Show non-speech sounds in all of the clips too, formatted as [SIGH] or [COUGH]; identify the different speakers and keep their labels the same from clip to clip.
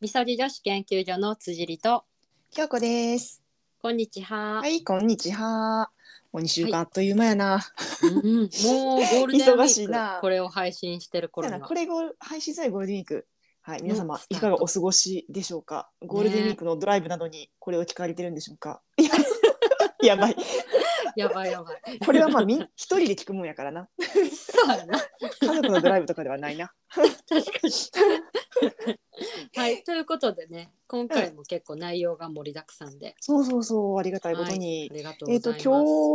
Speaker 1: みそぎ女子研究所の辻里と
Speaker 2: 京子です。
Speaker 1: こんにちは、
Speaker 2: はい、こんにちは。もう二週間あっという間やな。
Speaker 1: うんもうゴールデンウィ
Speaker 2: 忙しい
Speaker 1: ー
Speaker 2: な
Speaker 1: クこれを配信してる
Speaker 2: こ
Speaker 1: 頃には
Speaker 2: これゴール配信されゴールデンウィーク。はい、皆様
Speaker 1: スタート
Speaker 2: いかがお過ごしでしょうか。ゴールデンウィークのドライブなどにこれを聞かれてるんでしょう [LAUGHS] か。いややばい。
Speaker 1: やばいやば
Speaker 2: [LAUGHS]
Speaker 1: い
Speaker 2: これはまあみん一人で聞くもんやからな。
Speaker 1: そうやな
Speaker 2: 家族のドライブとかではないな。
Speaker 1: 確かにはいということでね今回も結構内容が盛りだくさんで、
Speaker 2: [LAUGHS] そうそうそうありがたいこ
Speaker 1: は
Speaker 2: とに。
Speaker 1: い、ありがとうご
Speaker 2: えー、
Speaker 1: ざ
Speaker 2: と
Speaker 1: います、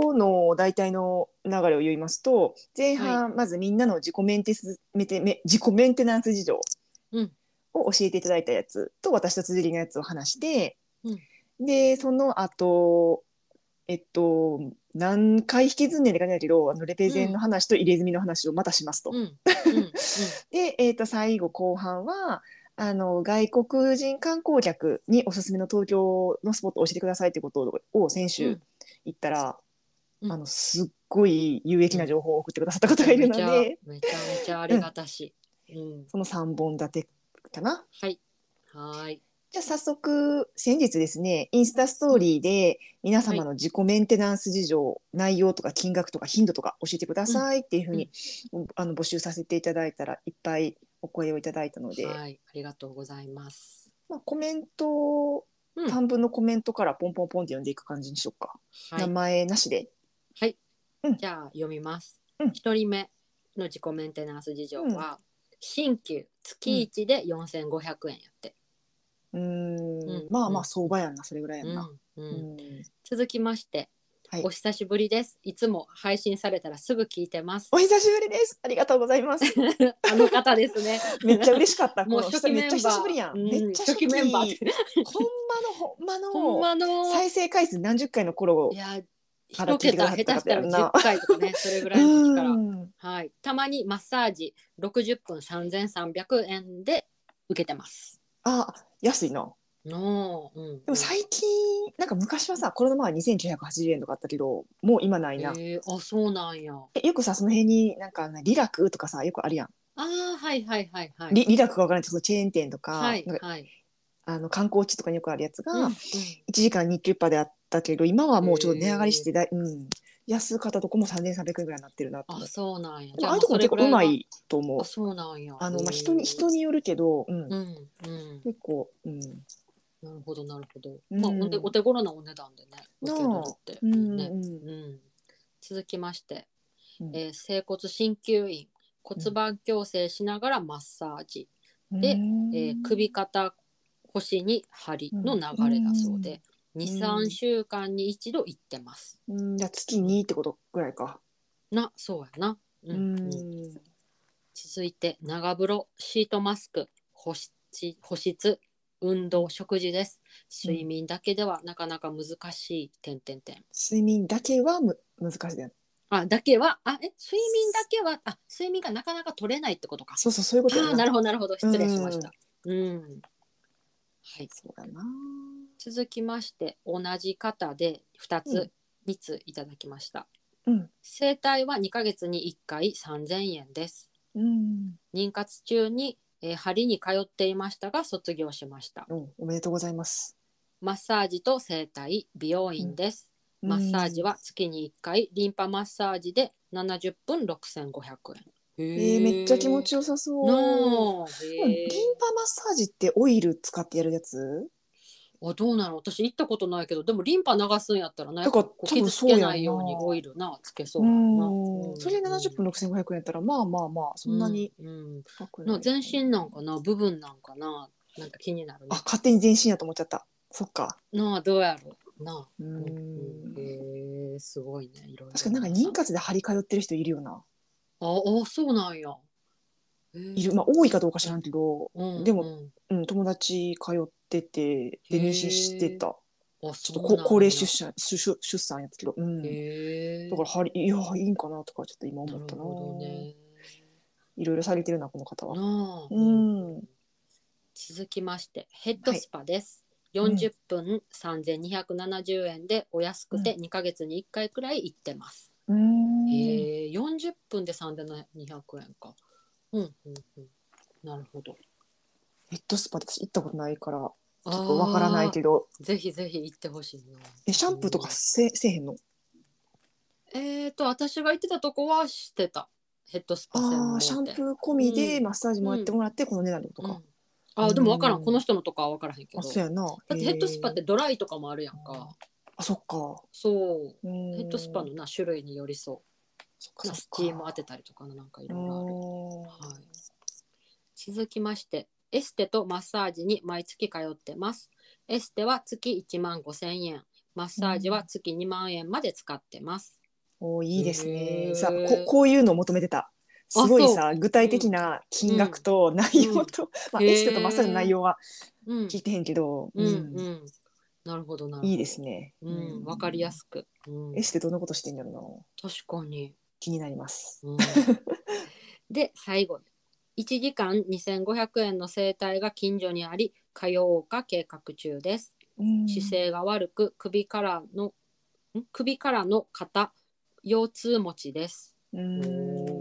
Speaker 2: 今日の大体の流れを言いますと前半、まずみんなの自己メンテスメテメ自己メンテナンス事情
Speaker 1: うん
Speaker 2: を教えていただいたやつと私と辻りのやつを話して、
Speaker 1: うん
Speaker 2: でその後えっと何回引きずんねんって感じだけどあのレペゼンの話と入れ墨の話をまたしますと。
Speaker 1: うんうんうん
Speaker 2: で、えー、と最後後半はあの外国人観光客におすすめの東京のスポットを教えてくださいってことを先
Speaker 1: う
Speaker 2: 週
Speaker 1: ん
Speaker 2: 言ったら、
Speaker 1: うん
Speaker 2: あのすっごい有益な情報を送ってくださった方がいるので、
Speaker 1: めちゃめちゃめちゃありがたし、うん、
Speaker 2: その3本立てかな。
Speaker 1: はいはーい
Speaker 2: じゃあ早速先日ですねインスタストーリーで皆様の自己メンテナンス事情、内容とか金額とか頻度とか教えてくださいっていうふうに、あの募集させていただいたらいっぱいお声をいただいたので、
Speaker 1: はいありがとうございます
Speaker 2: まあ、コメントを
Speaker 1: うんは
Speaker 2: 短文のコメントからポンポンポンって読んでいく感じにしようか。名
Speaker 1: い
Speaker 2: 前なしで。
Speaker 1: はい、
Speaker 2: うん
Speaker 1: じゃあ読みます
Speaker 2: うん
Speaker 1: 一、人目の自己メンテナンス事情は、新旧月1で4500円やって、
Speaker 2: うーん
Speaker 1: うん
Speaker 2: まあ
Speaker 1: う
Speaker 2: ま
Speaker 1: ん
Speaker 2: あ相場やんな、それぐらいや
Speaker 1: うんん
Speaker 2: な。
Speaker 1: う
Speaker 2: うんん
Speaker 1: 続きまして、
Speaker 2: はい
Speaker 1: お久しぶりですいつも配信されたらすぐ聞いてます
Speaker 2: お久しぶりです。ありがとうございます。
Speaker 1: [LAUGHS] あの方ですね
Speaker 2: [LAUGHS] めっちゃ嬉しかった。
Speaker 1: [LAUGHS] もう
Speaker 2: この
Speaker 1: 初
Speaker 2: 人
Speaker 1: 期
Speaker 2: め
Speaker 1: メン
Speaker 2: っ
Speaker 1: バー
Speaker 2: ちゃ久しぶりやん。
Speaker 1: うん
Speaker 2: めっちゃ
Speaker 1: 初期メンバーって
Speaker 2: ほんまのほ
Speaker 1: ほ
Speaker 2: ん
Speaker 1: ん
Speaker 2: まの
Speaker 1: まの
Speaker 2: 再生回数何十回の頃
Speaker 1: いや
Speaker 2: から
Speaker 1: 一
Speaker 2: 聞いてくだ
Speaker 1: 桁
Speaker 2: さっ
Speaker 1: 下
Speaker 2: た
Speaker 1: 手したら
Speaker 2: 方や
Speaker 1: 10回
Speaker 2: んな
Speaker 1: とか
Speaker 2: [LAUGHS]
Speaker 1: ねそれぐ
Speaker 2: う
Speaker 1: らいの時から
Speaker 2: ん
Speaker 1: はい、たまにマッサージ60分3300円で受けてます。
Speaker 2: あ安いな。
Speaker 1: のうんうん、
Speaker 2: でも最近なんか昔はさこれの前は2980円とかあったけどもう今ないな。
Speaker 1: えーあそうなんや。
Speaker 2: えよくさその辺になんかリラクとかさよくあるやん。
Speaker 1: あーはいはいはいはい。
Speaker 2: リリラクが分からないそのチェーン店とか,、
Speaker 1: はい
Speaker 2: なんか
Speaker 1: はい。
Speaker 2: あの観光地とかによくあるやつが、
Speaker 1: うんう
Speaker 2: 1
Speaker 1: ん
Speaker 2: 時間2キュッパであったけど今はもうちょっと値上がりしてだい、うん、安かったとこも3300円ぐらいになってるなと
Speaker 1: あ
Speaker 2: 思う
Speaker 1: そうなんや。
Speaker 2: でもああいうとこも結構うま。いと思う
Speaker 1: あそうなんや。
Speaker 2: あの、
Speaker 1: へ
Speaker 2: まあ、
Speaker 1: ー
Speaker 2: 人に人によるけど、うん
Speaker 1: うんうん。
Speaker 2: 結構、うん、
Speaker 1: なるほどなるほど。
Speaker 2: うん
Speaker 1: まあお手お手頃なお値段でね。
Speaker 2: なあ
Speaker 1: 受けれるってい
Speaker 2: うん
Speaker 1: うね。
Speaker 2: うん
Speaker 1: うん、続きまして、
Speaker 2: うん
Speaker 1: えー整骨鍼灸院骨盤矯正しながらマッサージ。で
Speaker 2: うん
Speaker 1: えー首肩腰に針の流れだそうで、
Speaker 2: う
Speaker 1: 23
Speaker 2: ん
Speaker 1: 週間に一度行ってます。
Speaker 2: うんじゃあ月2ってことぐらいか、
Speaker 1: なそうやな、う
Speaker 2: うんん
Speaker 1: うん続いて長風呂シートマスク保湿保湿運動食事です睡眠だけではなかなか難しい点点点
Speaker 2: 睡眠だけはむ難しいだよ
Speaker 1: あだけはあえ睡眠だけはあ睡眠がなかなか取れないってことか
Speaker 2: そうそうそういうこと
Speaker 1: あーなるほどなるほど失礼しましたうん、はい
Speaker 2: そうだな
Speaker 1: 続きまして同じ方で2
Speaker 2: う
Speaker 1: つ
Speaker 2: ん
Speaker 1: 2ついただきました、
Speaker 2: うん
Speaker 1: 整体は2ヶ月に1回3000円です
Speaker 2: うん
Speaker 1: 妊活中に、えー針に通っていましたが卒業しました
Speaker 2: おおめでとうございます
Speaker 1: マッサージと整体美容院です、マッサージは月に1回リンパマッサージで70分6500円
Speaker 2: えーめっちゃ気持ちよさそう。
Speaker 1: の
Speaker 2: でもリンパマッサージってオイル使ってやるやつ
Speaker 1: あどうなの私行ったことないけどでもリンパ流すんやったらね
Speaker 2: だから
Speaker 1: こう
Speaker 2: 多分
Speaker 1: 傷つ
Speaker 2: そうや
Speaker 1: け
Speaker 2: んな
Speaker 1: ないようにオイルなつけそう
Speaker 2: う
Speaker 1: や
Speaker 2: ん
Speaker 1: な、
Speaker 2: それで70分6500円やったらまあまあまあそんなに
Speaker 1: うんうん
Speaker 2: 高くない
Speaker 1: な全身なんかな部分なんかななんか気になるね
Speaker 2: あ勝手に全身やと思っちゃったそっか
Speaker 1: なあどうやろうなあ
Speaker 2: う
Speaker 1: うん
Speaker 2: ん
Speaker 1: へえすごいねいろいろ
Speaker 2: 確かになんか妊活で張り通ってる人いるよな
Speaker 1: ああそうなんや
Speaker 2: い
Speaker 1: い
Speaker 2: るまあ多いかどうか知らんけど、
Speaker 1: うん、
Speaker 2: でも
Speaker 1: うん
Speaker 2: うん、友達通ってて
Speaker 1: へー
Speaker 2: で妊娠してた
Speaker 1: あ
Speaker 2: ち
Speaker 1: ち
Speaker 2: ょっとこ高齢出産出出出産やったけど、うん、だ
Speaker 1: へえ
Speaker 2: から張りいやいいんかなとかちょっと今
Speaker 1: な
Speaker 2: 思
Speaker 1: る
Speaker 2: ったな
Speaker 1: ほどね
Speaker 2: いろいろされてるなこの方は。
Speaker 1: なあ
Speaker 2: うん
Speaker 1: 続きましてヘッドスパです、
Speaker 2: うん
Speaker 1: 40分3270円でお安くて2ヶ月に1回くらい行ってます、
Speaker 2: うん
Speaker 1: へえ40分で3200円かうんうんうんなるほど
Speaker 2: ヘッドスパ私行ったことないからちょっとわからないけど
Speaker 1: どぜひぜひ行ってほしいな
Speaker 2: えシャンプーとかせせえへんの
Speaker 1: えっと私が行ってたとこはしてたヘッドスパ専門
Speaker 2: あーシャンプー込みで
Speaker 1: うん
Speaker 2: マッサージもやってもらってこの値段ってことか、
Speaker 1: うんあでも分からん、
Speaker 2: うん
Speaker 1: この人のとかは分からへんけど
Speaker 2: あそうやな
Speaker 1: だってヘッドスパって
Speaker 2: へー
Speaker 1: ドライとかもあるやんか、
Speaker 2: あそっか
Speaker 1: そう
Speaker 2: ヘ
Speaker 1: ヘッドスパのな種類によりそ
Speaker 2: そっ
Speaker 1: う
Speaker 2: か
Speaker 1: な
Speaker 2: そっ
Speaker 1: ス
Speaker 2: か
Speaker 1: チーム当てたりとかのなんかいろいろある
Speaker 2: うん
Speaker 1: はい続きましてエステとマッサージに毎月通ってますエステは月1万5千円マッサージは月2万円まで使ってます、
Speaker 2: おーいいです
Speaker 1: へー
Speaker 2: ね。さここういうのを求めてた。すごいさ具体的な金額と内容と、 [LAUGHS] まあ、
Speaker 1: へー
Speaker 2: エステとマッサージの内容は
Speaker 1: うん、うん
Speaker 2: 聞いてへんけど、
Speaker 1: う
Speaker 2: うん
Speaker 1: んなるほどなるほど
Speaker 2: いいですね。
Speaker 1: うん、わかりやすく、うん
Speaker 2: エ、ステどんなことしてんだろうな
Speaker 1: 確かに、
Speaker 2: 気になります。 [LAUGHS]
Speaker 1: うんで最後1時間2500円の整体が近所にあり通おうか計画中です
Speaker 2: うん
Speaker 1: 姿勢が悪く首からのん首からの肩腰痛持ちです。
Speaker 2: うん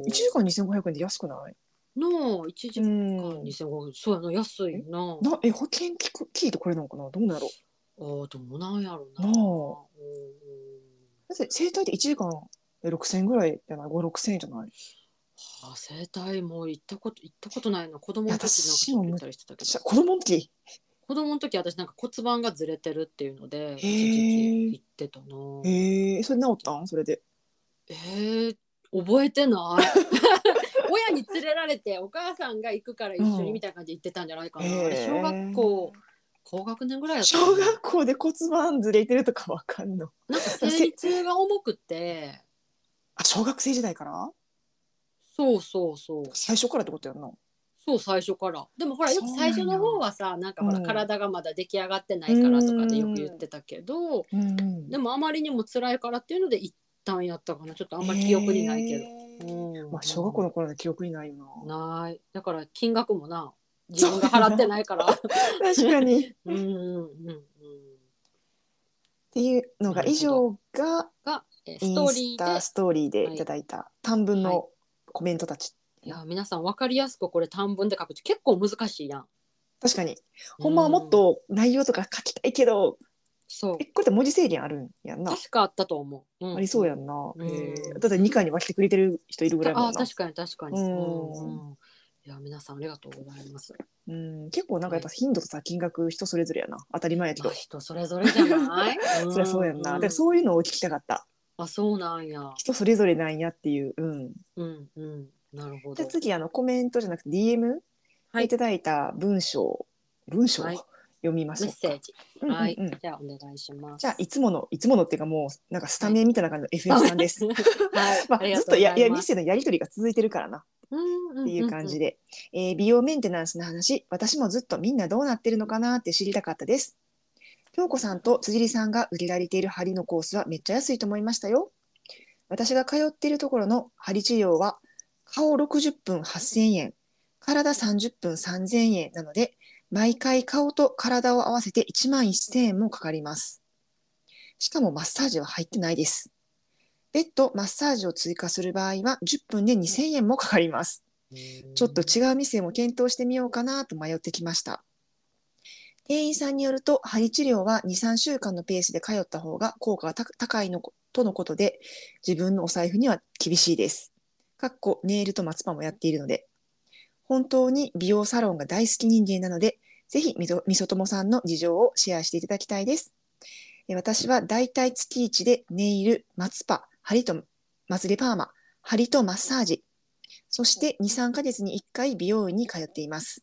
Speaker 2: 一時間二千五百円で安くない？
Speaker 1: の1時
Speaker 2: う
Speaker 1: 間
Speaker 2: ん。
Speaker 1: 2500円そうやな安いな
Speaker 2: なえ保険聞く聞いてこれなのかなどうなんやろう。
Speaker 1: あーどうなんやろな。
Speaker 2: なあ
Speaker 1: うん
Speaker 2: だって整体で一時間え六千円ぐらいじゃない？五六千円じゃない？
Speaker 1: あー整体も行ったこと行ったことないな子供の時なんか
Speaker 2: 私
Speaker 1: ちょ
Speaker 2: も
Speaker 1: っと行ったりしてたけ
Speaker 2: じゃ
Speaker 1: ど
Speaker 2: 子供の時
Speaker 1: 子供の時私なんか骨盤がずれてるっていうので一
Speaker 2: ー
Speaker 1: 時期行ってたな。
Speaker 2: えー、それ治ったんそれで。
Speaker 1: えー、覚えてない [LAUGHS] 親に連れられてお母さんが行くから一緒にみたいな感じで行ってたんじゃないかな、あれ
Speaker 2: へー
Speaker 1: 小学校高学年ぐらいだったか
Speaker 2: 小
Speaker 1: な
Speaker 2: 学校で骨盤ずれてるとかわかんの。
Speaker 1: なんか生理痛が重くて
Speaker 2: あ、小学生時代から
Speaker 1: そうそうそう
Speaker 2: 最初からってことやんな。
Speaker 1: そう最初からでもほらよく
Speaker 2: そうなん
Speaker 1: 最
Speaker 2: や
Speaker 1: 初の方はさなんかほら、
Speaker 2: うん
Speaker 1: 体がまだ出来上がってないからとかでよく言ってたけど
Speaker 2: うんうん
Speaker 1: でもあまりにも辛いからっていうので一旦やったかなちょっとあんまり記憶にないけど、
Speaker 2: ど。
Speaker 1: うん
Speaker 2: まあ、小学校の頃の記憶にないよな。
Speaker 1: ないだから金額もな自分が払ってないから
Speaker 2: 確
Speaker 1: [LAUGHS]
Speaker 2: かに。っ
Speaker 1: うんうんうんうん
Speaker 2: ていうのが以上が
Speaker 1: が、えー
Speaker 2: イ
Speaker 1: スト
Speaker 2: ン
Speaker 1: ーリ
Speaker 2: ス
Speaker 1: ー
Speaker 2: タ
Speaker 1: で
Speaker 2: ストーリーでいただいた短文のコメントたち。
Speaker 1: いや皆さん分かりやすくこれ短文で書くって結構難しいやん。
Speaker 2: 確かに。ほんまはもっ
Speaker 1: うん
Speaker 2: と内容とか書きたいけど、
Speaker 1: そう
Speaker 2: えこれって文字制限あるんやんな。
Speaker 1: 確かあったと思う。うん
Speaker 2: ありそうやんな。
Speaker 1: うん
Speaker 2: へーだって2回に分けてくれてる人いるぐらいやも
Speaker 1: あー
Speaker 2: んな。
Speaker 1: 確かに確かに。う
Speaker 2: うんん
Speaker 1: うんいや皆さんありがとうございます。
Speaker 2: うん、結構なんかやっぱ頻度とさ金額人それぞれやな当たり前やけ
Speaker 1: ま
Speaker 2: ど
Speaker 1: あ、人それぞれじゃ
Speaker 2: [LAUGHS]
Speaker 1: ない。
Speaker 2: そりゃそうやんな、
Speaker 1: ん
Speaker 2: だからそういうのを聞きたかった
Speaker 1: あそうなんや。
Speaker 2: 人それぞれなんやっていう、うん、
Speaker 1: うんうん。なるほ
Speaker 2: じ
Speaker 1: ど
Speaker 2: ゃあ。次あのコメントじゃなくて DM
Speaker 1: はい
Speaker 2: いただいた文章、文章を
Speaker 1: はい
Speaker 2: 読みまし
Speaker 1: メ
Speaker 2: ょ
Speaker 1: ッ
Speaker 2: う
Speaker 1: セ
Speaker 2: か
Speaker 1: ー、ジ。
Speaker 2: うんうんうん
Speaker 1: はい。じゃあお願いします。
Speaker 2: じゃあいつものいつものっていうかもうなんかスタメンみたいな感じの FM さんです、
Speaker 1: [LAUGHS] はい。
Speaker 2: [LAUGHS] ま
Speaker 1: あ
Speaker 2: あ、
Speaker 1: りが
Speaker 2: ずっ
Speaker 1: とうご
Speaker 2: と
Speaker 1: ざ
Speaker 2: やいや
Speaker 1: いま
Speaker 2: ミ
Speaker 1: す。
Speaker 2: スのやり取りが続いてるからな
Speaker 1: っ
Speaker 2: っていう感じで、えー美容メンテナンスの話私もずっとみんなどうなってるのかなって知りたかったです京子さんと辻里さんが売られている針のコースはめっちゃ安いと思いましたよ私が通っているところの針治療は顔60分8000円体30分3000円なので毎回顔と体を合わせて1万1000円もかかりますしかもマッサージは入ってないです別途マッサージを追加する場合は10分で2000円もかかりますちょっと違う店も検討してみようかなと迷ってきました。店員さんによると、針治療は2、3週間のペースで通った方が効果がた高いのことのことで、自分のお財布には厳しいです。かっこネイルと松葉もやっているので。本当に美容サロンが大好き人間なので、ぜひみとみそともさんの事情をシェアしていただきたいです。え私はだいたい月1でネイル、松葉、針と、まつれパーマ、針とマッサージ、そして2、3ヶ月に1回美容院に通っています。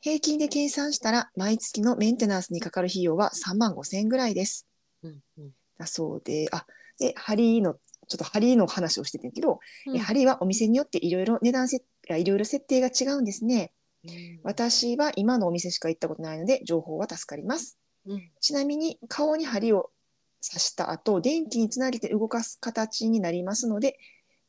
Speaker 2: 平均で計算したら毎月のメンテナンスにかかる費用は3万5千円ぐらいです。
Speaker 1: うんうん
Speaker 2: だそうで、あ、で、ハリーの、ちょっとハリーの話をしててんけど、
Speaker 1: うん
Speaker 2: えハリーはお店によっていろいろ値段せ、あいろいろ設定が違うんですね。私は今のお店しか行ったことないので、情報は助かります。
Speaker 1: うん
Speaker 2: ちなみに顔に針を刺した後、電気につなげて動かす形になりますので、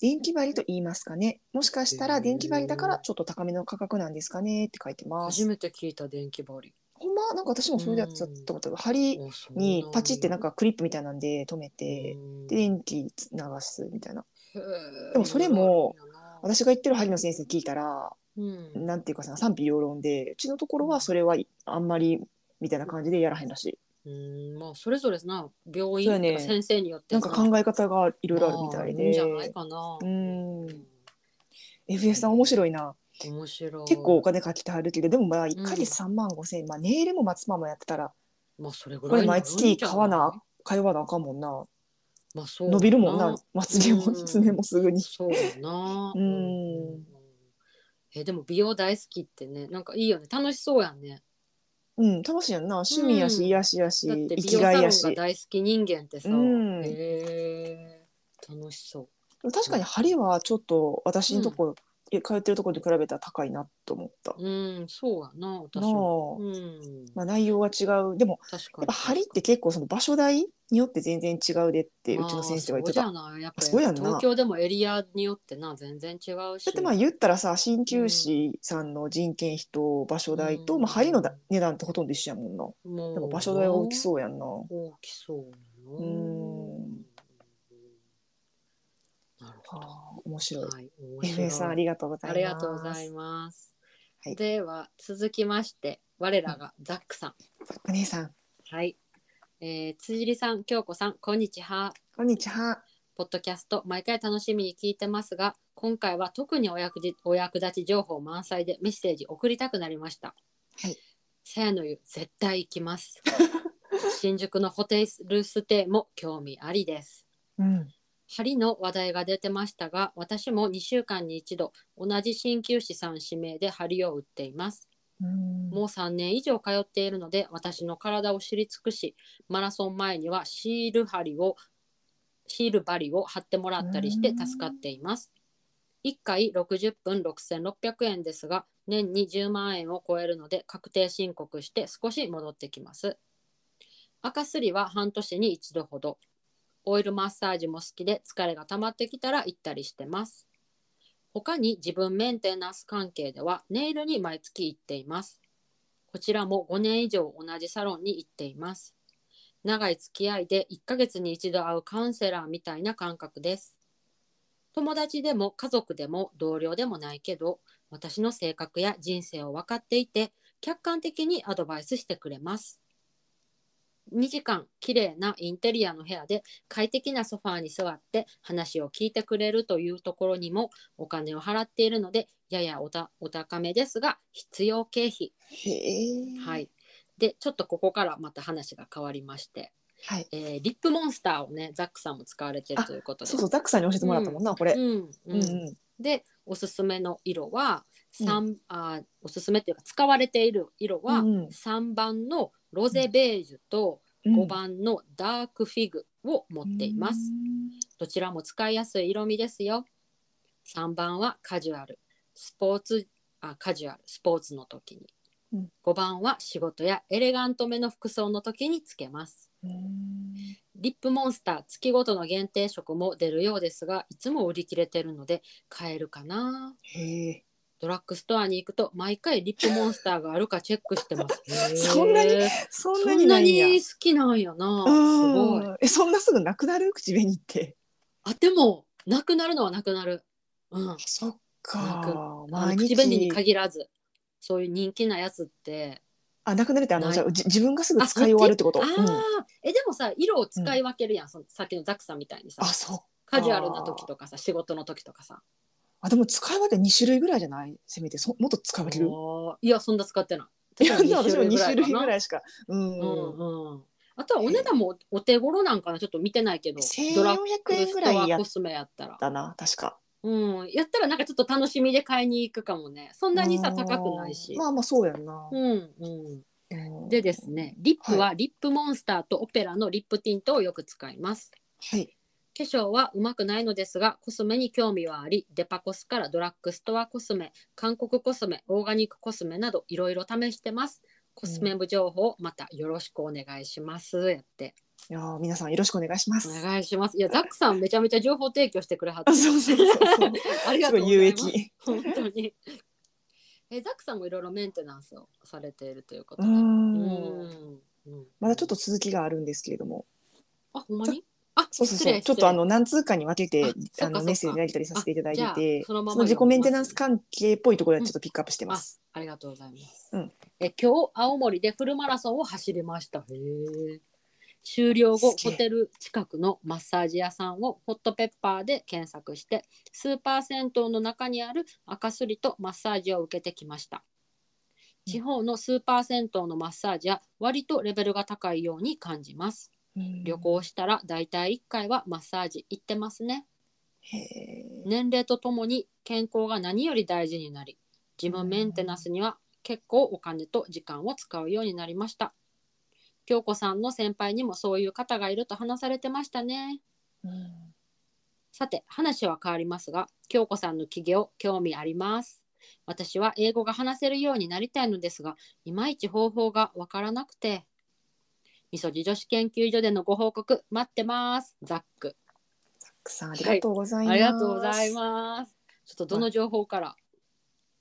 Speaker 2: 電気針と言いますかね。もしかした
Speaker 1: へー
Speaker 2: ら電気針だからちょっと高めの価格なんですかねって書いてま
Speaker 1: 初
Speaker 2: す。
Speaker 1: めて聞いた電気針。
Speaker 2: ほんまなんか私もそういうやつだったことある針
Speaker 1: あそう
Speaker 2: にパチってなん
Speaker 1: か
Speaker 2: かクリップみたいなんで止めて、で電気流すみたいな。でもそれも私が言ってる針の先生聞いたら、
Speaker 1: うん、
Speaker 2: なんていうかさ、賛否両論で、うちのところはそれはいあんまりみたいな感じでやらへんらしい。
Speaker 1: うん、まあそれぞれな病
Speaker 2: そうや
Speaker 1: 院
Speaker 2: ね
Speaker 1: とか先生によって
Speaker 2: なんか考え方がいろいろあるみたい
Speaker 1: あーるん
Speaker 2: で
Speaker 1: じゃ。ないかな。
Speaker 2: うん
Speaker 1: うん
Speaker 2: FS さん面白いな。
Speaker 1: 面白い。
Speaker 2: 結構お金かけてはるけど、でもまあ1ヶ
Speaker 1: うん
Speaker 2: 月3万5千円、まあネイルも松間もやってたら、
Speaker 1: まあそれぐ
Speaker 2: こ
Speaker 1: らい
Speaker 2: れ
Speaker 1: になる
Speaker 2: 毎
Speaker 1: んじゃい
Speaker 2: 月買わな、通わなあかんもんな。
Speaker 1: まあそう
Speaker 2: 伸びるもんな
Speaker 1: な。、
Speaker 2: まつげも、
Speaker 1: うん
Speaker 2: 爪もすぐに。
Speaker 1: そうだな。
Speaker 2: うん
Speaker 1: えでも美容大好きってね、なんかいいよね。楽しそうやんね。
Speaker 2: うん、楽しいやんな。趣味や
Speaker 1: うん
Speaker 2: し、癒しやし、
Speaker 1: だって
Speaker 2: 生
Speaker 1: 美
Speaker 2: き
Speaker 1: 容サ
Speaker 2: がい
Speaker 1: ロ
Speaker 2: や
Speaker 1: ン
Speaker 2: し。
Speaker 1: が大好き人間ってさ、
Speaker 2: うん
Speaker 1: へー楽しそう。
Speaker 2: 確かに針はちょっと私のとこ、え通ってるところに比べたら高いなと思った。
Speaker 1: うん、そうやな、私
Speaker 2: な
Speaker 1: も。
Speaker 2: あ
Speaker 1: うん、
Speaker 2: まあ、内容は違う。でも、
Speaker 1: 確か
Speaker 2: やっ
Speaker 1: に。
Speaker 2: ぱ針って結構その場所代によって全然違うでって、うちの先生は言ってた。
Speaker 1: まあそ
Speaker 2: だ
Speaker 1: うじゃないやっぱ
Speaker 2: そうやんな
Speaker 1: 東京でもエリアによってな、全然違うし。
Speaker 2: ってまあ言ったらさ、鍼灸師さんの人件費と場所代と、
Speaker 1: うん
Speaker 2: まあ針のだ値段ってほとんど一緒やもんな。
Speaker 1: もう
Speaker 2: でも場所代は大きそうやんな。
Speaker 1: 大きそうやな。
Speaker 2: うん
Speaker 1: なるほど。
Speaker 2: あー面白い。
Speaker 1: はい、面白い
Speaker 2: FA さんありがとうござい
Speaker 1: あ
Speaker 2: ま
Speaker 1: り
Speaker 2: す。
Speaker 1: がとうございます。
Speaker 2: はい
Speaker 1: では続きまして我らがザックさん、
Speaker 2: お姉さん、
Speaker 1: はい、えー、辻里さん京子さんこんにちは
Speaker 2: こんにちは。
Speaker 1: ポッドキャスト毎回楽しみに聞いてますが今回は特にお役じお役立ち情報満載でメッセージ送りたくなりました
Speaker 2: はい
Speaker 1: さやの湯絶対行きます
Speaker 2: [LAUGHS]
Speaker 1: 新宿のホテルステイも興味ありです
Speaker 2: うん。
Speaker 1: 針の話題が出てましたが私も2週間に一度同じ鍼灸師さん指名で針を打っています
Speaker 2: うん
Speaker 1: もう3年以上通っているので私の体を知り尽くしマラソン前にはシール針をシール針を貼ってもらったりして
Speaker 2: うん
Speaker 1: 助かっています1回60分6600円ですが年に10万円を超えるので確定申告して少し戻ってきます赤すりは半年に一度ほどオイルマッサージも好きで疲れが溜まってきたら行ったりしてます他に自分メンテナンス関係ではネイルに毎月行っていますこちらも5年以上同じサロンに行っています長い付き合いで1ヶ月に一度会うカウンセラーみたいな感覚です友達でも家族でも同僚でもないけど私の性格や人生を分かっていて客観的にアドバイスしてくれます2時間綺麗なインテリアの部屋で快適なソファーに座って話を聞いてくれるというところにもお金を払っているのでややおたお高めですが必要経費
Speaker 2: へえ。
Speaker 1: はい。で、ちょっとここからまた話が変わりまして、
Speaker 2: はい。
Speaker 1: えーリップモンスターをね、ザックさんも使われてる
Speaker 2: あ
Speaker 1: ということで。
Speaker 2: そうそう、ザックさんに教えてもらったもんな、これ。
Speaker 1: うん
Speaker 2: う
Speaker 1: うんん
Speaker 2: うん。
Speaker 1: で、おすすめの色は、
Speaker 2: うん
Speaker 1: 三、あー、おすすめっていうか、使われている色は
Speaker 2: うんうん。
Speaker 1: 三番のロゼベージュと
Speaker 2: うん
Speaker 1: 五番のダークフィグを持っています。どちらも使いやすい色味ですよ。3番はカジュアル、スポーツ、あ、カジュアル、スポーツの時に。
Speaker 2: うん
Speaker 1: 5番は仕事やエレガントめの服装の時につけます。
Speaker 2: うん。
Speaker 1: リップモンスター月ごとの限定色も出るようですが、いつも売り切れてるので買えるかな。
Speaker 2: へえ。
Speaker 1: ドラッグストアに行くと毎回リップモンスターがあるかチェックしてます。へー
Speaker 2: [LAUGHS] そんなにそん
Speaker 1: そ
Speaker 2: なんにな
Speaker 1: ない
Speaker 2: んや。
Speaker 1: に好きなんやな。すご
Speaker 2: うん
Speaker 1: い。。
Speaker 2: え、そんなすぐなくなる口紅って。
Speaker 1: あ、でもなくなるのはなくなる。うん。
Speaker 2: そっ
Speaker 1: な
Speaker 2: か。
Speaker 1: あの
Speaker 2: 毎
Speaker 1: 口紅に
Speaker 2: 日。
Speaker 1: 限らずそういう人気なやつって
Speaker 2: あ、なくなるって、あの、
Speaker 1: ない
Speaker 2: じゃあ、じ自分がすぐ
Speaker 1: あ
Speaker 2: 使い終わるってこと。
Speaker 1: そっ
Speaker 2: う
Speaker 1: ち
Speaker 2: ん
Speaker 1: あー、えでもさ色を使い分けるやん、そのさっきのザックさんみたいにさ
Speaker 2: あ、そう。
Speaker 1: カジュアルな時とかさ仕事の時とかさ
Speaker 2: あ、でも、使い分け二種類ぐらいじゃない。せめて、そ、もっと使い分ける。
Speaker 1: おーいやそんな使ってない
Speaker 2: [LAUGHS] いや、でも私も二種類ぐ
Speaker 1: い
Speaker 2: らいしか。う
Speaker 1: かなうん
Speaker 2: ん。
Speaker 1: うんあとはお値段もお手頃なんかなちょっと見てないけど
Speaker 2: 千
Speaker 1: ド
Speaker 2: 四
Speaker 1: ラッグ
Speaker 2: 百円ぐ
Speaker 1: ス
Speaker 2: らい
Speaker 1: ト
Speaker 2: や
Speaker 1: ア
Speaker 2: っ
Speaker 1: コスメやったら
Speaker 2: たな、確か。
Speaker 1: うんやったらなんかちょっと楽しみで買いに行くかもねそんなにさ
Speaker 2: うん
Speaker 1: 高くないし、
Speaker 2: まあまあ、そうやんな。
Speaker 1: うんうん
Speaker 2: うん
Speaker 1: でです。ね、リップはリップモンスターとオペラのリップティントをよく使います。
Speaker 2: はい。
Speaker 1: 化粧はうまくないのですが、コスメに興味はあり、デパコスからドラッグストアコスメ、韓国コスメ、オーガニックコスメなどいろいろ試してます。コスメ部情報またよろしくお願いします。やって。
Speaker 2: いやー、皆さんよろしくお願いします。
Speaker 1: お願いします。いや、ザックさんめちゃめちゃ情報提供してくれはっ
Speaker 2: あ [LAUGHS]
Speaker 1: て。
Speaker 2: そうそうそうそう。
Speaker 1: [LAUGHS] ありが
Speaker 2: す
Speaker 1: と
Speaker 2: ご
Speaker 1: うござい
Speaker 2: い有
Speaker 1: ます。
Speaker 2: 益。
Speaker 1: 本当に。え、ザックさんもいろいろメンテナンスをされているということ
Speaker 2: う
Speaker 1: で。
Speaker 2: ん。
Speaker 1: うん
Speaker 2: まだちょっと続きがあるんですけれども、
Speaker 1: あ、ほんまにあ、
Speaker 2: そうそうそう。ちょっとあの何通かに分け
Speaker 1: あそ
Speaker 2: て
Speaker 1: っか
Speaker 2: あ
Speaker 1: そ
Speaker 2: の
Speaker 1: っか
Speaker 2: メッセージやり取りさせていただいて
Speaker 1: じゃ
Speaker 2: て
Speaker 1: あ、そのまま
Speaker 2: その自己メンテナンス関係っぽいところはちょっとピックアップしてます。
Speaker 1: ありがとうございます。
Speaker 2: うん
Speaker 1: え今日青森でフルマラソンを走りました。へえ。終了後
Speaker 2: すげ
Speaker 1: ホ
Speaker 2: え
Speaker 1: テル近くのマッサージ屋さんをホットペッパーで検索してスーパー銭湯の中にある赤すりとマッサージを受けてきました
Speaker 2: うん
Speaker 1: 地方のスーパー銭湯のマッサージは割とレベルが高いように感じます
Speaker 2: うん
Speaker 1: 旅。行したらだいたい1回はマッサージ行ってますね
Speaker 2: へえ
Speaker 1: 年齢とともに健康が何より大事になり自分メンテナンスには結構お金と時間を使うようになりました京子さんの先輩にもそういう方がいると話されてましたね
Speaker 2: うん
Speaker 1: さて話は変わりますが京子さんの起業興味あります私は英語が話せるようになりたいのですがいまいち方法がわからなくてみそじ女子研究所でのご報告待ってますザック
Speaker 2: たくさんありがとうございます。
Speaker 1: ありがとうございますちょっとどの情報から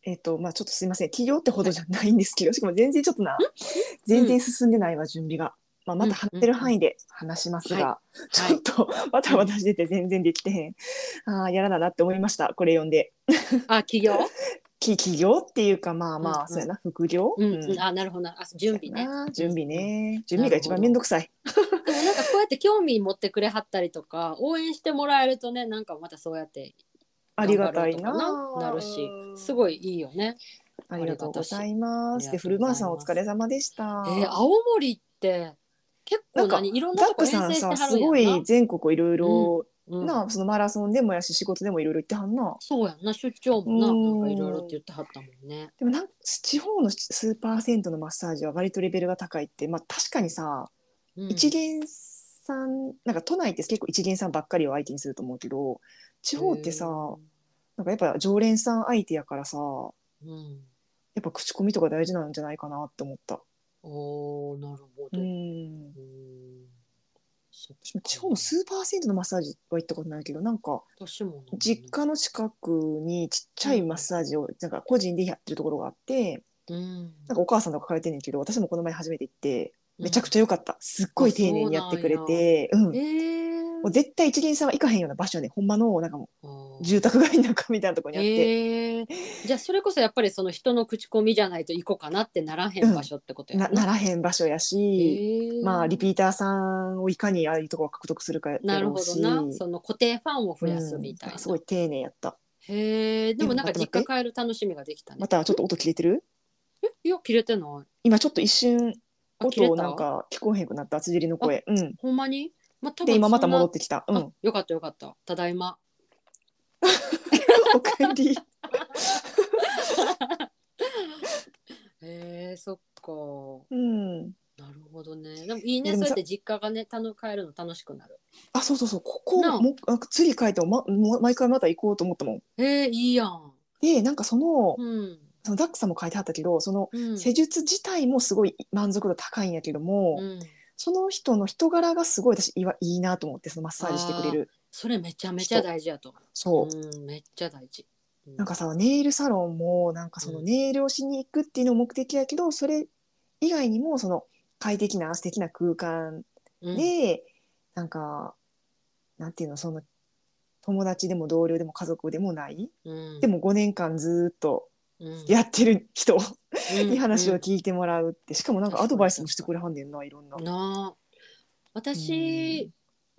Speaker 2: えっ、と、まあ、ちょっとすみません、企業ってほどじゃないんですけど、しかも全然ちょっとな、全然進んでないわ、準備が。まあ、ま
Speaker 1: う
Speaker 2: た
Speaker 1: ん
Speaker 2: 話せる範囲で話しますが、
Speaker 1: はい
Speaker 2: ちょっと、また私出て全然できてへん。ああ、やらななって思いました、これ読んで。
Speaker 1: あ、起業。
Speaker 2: き企業っていうか、まあまあ、
Speaker 1: うんうん
Speaker 2: そうやな、副業、
Speaker 1: うん、
Speaker 2: うん
Speaker 1: うんあ、なるほどな、あ、準備ね。
Speaker 2: そうやな準備ね。準備が一番めんどくさい。
Speaker 1: でも、なんか、こうやって興味持ってくれはったりとか、応援してもらえるとね、なんか、またそうやって。
Speaker 2: ありがたい
Speaker 1: 頑張ろ
Speaker 2: な
Speaker 1: うと。かなるし、す
Speaker 2: い。
Speaker 1: ごいいいよね。
Speaker 2: ありがとうございま
Speaker 1: あ
Speaker 2: す。
Speaker 1: り
Speaker 2: で、
Speaker 1: がと
Speaker 2: フ
Speaker 1: うございます
Speaker 2: ルマーさんお疲れ様でした。
Speaker 1: えー、青森って。結構
Speaker 2: なんか
Speaker 1: 何、いろん
Speaker 2: ザ
Speaker 1: な
Speaker 2: ッ
Speaker 1: とこ
Speaker 2: ク
Speaker 1: 遠
Speaker 2: さ
Speaker 1: 征し
Speaker 2: ん
Speaker 1: て
Speaker 2: さ、
Speaker 1: は
Speaker 2: す
Speaker 1: るんや
Speaker 2: ご
Speaker 1: んな。
Speaker 2: い全国いろいろ
Speaker 1: うん
Speaker 2: なそのマラソンでもやし仕事でもいろいろ行ってはんな
Speaker 1: そうやんな、出張もな、
Speaker 2: うん
Speaker 1: なんか、いろいろって言ってはったもんね。
Speaker 2: でもなん地方のスーパー銭湯のマッサージは割とレベルが高いって、まあ、確かにさ、
Speaker 1: うん
Speaker 2: 一元さんなんか都内って結構一元さんばっかりを相手にすると思うけど地方ってさなんかやっぱ常連さん相手やからさや
Speaker 1: うんうん。
Speaker 2: っぱ口コミとか大事なんじゃないかなって思った
Speaker 1: おお、なるほ
Speaker 2: う
Speaker 1: ど。うんそっか
Speaker 2: 地方のスーパー銭湯のマッサージは行ったことないけどなんか
Speaker 1: 私もな
Speaker 2: 実家の近くにちっちゃいマッサージをなんか個人でやってるところがあって、
Speaker 1: うん、
Speaker 2: なんかお母さんとか通ってんねんけど私もこの前初めて行ってめちゃく
Speaker 1: ち
Speaker 2: ちゃ良かったすっごい丁寧にやってくれて、うん
Speaker 1: ゃええー
Speaker 2: もう絶対一元さんは行かへんような場所やねんほんまのなんかも
Speaker 1: あ
Speaker 2: う
Speaker 1: ー
Speaker 2: 住宅街の中みたいなとこにあって、
Speaker 1: ええじゃあそれこそやっぱりその人の口コミじゃないと行こうかなってならへん場所ってことや
Speaker 2: なならへん場所やし、まあリ
Speaker 1: ー
Speaker 2: ピーターさんをいかにああいうとこを獲得するかや
Speaker 1: なる
Speaker 2: ろ
Speaker 1: ほ
Speaker 2: う
Speaker 1: ど
Speaker 2: し
Speaker 1: なその固定ファンを増やす
Speaker 2: うん
Speaker 1: みたい
Speaker 2: ん
Speaker 1: な、
Speaker 2: かすごい丁寧やった
Speaker 1: へえでもなんか
Speaker 2: でも
Speaker 1: 実
Speaker 2: 待って
Speaker 1: 家帰る楽しみができたね
Speaker 2: またちょっと音切れてる
Speaker 1: いや切れてない
Speaker 2: 今ちょっと一瞬
Speaker 1: あ切れ
Speaker 2: 音
Speaker 1: た
Speaker 2: をなんか聞こえへんくなった厚切りの声うん
Speaker 1: ほんまに、まあ、多分
Speaker 2: で今また
Speaker 1: そんな
Speaker 2: 戻ってきたうん
Speaker 1: あよかったよかったただいま
Speaker 2: おかえり
Speaker 1: へえそっか
Speaker 2: うん
Speaker 1: なるほどねでもいい
Speaker 2: い
Speaker 1: ね
Speaker 2: やで
Speaker 1: そ
Speaker 2: も
Speaker 1: う
Speaker 2: さ
Speaker 1: やって実家がねたの帰るの楽しくなる
Speaker 2: あ、そうそうそう、ここ、
Speaker 1: なあ
Speaker 2: もう、なんか次書いても、ま、もう毎回また行こうと思ったもん。
Speaker 1: へえいいやん
Speaker 2: で、なんかその、
Speaker 1: うん、
Speaker 2: そのダックさんも書いてあったけど、その
Speaker 1: うん
Speaker 2: 施術自体もすごい満足度高いんやけども、
Speaker 1: うん
Speaker 2: その人の人柄がすごい私いわいいなと思って、そのマッサージしてくれる。
Speaker 1: それめちゃめちゃ大事やと思
Speaker 2: そう
Speaker 1: う。うん、めっちゃ大事。う
Speaker 2: なんか、さ、ネイルサロンも、なんかその
Speaker 1: うん
Speaker 2: ネイルをしに行くっていうのも目的やけど、それ以外にも、その快適な素敵な空間
Speaker 1: うん、
Speaker 2: で、なんか、なんていうの、その、友達でも同僚でも家族でもない
Speaker 1: うん、
Speaker 2: でも5年間ずーっと
Speaker 1: うん、
Speaker 2: やってる人
Speaker 1: うん、
Speaker 2: に話を
Speaker 1: うん
Speaker 2: 聞いてもらうってしかもなんかアドバイスもしてくれはんねんないろんな。
Speaker 1: なあ。
Speaker 2: う
Speaker 1: 私
Speaker 2: ん、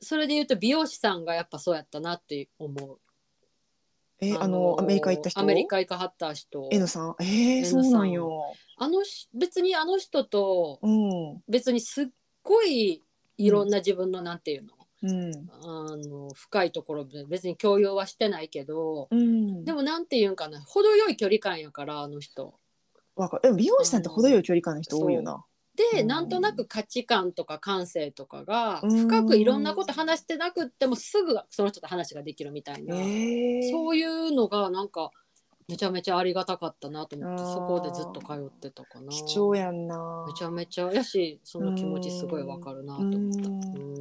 Speaker 1: それで言うと美容師さんがやっぱそうやったなって思う。
Speaker 2: えあ
Speaker 1: の
Speaker 2: のアメリカ行った人
Speaker 1: アメリカ行かはった人。
Speaker 2: えのさんえ
Speaker 1: N
Speaker 2: ー、
Speaker 1: さ
Speaker 2: そ
Speaker 1: ん
Speaker 2: うなんよ。
Speaker 1: あのし別にあの人と
Speaker 2: うんう
Speaker 1: 別にすっごいいろんな自分のなんていうの、
Speaker 2: ん
Speaker 1: あの深いところで別に共有はしてないけど、
Speaker 2: うん、
Speaker 1: でもなんていうんかな程よい距離感やからあの人。
Speaker 2: わかるでも美容師さんって程よい距離感の人多いよな。
Speaker 1: で、
Speaker 2: うん
Speaker 1: なんとなく価値観とか感性とかが
Speaker 2: うん
Speaker 1: 深くいろんなこと話してなくってもすぐその人と話ができるみたい
Speaker 2: え
Speaker 1: な、
Speaker 2: ー、
Speaker 1: そういうのがなんかめちゃめちゃありがたかったなと思って
Speaker 2: あー
Speaker 1: そこでずっと通ってたかな
Speaker 2: 貴重やんな
Speaker 1: め。ちゃめちゃやしその気持ちすごいわかるなと思った。
Speaker 2: うん
Speaker 1: うん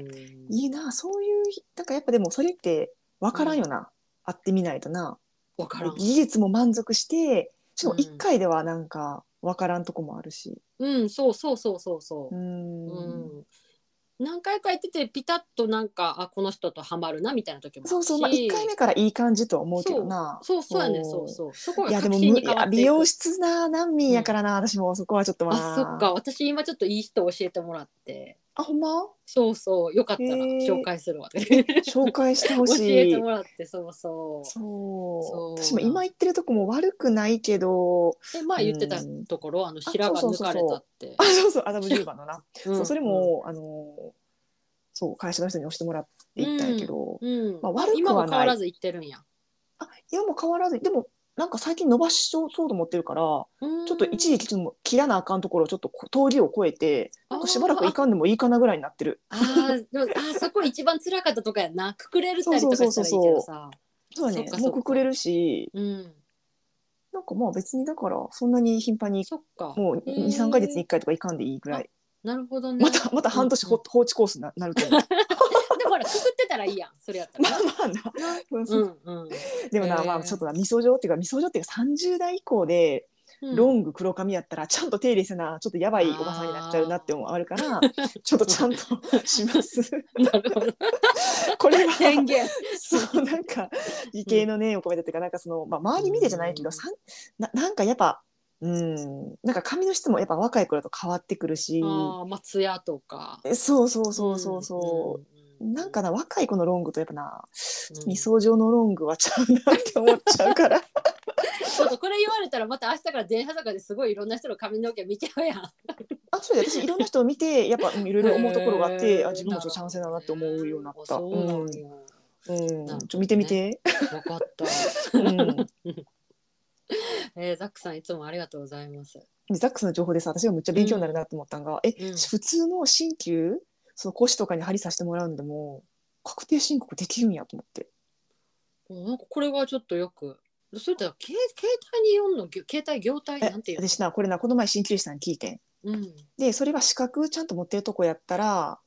Speaker 2: いいなそういうなんかやっぱでもそれってわからんよな、会ってみないとな。
Speaker 1: わからん。
Speaker 2: 技術も満足してしかも
Speaker 1: う
Speaker 2: 1
Speaker 1: ん
Speaker 2: 回ではなんかわからんとこもあるし。
Speaker 1: うん、そうそうそうそうそうう。うんん、何回か行っててピタッとなんかあこの人とハマるなみたいな時もあるし
Speaker 2: そうそう、まあ、1回目からいい感じとは思うけどな。
Speaker 1: そうそうやね
Speaker 2: そ
Speaker 1: そううそうそこが
Speaker 2: いやで
Speaker 1: 確
Speaker 2: も
Speaker 1: 信
Speaker 2: 無
Speaker 1: に
Speaker 2: 理
Speaker 1: 変わ
Speaker 2: や
Speaker 1: っていく
Speaker 2: 美容室な難民やからな、私もそこはちょっとま
Speaker 1: あそっか私今ちょっといい人教えてもらって
Speaker 2: あほんま
Speaker 1: そうそうよかったら
Speaker 2: へー
Speaker 1: 紹介するわ
Speaker 2: 紹介してほ
Speaker 1: [LAUGHS] 教
Speaker 2: し
Speaker 1: え
Speaker 2: い
Speaker 1: てもらってそうそ
Speaker 2: そう
Speaker 1: そう
Speaker 2: 私も今言ってるとこも悪くないけど
Speaker 1: うで前言ってたところ、あの白髪
Speaker 2: そうそ
Speaker 1: 抜か
Speaker 2: うそう
Speaker 1: れ
Speaker 2: そう
Speaker 1: たって
Speaker 2: あそうそうアダム・10番のな、
Speaker 1: うん
Speaker 2: そうそれも、あのそう会社の人に押してもらっていったんやけど、
Speaker 1: うん
Speaker 2: まあ悪くはない
Speaker 1: 今も変わらず言ってるんや
Speaker 2: あ今も変わらずでもなんか最近伸ばしそうと思ってるから
Speaker 1: ちょ
Speaker 2: ちょっと一時期ちょっと切らなあかんところをちょっとこ通りを越えてなんかしばらくいかんでもいいかなぐらいになってる
Speaker 1: あーでもあーそこ一番辛かったとかやなくくれるったりとかしたらいいけどさ
Speaker 2: そうだ
Speaker 1: そ
Speaker 2: ね
Speaker 1: っかそっ
Speaker 2: も
Speaker 1: か
Speaker 2: うくくれるし
Speaker 1: うん
Speaker 2: なんかまあ別にだからそんなに頻繁に
Speaker 1: そっか
Speaker 2: もう
Speaker 1: へー
Speaker 2: 23か月に1回とかいかんでいいぐらい
Speaker 1: なるほどね
Speaker 2: またまた半年ほ、
Speaker 1: うん
Speaker 2: 放置コースにななると思
Speaker 1: [LAUGHS]
Speaker 2: う [LAUGHS]
Speaker 1: でもほらくくってたらいいやんそれやった
Speaker 2: ま
Speaker 1: ら
Speaker 2: あまあな、うん
Speaker 1: うんうん
Speaker 2: でもな、
Speaker 1: へー
Speaker 2: まあちょっとな味噌状っていうか味噌状っていうか30代以降で
Speaker 1: うん
Speaker 2: ロング黒髪やったらちゃんと手入れせなちょっとやばいおばさんになっちゃうなって思うあるからちょっとちゃん
Speaker 1: [LAUGHS]
Speaker 2: とします。
Speaker 1: なるほど
Speaker 2: これは
Speaker 1: 宣言
Speaker 2: そうなんか理系のね、お米だっていうかなんかその、まあ、周り見てじゃないけ
Speaker 1: う
Speaker 2: ど
Speaker 1: ん
Speaker 2: さんななんかやっぱうんなんか髪の質もやっぱ若い頃と変わってくるし
Speaker 1: ああまあツヤとか
Speaker 2: そうそうそうそう
Speaker 1: うんう
Speaker 2: そう、
Speaker 1: ん
Speaker 2: なんかな若い子のロングとやっぱな
Speaker 1: うん
Speaker 2: 理想上のロングはちゃうなって思っちゃうから
Speaker 1: ちょっとこれ言われたらまた明日から電車坂ですごいいろんな人の髪の毛見ちゃうやん
Speaker 2: あそうだよ私
Speaker 1: [LAUGHS]
Speaker 2: いろんな人を見てやっぱうんいろいろ思うところがあっ
Speaker 1: へ
Speaker 2: て
Speaker 1: ー
Speaker 2: あ自分もちょっとチャンスだなって思うようになった。
Speaker 1: あそうなん
Speaker 2: う
Speaker 1: や
Speaker 2: んうん、
Speaker 1: なるほどね
Speaker 2: ちょ見て
Speaker 1: [LAUGHS]
Speaker 2: みて。
Speaker 1: わか
Speaker 2: [LAUGHS]
Speaker 1: った
Speaker 2: うん
Speaker 1: えー、ザックさんいつもありがとうございます。
Speaker 2: ザックスの情報でさ私がむっちゃ勉強になるなと思ったんが、え、
Speaker 1: うん
Speaker 2: 普通の鍼灸その腰とかに針させてもらうんでも確定申告できるんやと思って
Speaker 1: おなんかこれはちょっとよく。それだ携携帯に読んのぎょ携帯業態
Speaker 2: え
Speaker 1: なんていうの。
Speaker 2: 私なこれなこの前鍼灸師さんに聞いてん
Speaker 1: うん。
Speaker 2: でそれは資格ちゃんと持ってるとこやったら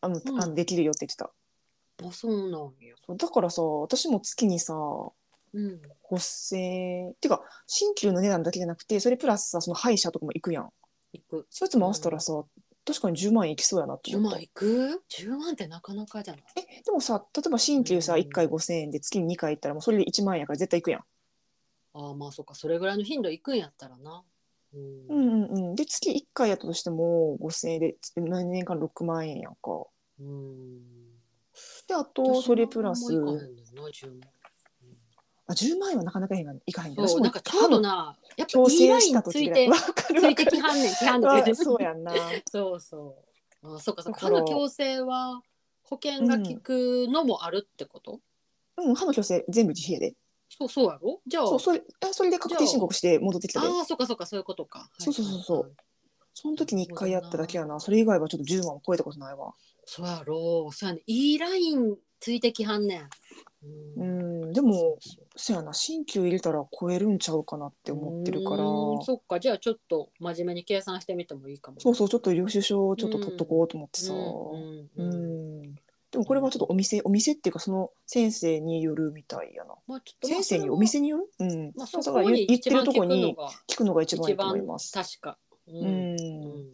Speaker 2: あの、
Speaker 1: うん
Speaker 2: あのできるよって言ってた
Speaker 1: あそうなんや。
Speaker 2: そうだからさ私も月にさ
Speaker 1: うん。
Speaker 2: 5000円っていうか鍼灸の値段だけじゃなくてそれプラスさその歯医者とかも行くやん
Speaker 1: 行く。
Speaker 2: そいつも合わせたらさ、確かに10万円いきそうやなって
Speaker 1: 十
Speaker 2: 思った
Speaker 1: 万行く？十万ってなかなかじゃない。
Speaker 2: えでもさ例えば鍼灸さ
Speaker 1: うん
Speaker 2: 1回5,000円で月に2回行ったらもうそれで1万円やから絶対行くやん。
Speaker 1: ああまあそうかそれぐらいの頻度行くんやったらな。うん。
Speaker 2: う
Speaker 1: うん
Speaker 2: んうんうん、で月1回やったとしても5,000円で何年間6万円やんか。であとそれプラス
Speaker 1: 私もあんま行かへんねんな10万
Speaker 2: あ10万円はなかなかいかないかへん
Speaker 1: そうなんかちょうどなやっぱ
Speaker 2: 強
Speaker 1: いい
Speaker 2: 制
Speaker 1: ラ
Speaker 2: し
Speaker 1: イン
Speaker 2: た時
Speaker 1: つい
Speaker 2: ぐらい
Speaker 1: て
Speaker 2: [LAUGHS] わかる
Speaker 1: つ
Speaker 2: わ
Speaker 1: い
Speaker 2: か
Speaker 1: て
Speaker 2: る
Speaker 1: きはんねんきはんねん
Speaker 2: [LAUGHS] わそうやんな。
Speaker 1: [LAUGHS] そうそう。あ、そうか、そうか。歯
Speaker 2: だから
Speaker 1: の矯正は保険が効くのもあるってこと？
Speaker 2: うん歯の矯正全部自費やで。
Speaker 1: そうそうやろ？じゃあ、
Speaker 2: そうそれあそれで確定申告して戻ってきたで。
Speaker 1: ああ、そうかそうかそういうことか。はい
Speaker 2: そうそうそうそう
Speaker 1: はいはい
Speaker 2: その時に1回やっただけやなそれ以外はちょっと10万を超えたことないわ。
Speaker 1: そうやろ。そうやね。いいラインついてきはんねん。
Speaker 2: う
Speaker 1: っ
Speaker 2: んでもそやな鍼灸入れたら超えるんちゃうかなって思ってるから。
Speaker 1: そっか。じゃあちょっと真面目に計算してみてもいいかも。
Speaker 2: そうそう、ちょっと領収書をちょっと取っとこうと思ってさ。
Speaker 1: うん
Speaker 2: う。
Speaker 1: うんんうん。
Speaker 2: でもこれはちょっとお店、お店っていうかその先生によるみたいやな。
Speaker 1: まあちょっとまあ
Speaker 2: 先生にお店によるうん。
Speaker 1: まあそ
Speaker 2: だ
Speaker 1: こ
Speaker 2: から
Speaker 1: に
Speaker 2: 言言っ
Speaker 1: 一
Speaker 2: て
Speaker 1: 番
Speaker 2: る
Speaker 1: 聞
Speaker 2: と
Speaker 1: く
Speaker 2: こ
Speaker 1: の
Speaker 2: に
Speaker 1: が
Speaker 2: 聞くのが一番い
Speaker 1: 一
Speaker 2: いと思い
Speaker 1: 番
Speaker 2: ます。
Speaker 1: 確か。
Speaker 2: う。
Speaker 1: うんうん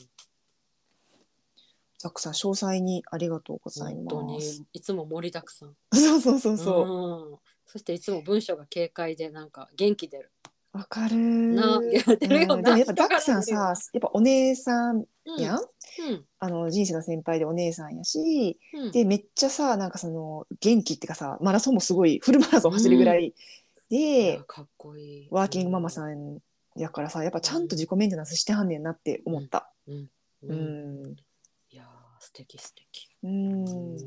Speaker 2: ザックさん、詳細にありがとうござい
Speaker 1: 本
Speaker 2: ま
Speaker 1: 当
Speaker 2: す。
Speaker 1: にいつも盛りだくさん。
Speaker 2: [LAUGHS] そうそうそうそう。
Speaker 1: うんそしていつも文章が軽快でなんか元気出る。
Speaker 2: わかる
Speaker 1: な
Speaker 2: ー。
Speaker 1: 出
Speaker 2: うん
Speaker 1: るよ
Speaker 2: で
Speaker 1: な。
Speaker 2: もやっぱザックさんさ、やっぱお姉さん
Speaker 1: うん、
Speaker 2: やん、
Speaker 1: うん
Speaker 2: あの人生の先輩でお姉さんやし、
Speaker 1: うん、
Speaker 2: でめっちゃさなんかその元気っていうかさマラソンもすごいフルマラソン走るぐらい
Speaker 1: い
Speaker 2: で、
Speaker 1: やかっこいい。
Speaker 2: ワーキングママ
Speaker 1: ん。
Speaker 2: さんやからさやっぱちゃんと自己メンテナンスしてはんねんなって思った。
Speaker 1: う、
Speaker 2: うんんう
Speaker 1: いやー素敵素敵。
Speaker 2: ん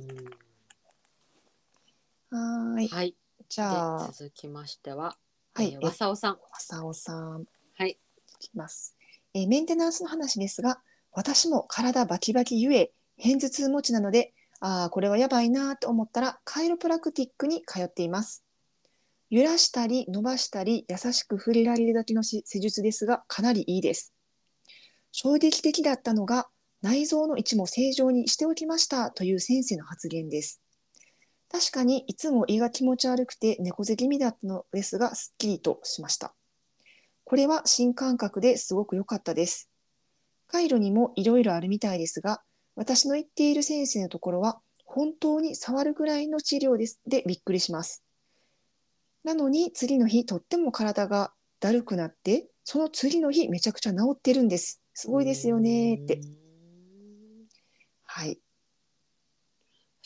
Speaker 2: はーい
Speaker 1: はい。
Speaker 2: じ
Speaker 1: で
Speaker 2: ゃあ
Speaker 1: 続きましては、
Speaker 2: は
Speaker 1: え
Speaker 2: い
Speaker 1: ー
Speaker 2: え
Speaker 1: わさおさん。
Speaker 2: わさおさん
Speaker 1: はい。
Speaker 2: いきます、えーメンテナンスの話ですが私も体バキバキゆえ偏頭痛持ちなのでああこれはやばいなと思ったらカイロプラクティックに通っています揺らしたり伸ばしたり優しく触れられるだけのし施術ですがかなりいいです衝撃的だったのが内臓の位置も正常にしておきましたという先生の発言です確かにいつも胃が気持ち悪くて猫背気味だったのですがすっきりとしましたこれは新感覚ですごく良かったです。カイロにもいろいろあるみたいですが、私の言っている先生のところは本当に触るぐらいの治療ですでびっくりします。なのに次の日とっても体がだるくなってその次の日めちゃくちゃ治ってるんです。すごいですよねーって。はい。
Speaker 1: へ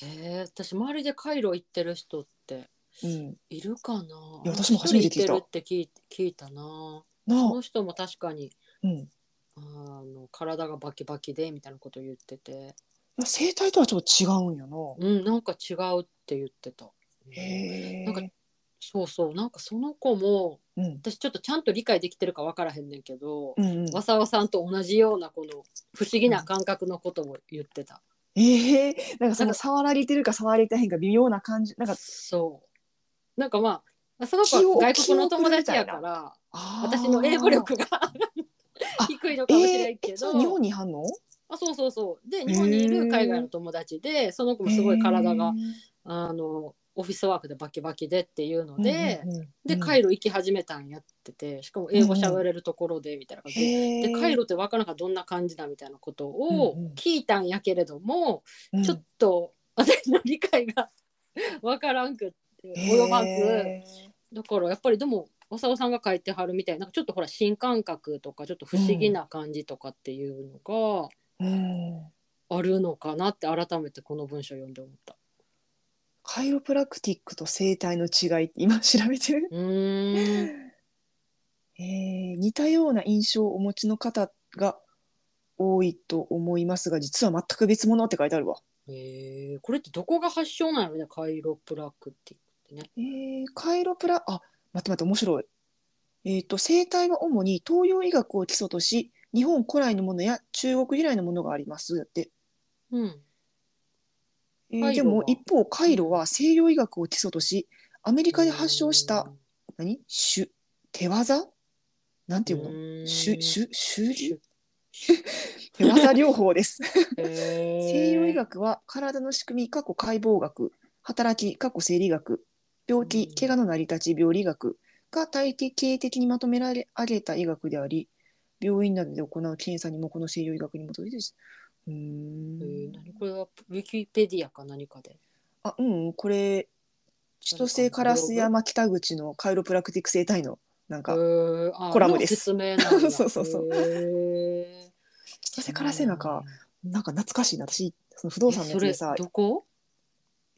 Speaker 1: え私周りでカイロ行ってる人って
Speaker 2: うん。
Speaker 1: いるかない
Speaker 2: や私も初めて聞いた
Speaker 1: 一人行ってるって聞い聞いたな
Speaker 2: なあ
Speaker 1: その人も確かに
Speaker 2: うん。
Speaker 1: あの体がバキバキでみたいなこと言ってて
Speaker 2: 生態とはちょっと違うんやな。
Speaker 1: うんなんか違うって言ってた
Speaker 2: へえ。
Speaker 1: なんかそうそうなんかその子も
Speaker 2: うん。
Speaker 1: 私ちょっとちゃんと理解できてるか分からへんねんけど、
Speaker 2: うんうん
Speaker 1: わさわさんと同じようなこの不思議な感覚のことを言ってた、
Speaker 2: ええなんかそ
Speaker 1: なん
Speaker 2: の
Speaker 1: か
Speaker 2: 触られてるか触られてへんか微妙な感じ。なんか
Speaker 1: そうなんかまあその子は外国の友達やから私
Speaker 2: 私
Speaker 1: の英語力が [LAUGHS] 低いのかもしれない
Speaker 2: え
Speaker 1: け
Speaker 2: え
Speaker 1: ど、
Speaker 2: そう日本にいはんの？
Speaker 1: あそうそうそうで日本にいる海外の友達でその子もすごい体が、あのオフィスワークでバキバキでっていうので、
Speaker 2: うんうんうん、
Speaker 1: でカイロ行き始めたんやっててしかも英語喋れるところでみたいな感じで。でカイ
Speaker 2: ロ
Speaker 1: ロって分からんからどんな感じだみたいなこと
Speaker 2: うんうん
Speaker 1: を聞いたんやけれども、ちょっ
Speaker 2: と
Speaker 1: と私の理解が [LAUGHS] 分からんくって及ばず、だからやっぱりでも浅尾さんが書いてはるみたいななんかちょっとほら新感覚とかちょっと不思議な感じとかっていうの
Speaker 2: うん、
Speaker 1: があるのかなって改めてこの文章読んで思った。
Speaker 2: カイロプラクティックと生態の違いって今調べてる、
Speaker 1: うーん
Speaker 2: えー似たような印象をお持ちの方が多いと思いますが実は全く別物って書いてあるわ。
Speaker 1: えーこれってどこが発祥なのねカイロプラクティックってね。
Speaker 2: えーカイロプラあ待って待って面白い。えっ、と生態は主に東洋医学を基礎とし日本古来のものや中国由来のものがありますだって。
Speaker 1: うん、
Speaker 2: えー
Speaker 1: カイ
Speaker 2: で
Speaker 1: ロは
Speaker 2: も一方カイロは西洋医学を基礎としアメリカで発症した何手手技なんていうの手手手
Speaker 1: 手
Speaker 2: 技手技療法です西
Speaker 1: 西
Speaker 2: 洋医学は体の仕組み過去解剖学働き過去生理学病
Speaker 1: う
Speaker 2: 気
Speaker 1: ん
Speaker 2: 怪我の成り立ち病理学が体系的にまとめられ上げた医学であり病院などで行う検査にもこの西洋医学に基づいてですうー
Speaker 1: えー
Speaker 2: ん
Speaker 1: 何これはウィキペディアか何かで。
Speaker 2: あうんこれ千歳烏山北口のカイロプラクティック生態のなん
Speaker 1: え
Speaker 2: か
Speaker 1: ー、あ
Speaker 2: コラムです
Speaker 1: 説明なんだ
Speaker 2: [LAUGHS] そうそうそう
Speaker 1: へ
Speaker 2: 千
Speaker 1: ー
Speaker 2: 歳烏山かなんか懐かしいな私その不動産のやつでさ
Speaker 1: えそれどこ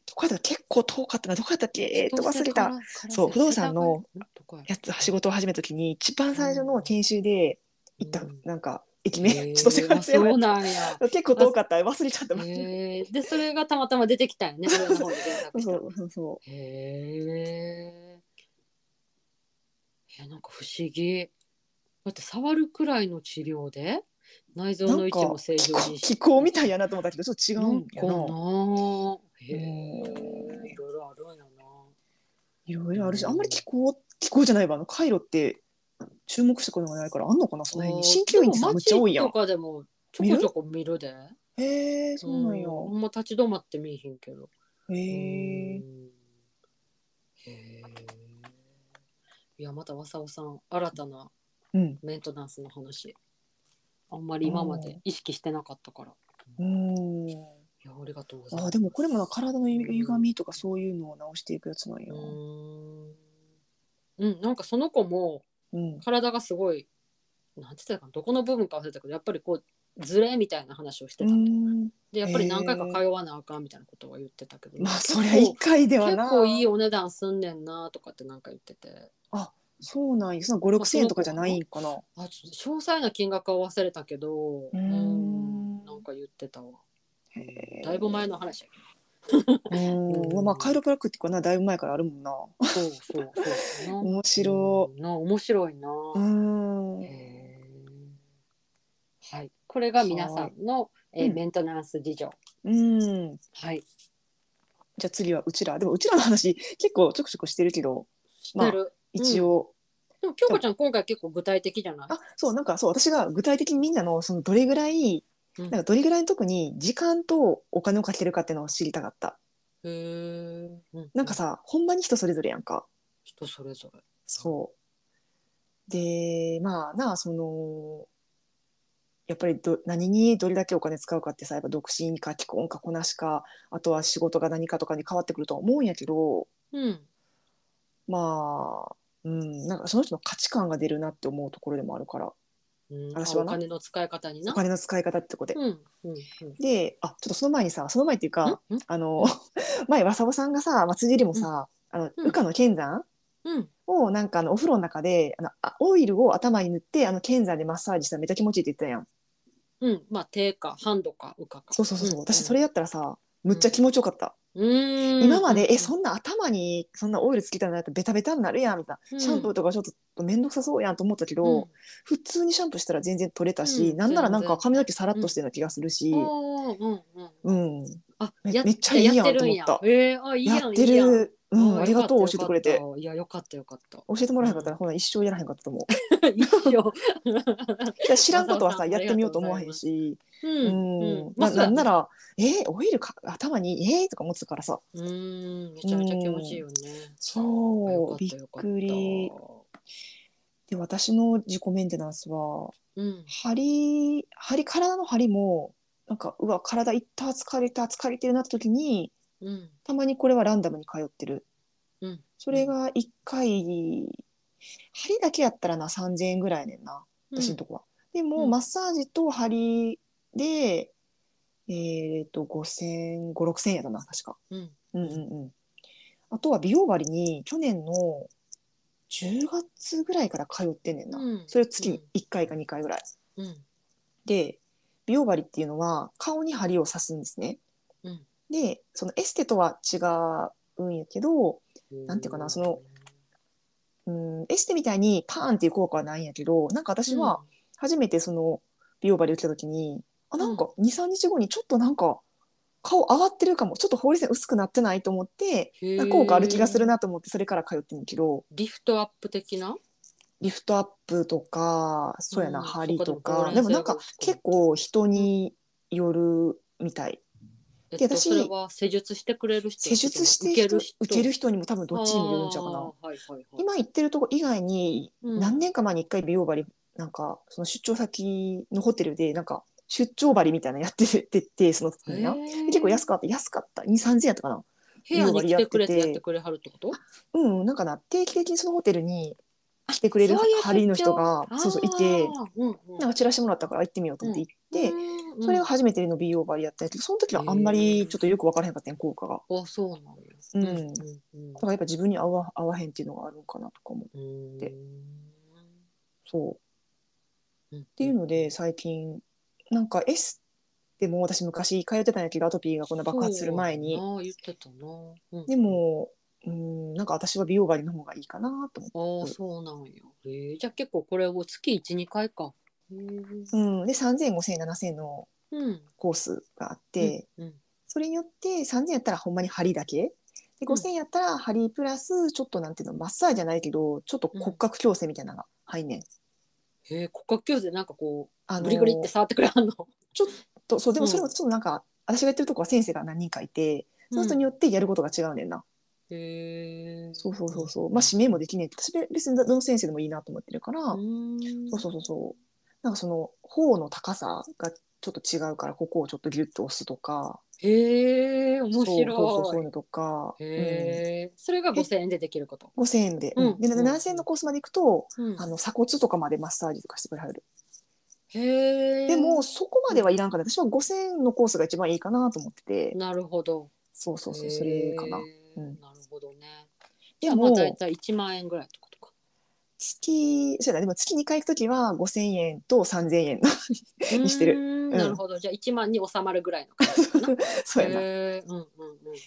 Speaker 2: どこやったっけ結構遠かったなどこやったっけえーっと忘れ
Speaker 1: ど
Speaker 2: た
Speaker 1: うせから
Speaker 2: そう不動産の
Speaker 1: 世田谷どこや
Speaker 2: やつ仕事を始めた時に一番最初の研修で行った、
Speaker 1: うん
Speaker 2: なんか駅
Speaker 1: へ
Speaker 2: 名
Speaker 1: ー
Speaker 2: 千歳
Speaker 1: あ
Speaker 2: 烏山
Speaker 1: そ
Speaker 2: や
Speaker 1: う
Speaker 2: っ
Speaker 1: なんや。
Speaker 2: た結構遠かった忘れちゃった、
Speaker 1: えー、でそれがたまたま出てきたよね。
Speaker 2: [LAUGHS]
Speaker 1: 上の方に検索した
Speaker 2: そ
Speaker 1: ら
Speaker 2: うそうそ
Speaker 1: へえ。えなんか不思議。だって触るくらいの治療で内
Speaker 2: う
Speaker 1: 臓
Speaker 2: なん
Speaker 1: の位
Speaker 2: か
Speaker 1: 置も正
Speaker 2: 気
Speaker 1: 常
Speaker 2: 候
Speaker 1: に
Speaker 2: 気候みたいやなと思ったけどちょっと違うんや
Speaker 1: な
Speaker 2: なん
Speaker 1: かなへ
Speaker 2: うん
Speaker 1: えいろいろあるんやない
Speaker 2: ろいろあるしあんまり気候気候じゃないわあの回路って注目したことがないからあんのかなその辺に鍼灸院って
Speaker 1: で
Speaker 2: さ
Speaker 1: も
Speaker 2: めっちゃ多いやん
Speaker 1: 街とかでもちょこちょこ見るで
Speaker 2: へえそうなんや
Speaker 1: んほんま立ち止まって見えへんけど
Speaker 2: へえ
Speaker 1: うんへえいやまたわさおさん新たな
Speaker 2: うん
Speaker 1: メンテナンスの話あんまり今まで意識してなかったから
Speaker 2: うん
Speaker 1: いやありがとうございます
Speaker 2: あでもこれもな体のゆ歪みとかそういうのを直していくやつなん
Speaker 1: う
Speaker 2: や
Speaker 1: んうんなんかその子も
Speaker 2: うん
Speaker 1: 体がすごいなんて言ってたかなどこの部分か忘れたけどやっぱりこうずれみたいな話をしてた、
Speaker 2: うん
Speaker 1: でやっぱり何回か通わなあかんみたいなことは言ってたけど、
Speaker 2: まあ
Speaker 1: 結
Speaker 2: そ
Speaker 1: 構
Speaker 2: りゃ一回では
Speaker 1: 結
Speaker 2: な
Speaker 1: 構いいお値段すんねんなとかってなんか言ってて
Speaker 2: そうなんやその五六千円とかじゃないんかな
Speaker 1: あちょっと詳細な金額は忘れたけど
Speaker 2: うん
Speaker 1: うんなんか言ってたわ
Speaker 2: へー
Speaker 1: だいぶ前の話やけ
Speaker 2: うんまあカイロプラクティックはなだいぶ前からあるもんな
Speaker 1: どそうそうそうやな
Speaker 2: [LAUGHS] 面白
Speaker 1: うんな面白いな、
Speaker 2: いうん
Speaker 1: へーはいこれが皆さんの、えー
Speaker 2: うん
Speaker 1: メンテナンス事情
Speaker 2: うん
Speaker 1: はい
Speaker 2: じゃあ次はうちらでもうちらの話結構ちょくちょくしてるけどまあ
Speaker 1: してる
Speaker 2: 一応、
Speaker 1: でも京子ちゃん今回結構具体的じゃない
Speaker 2: あそうなんかそう私が具体的にみんなのそのどれぐらい、
Speaker 1: うん
Speaker 2: なんかどれぐらいのとこに時間とお金をかけるかっていうのを知りたかった
Speaker 1: へえ、う
Speaker 2: なんかさほんまに人それぞれやんか
Speaker 1: 人それぞれ
Speaker 2: そうでまあなあそのやっぱりど何にどれだけお金使うかってさえば独身か既婚かこなしかあとは仕事が何かとかに変わってくるとは思うんやけど
Speaker 1: うん
Speaker 2: まあ、うん、なんかその人の価値観が出るなって思うところでもあるから
Speaker 1: うん、
Speaker 2: 私
Speaker 1: あ
Speaker 2: は
Speaker 1: お
Speaker 2: な
Speaker 1: 金の使い方にな
Speaker 2: お。金の使い方ってとこで。
Speaker 1: うんうん
Speaker 2: であちょっとその前にさその前って
Speaker 1: うん
Speaker 2: いうか
Speaker 1: ん
Speaker 2: あの [LAUGHS] 前わさぼさんがさ松尻もさ、あの
Speaker 1: うん
Speaker 2: 羽化の剣山
Speaker 1: うん
Speaker 2: をなんかあのお風呂の中であのあオイルを頭に塗ってあの剣山でマッサージしたらめっちゃ気持ちいいって言ってたやん。
Speaker 1: うんまあ手かハンドかウカか。
Speaker 2: そうそうそう、うん私それやったらさむっちゃ気持ちよかっ
Speaker 1: う
Speaker 2: た、
Speaker 1: ん
Speaker 2: 今まで、え
Speaker 1: ん
Speaker 2: そんな頭にそんなオイルつけたんだったらベタベタになるやんみたい
Speaker 1: う
Speaker 2: な、
Speaker 1: ん
Speaker 2: シャンプーとかちょっと面倒くさそうやんと思ったけど、普通にシャンプーしたら全然取れたし、
Speaker 1: うん
Speaker 2: なんならなん
Speaker 1: 全
Speaker 2: か
Speaker 1: 然
Speaker 2: 髪の毛さらっとしてるような気がするし、
Speaker 1: うん
Speaker 2: う
Speaker 1: おーうんうん。
Speaker 2: ん
Speaker 1: あ
Speaker 2: め
Speaker 1: や
Speaker 2: めっちゃいいやん
Speaker 1: やってるんや
Speaker 2: と思った
Speaker 1: えーあいいやん
Speaker 2: やって
Speaker 1: いいやん
Speaker 2: るうん、
Speaker 1: ー
Speaker 2: ありがとう
Speaker 1: よ
Speaker 2: 教
Speaker 1: かった
Speaker 2: えてくれて
Speaker 1: よかったいやよかったよかった。 [LAUGHS]
Speaker 2: 教えてもらえなかったら、ほな一生やらへんかったと思う
Speaker 1: 一 [LAUGHS] 応。
Speaker 2: いや知らんことは
Speaker 1: わざわ
Speaker 2: さ
Speaker 1: ざ
Speaker 2: やってみようと思わへんし
Speaker 1: う
Speaker 2: うん
Speaker 1: うんん。
Speaker 2: ななんな
Speaker 1: ら。
Speaker 2: らえーオイルか頭にえーとか思ってたからさ
Speaker 1: うんめちゃめちゃ気持ちいいよね。あよ
Speaker 2: そ
Speaker 1: かた
Speaker 2: うびっ
Speaker 1: よかた
Speaker 2: くりで私の自己メンテナンスは
Speaker 1: うん。
Speaker 2: 針針体の針もなんかうわ体いった疲れた疲れてるなって時に
Speaker 1: うん。
Speaker 2: たまにこれはランダムに通ってる、
Speaker 1: うん
Speaker 2: それが1回針だけやったらな3,000円ぐらいやねんな私のとこは、でも、
Speaker 1: うん
Speaker 2: マッサージと針でえっ、と5,0005,6,000円やったな確か
Speaker 1: うん。
Speaker 2: うんうんうんあとは美容針に去年の10月ぐらいから通ってんねんな、
Speaker 1: うん
Speaker 2: それを月に1回か2回ぐらい
Speaker 1: うん。
Speaker 2: で美容針っていうのは顔に針を刺すんですね。
Speaker 1: うん
Speaker 2: でそのエステとは違うんやけど、
Speaker 1: うん
Speaker 2: なんていうかなそのうん、エステみたいにパーンっていう効果はないんやけどなんか私は初めてその美容針打った時に、あなんか23日後にちょっとなんか顔上がってるかもちょっとほうれい線薄くなってないと思って
Speaker 1: うん
Speaker 2: なんか効果ある気がする
Speaker 1: へー
Speaker 2: なと思ってそれから通ってんだけど
Speaker 1: リフトアップ的な
Speaker 2: リフトアップとかそうやな、
Speaker 1: うん
Speaker 2: 針と
Speaker 1: そっ
Speaker 2: か
Speaker 1: か
Speaker 2: で
Speaker 1: で
Speaker 2: も
Speaker 1: も
Speaker 2: なん
Speaker 1: ほ
Speaker 2: か
Speaker 1: うれい線
Speaker 2: 結構人によるみたい。
Speaker 1: えっ
Speaker 2: で
Speaker 1: と、
Speaker 2: 私
Speaker 1: それは施術してくれる人
Speaker 2: 施術して
Speaker 1: 受ける
Speaker 2: 人受
Speaker 1: 人
Speaker 2: ける人にも多分どっちにもよるんちゃうか
Speaker 1: あ
Speaker 2: な。
Speaker 1: ーはいはいはい、
Speaker 2: 今言ってるとこ以外に、
Speaker 1: うん
Speaker 2: 何年か前に一回美容針なんかその出張先のホテルでなんか出張針みたいなのやって [LAUGHS] ててその時になで結構安
Speaker 1: く
Speaker 2: かった安かった2 3 0 0円やったかな
Speaker 1: 部屋に来てくれて
Speaker 2: や
Speaker 1: やっ
Speaker 2: っ
Speaker 1: て
Speaker 2: て
Speaker 1: てくれはるってこと
Speaker 2: うんなんかな定期的にそのホテルに来てくれる
Speaker 1: そういう出張
Speaker 2: 針の人がそうそういて
Speaker 1: あーうんうん、
Speaker 2: なんかチラシもらったから行ってみようと思って行って、
Speaker 1: うん
Speaker 2: それが初めての美容針やったんやけどその時はあんまりちょっとよく分からへんかったんや効果が
Speaker 1: あそうなんや
Speaker 2: うん
Speaker 1: うん
Speaker 2: だからやっぱ自分に合わ合わへんっていうのがあるのかなとかも
Speaker 1: うん
Speaker 2: で
Speaker 1: う
Speaker 2: そう
Speaker 1: ーんっ
Speaker 2: っていうので最近なんか S でも私昔通ってたんやけどアトピーがこんな爆発する前に
Speaker 1: ああ言ってたな、うん
Speaker 2: でもうんなんか私は美容針の方がいいかなと思って。
Speaker 1: ああそうなんやへえじゃあ結構これを月12回かへえ
Speaker 2: うん、で300050007000の
Speaker 1: うん
Speaker 2: コースがあって、
Speaker 1: うん
Speaker 2: それによって3000やったらほんまに針だけで5000やったら針プラスちょっとなんていうのマッサージじゃないけどちょっと骨格矯正みたいなのが入んねん。
Speaker 1: へえ骨格矯正なんかこう
Speaker 2: あの
Speaker 1: グリグリって触ってくれはんの
Speaker 2: とそうでもそれもちょっとなんか、私がやってるとこは先生が何人かいてその人によってやることが違うねんな。
Speaker 1: へえ
Speaker 2: そうそうそうそう。まあ、指名もできねえって、私べ別にどの先生でもいいなと思ってるから、
Speaker 1: うん
Speaker 2: そうそうそうそう。なんかその頬の高さがちょっと違うから、ここをちょっとギュッと押すとか、
Speaker 1: へえ面白い
Speaker 2: そうそうそうそういうのとか、うん、
Speaker 1: へえ、それが5000円でできること、
Speaker 2: 5000円で、
Speaker 1: うん
Speaker 2: で
Speaker 1: うん
Speaker 2: 7000円のコースまで行くと、
Speaker 1: うん
Speaker 2: あの鎖骨とかまでマッサージとかしてくれはる。
Speaker 1: へえ
Speaker 2: でもそこまではいらんから、私は5000円のコースが一番いいかなと思ってて、
Speaker 1: なるほど
Speaker 2: そうそうそ
Speaker 1: へえ
Speaker 2: う、それかな。うん
Speaker 1: なるほどねじ
Speaker 2: で
Speaker 1: ゃあまあ
Speaker 2: も
Speaker 1: 大体1万円ぐらいってことか
Speaker 2: 月そうだねでも月2回行くときは5000円と3000円のに [LAUGHS] してる
Speaker 1: うーんなるほどじゃあ1万に収まるぐらいの感じかな
Speaker 2: [LAUGHS] そうやな。
Speaker 1: へえうんうんうん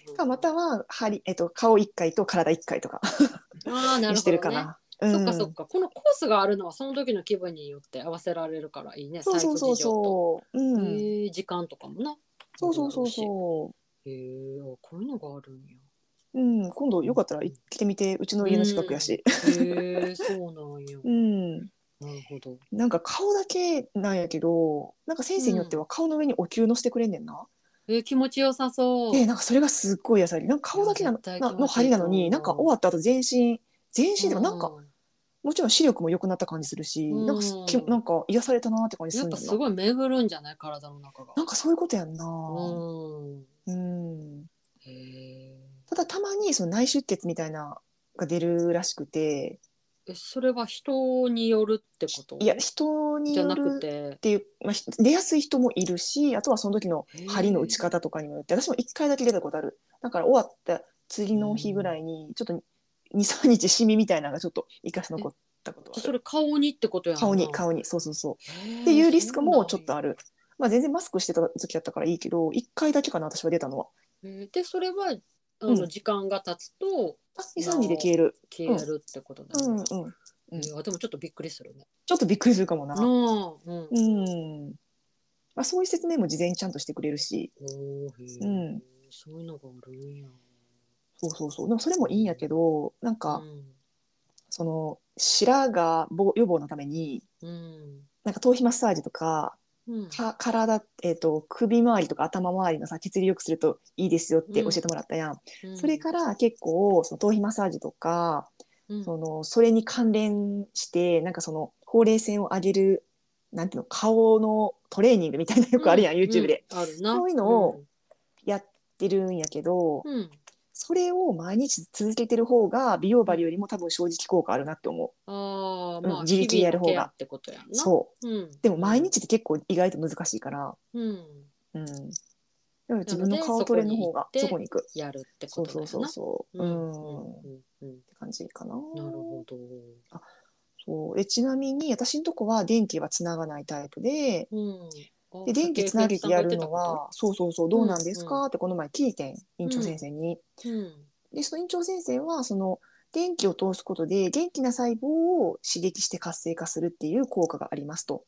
Speaker 1: うん
Speaker 2: かまたは針、えっと、顔1回と体1回とか
Speaker 1: ああなるほど、ね、
Speaker 2: にしてるかな。うん
Speaker 1: そっかそっかこのコースがあるのはその時の気分によって合わせられるからいいね
Speaker 2: そうそうそうそう。う
Speaker 1: 財布事情と
Speaker 2: ん。
Speaker 1: へえ時間とかもな
Speaker 2: そうそうそうそ
Speaker 1: へえあこういうのがあるんや
Speaker 2: う。うん、今度よかったら行ってみて、うちの家の近くや
Speaker 1: へ
Speaker 2: し。[LAUGHS]
Speaker 1: えそうなんや
Speaker 2: うん、
Speaker 1: なるほど
Speaker 2: なんか顔だけなんやけど、なんか先生によっては顔の上にお灸のしてくれんねんな。
Speaker 1: えー気持ちよさそう
Speaker 2: で、なんかそれがすっごい優しい。なんか顔だけなの
Speaker 1: いや絶対
Speaker 2: な
Speaker 1: 気持ちいい
Speaker 2: の針なのに、なんか終わった後全身、全身でもなんか
Speaker 1: う
Speaker 2: もちろん視力も良くなった感じするし、なんかす
Speaker 1: うん
Speaker 2: きなんか癒されたなって感じす
Speaker 1: や
Speaker 2: る
Speaker 1: っ
Speaker 2: ん
Speaker 1: ぱ
Speaker 2: だ
Speaker 1: す
Speaker 2: な
Speaker 1: ごい巡るんじゃない体の中が
Speaker 2: なんかそういうことやん
Speaker 1: う
Speaker 2: な、
Speaker 1: ん
Speaker 2: うん、
Speaker 1: へえ
Speaker 2: ただたまにその内出血みたいなのが出るらしくて
Speaker 1: えそれは人によるってこと
Speaker 2: いや人に
Speaker 1: じゃ
Speaker 2: よ
Speaker 1: な
Speaker 2: る
Speaker 1: く
Speaker 2: ってていう、まあ、ひ出やすい人もいるしあとはその時の針の打ち方とかにもよって私も1回だけ出たことあるだから終わった次の日ぐらいにちょっと23日シミみたいなのがちょっと一か所残ったことは
Speaker 1: じゃあ
Speaker 2: あ
Speaker 1: そ
Speaker 2: る
Speaker 1: れ顔にってことやんな
Speaker 2: 顔に顔にそうそうそう
Speaker 1: へえ
Speaker 2: っていうリスクもちょっと
Speaker 1: そ
Speaker 2: ある。まあ、全然マスクしてた時だったからいいけど、1回だけかな、私は出たのは。
Speaker 1: うなんやへえでそれはあの、
Speaker 2: うん
Speaker 1: 時間が経つと
Speaker 2: あ2、3時で消える。
Speaker 1: 消えるってことだ
Speaker 2: う
Speaker 1: よ
Speaker 2: ん
Speaker 1: ね
Speaker 2: うん。ちょうん
Speaker 1: いやでもちょっとびっくりするね。
Speaker 2: っとびっくりするかも
Speaker 1: な
Speaker 2: な。
Speaker 1: あ、うん、
Speaker 2: うん。まあ、そういう説明も事前にちゃんとしてくれるし、
Speaker 1: おーへえ
Speaker 2: うん
Speaker 1: そういうのがあるんや。
Speaker 2: そうそうそう。でもそれもいいんやけど、なんか、
Speaker 1: うん
Speaker 2: その、白髪防予防のために、
Speaker 1: うん
Speaker 2: なんか頭皮マッサージとか、
Speaker 1: うん、
Speaker 2: か体、えっ、と、首周りとか頭周りのさ、血流良くするといいですよって教えてもらったやん。
Speaker 1: うん
Speaker 2: それから結構、その頭皮マッサージとか、
Speaker 1: うん
Speaker 2: そのそれに関連してなんかそのほうれい線を上げるなんていうの顔のトレーニングみたいなのよくあるやん、
Speaker 1: うん
Speaker 2: YouTube で
Speaker 1: うんあるな
Speaker 2: そういうのをやってるんやけど、
Speaker 1: うんうん
Speaker 2: それを毎日続けてる方が美容針よりも多分正直効果あるなって思
Speaker 1: ああ
Speaker 2: うん
Speaker 1: まあ
Speaker 2: 自力でやる方が
Speaker 1: 日々のケアってことやん
Speaker 2: う、
Speaker 1: な、
Speaker 2: そう
Speaker 1: ん、
Speaker 2: うでも毎、日って結構意外と難しいから、
Speaker 1: うん、
Speaker 2: うん、だから自分の
Speaker 1: なので
Speaker 2: 顔トレの方が
Speaker 1: そ
Speaker 2: そ
Speaker 1: こ
Speaker 2: こに行く
Speaker 1: やるって
Speaker 2: そ
Speaker 1: こ
Speaker 2: う
Speaker 1: と
Speaker 2: そ
Speaker 1: だ
Speaker 2: うそ
Speaker 1: よ
Speaker 2: う
Speaker 1: な
Speaker 2: そ
Speaker 1: う
Speaker 2: ううんんっ
Speaker 1: うんうん
Speaker 2: て感じかな
Speaker 1: うんなるほど
Speaker 2: そうえちなみに私のとこは電気はつながないタイプで
Speaker 1: うん
Speaker 2: で電気つなげてやるのは、そうそうそうどうなんですか、
Speaker 1: うん
Speaker 2: ってこの前聞いてん院長先生に。
Speaker 1: うん
Speaker 2: でその院長先生はその電気を通すことで元気な細胞を刺激して活性化するっていう効果がありますと。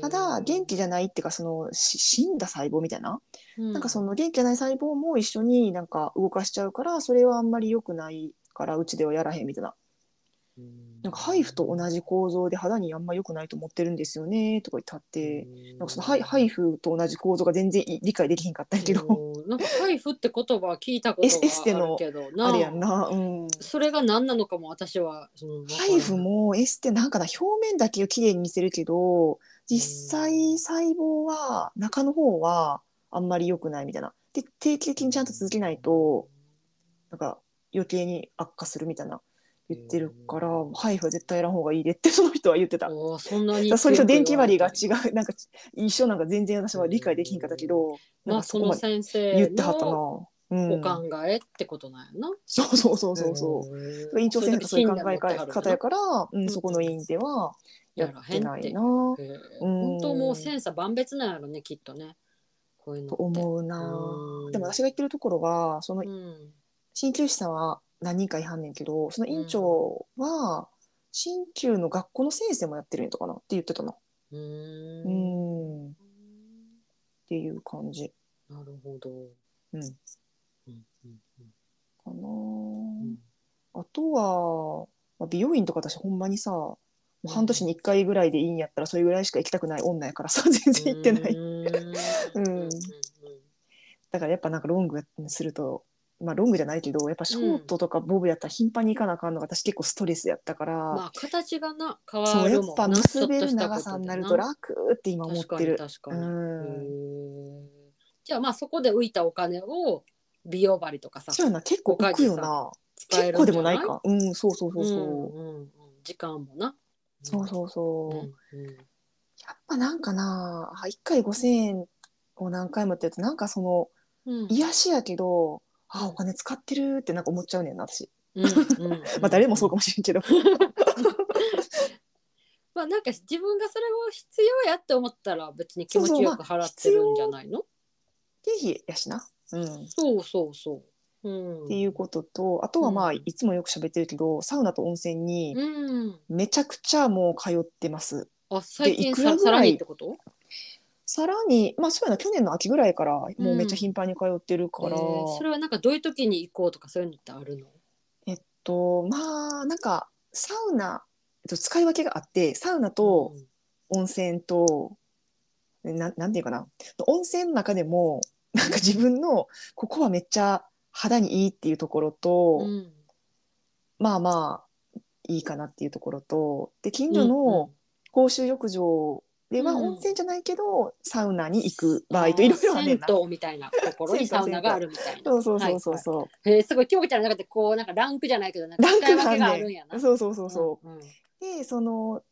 Speaker 2: ただ元、気じゃないっていうかそのし死んだ細胞みたいな、
Speaker 1: う
Speaker 2: なんかその元気じゃない細胞も一緒になんか動かしちゃうからそれはあんまり良くないからうちではやらへんみたいな。なんか HIF と同じ構造で肌にあんま良くないと思ってるんですよねとか言ってはって。
Speaker 1: うん
Speaker 2: なんかそのハイハイフと同じ構造が全然い理解できひんかったんやけど、
Speaker 1: うんなんかハイフって言葉は聞いたことが
Speaker 2: エス [LAUGHS] エステの
Speaker 1: あるけどな
Speaker 2: [LAUGHS] あれやんな、うん、
Speaker 1: それが何なのかも私は、うん
Speaker 2: ハイフもエステなんかな表面だけを綺麗に見せるけど実際細胞は中の方はあんまり良くないみたいなで定期的にちゃんと続けないとなんか余計に悪化するみたいな言ってるから、
Speaker 1: うん
Speaker 2: ハイフは絶対やらん方がいいでってその人は言ってた。だか
Speaker 1: おーそんなに
Speaker 2: らそれと電気割りが
Speaker 1: 強く
Speaker 2: 違うなんか一緒なんか全然私は理解できひんかったけど、
Speaker 1: 言
Speaker 2: な
Speaker 1: われ
Speaker 2: んか
Speaker 1: て
Speaker 2: そ
Speaker 1: る
Speaker 2: こ
Speaker 1: まあその
Speaker 2: ま
Speaker 1: 先
Speaker 2: で
Speaker 1: 生の
Speaker 2: 言ってはったな。う
Speaker 1: お
Speaker 2: ん
Speaker 1: 考えってことなんやな。
Speaker 2: そうそうそうそうそう。
Speaker 1: う
Speaker 2: 院長先生がそういう考え方
Speaker 1: か
Speaker 2: やから、う
Speaker 1: うん
Speaker 2: ん、そこの院ではやってないな。
Speaker 1: らへー
Speaker 2: うん
Speaker 1: 本当もうセンサー万別なんやろねきっとねこういうの
Speaker 2: と
Speaker 1: って
Speaker 2: 思うな。
Speaker 1: うん
Speaker 2: でも私が言ってるところは、その
Speaker 1: うん
Speaker 2: 鍼灸師さんは何人かいはんねんけど、その院長は鍼灸の学校の先生もやってるんやとかなって言ってたな。
Speaker 1: う
Speaker 2: う
Speaker 1: ーん
Speaker 2: ん、っていう感じ
Speaker 1: なるほど
Speaker 2: う
Speaker 1: う
Speaker 2: ん
Speaker 1: んうんうん
Speaker 2: かな。
Speaker 1: うん
Speaker 2: あとは、まあ美容院とか私ほんまにさ、もう半年に1回ぐらいでいいんやったらそれぐらいしか行きたくない女やからさ [LAUGHS] 全然行ってない。
Speaker 1: うーん
Speaker 2: うんだからやっぱなんかロングにすると、まあロングじゃないけど、やっぱショートとかボブやったら頻繁に行かなあかんのが私結構ストレスやったから、
Speaker 1: まあ形がな変
Speaker 2: そ
Speaker 1: わ
Speaker 2: う
Speaker 1: る
Speaker 2: やっ
Speaker 1: もん
Speaker 2: ぱ
Speaker 1: な
Speaker 2: 結べ
Speaker 1: ちょっと
Speaker 2: る
Speaker 1: した
Speaker 2: 長
Speaker 1: こと
Speaker 2: さ
Speaker 1: で
Speaker 2: になると楽って今思ってる。
Speaker 1: 確か
Speaker 2: う
Speaker 1: に確かに
Speaker 2: ん。
Speaker 1: へーじゃあまあそこで浮いたお金を美容針とかさ
Speaker 2: そうやな、結構浮くよな。
Speaker 1: 使える
Speaker 2: 結
Speaker 1: ん
Speaker 2: 構
Speaker 1: じ
Speaker 2: で
Speaker 1: ゃ
Speaker 2: も
Speaker 1: な
Speaker 2: ないいか。うん、そうそうそうそう。
Speaker 1: んうんうん、時間もな
Speaker 2: そうそうそう。
Speaker 1: んうん
Speaker 2: やっぱなんかな、あ一回5000円を何回もってやつ、なんかその、
Speaker 1: うん
Speaker 2: 癒しやけど、あ、お金使ってるってなんか思っちゃうねんな、私。
Speaker 1: うんうん
Speaker 2: まあ誰もそうかもしれんけど。
Speaker 1: まあなんか自分がそれを必要やって思ったら別に気持ちよく払ってるんじゃないの
Speaker 2: 経費やしな。うん。
Speaker 1: そうそうそう、うん、
Speaker 2: っていうことと、あとはまあ、
Speaker 1: うん
Speaker 2: いつもよく喋ってるけど、サウナと温泉に
Speaker 1: うん
Speaker 2: めちゃくちゃもう通ってます。
Speaker 1: あ最近
Speaker 2: いくら
Speaker 1: さ
Speaker 2: ぐら
Speaker 1: さ
Speaker 2: い
Speaker 1: らにってこと
Speaker 2: さらに、まあそうやな、去年の秋ぐらいからもうめっちゃ頻繁に通ってるから、
Speaker 1: えーそれはなんかどういう時に行こうとかそういうのってあるの
Speaker 2: えっと、まあなんかサウナ、えっと、使い分けがあって、サウナと温泉と、ななんていうかな、温泉の中でも、なんか自分のここはめっちゃ肌にいいっていうところと、
Speaker 1: うん、うん
Speaker 2: まあまあいいかなっていうところとで近所
Speaker 1: うんうん
Speaker 2: の公衆浴場では
Speaker 1: うん
Speaker 2: 温泉じゃないけど、サウナに行く場合といろいろあるねんな。
Speaker 1: 銭湯みたいなところにサウナがあるみたいな。
Speaker 2: そうそうそうそうそう、
Speaker 1: へえすごい今日みたいな中でこうなんかランクじゃないけどなんか
Speaker 2: ラン
Speaker 1: 使い
Speaker 2: ク
Speaker 1: 分
Speaker 2: が
Speaker 1: けがあ
Speaker 2: あ
Speaker 1: る
Speaker 2: る
Speaker 1: んやな。
Speaker 2: そうそうそうそ
Speaker 1: うんうん
Speaker 2: う。でその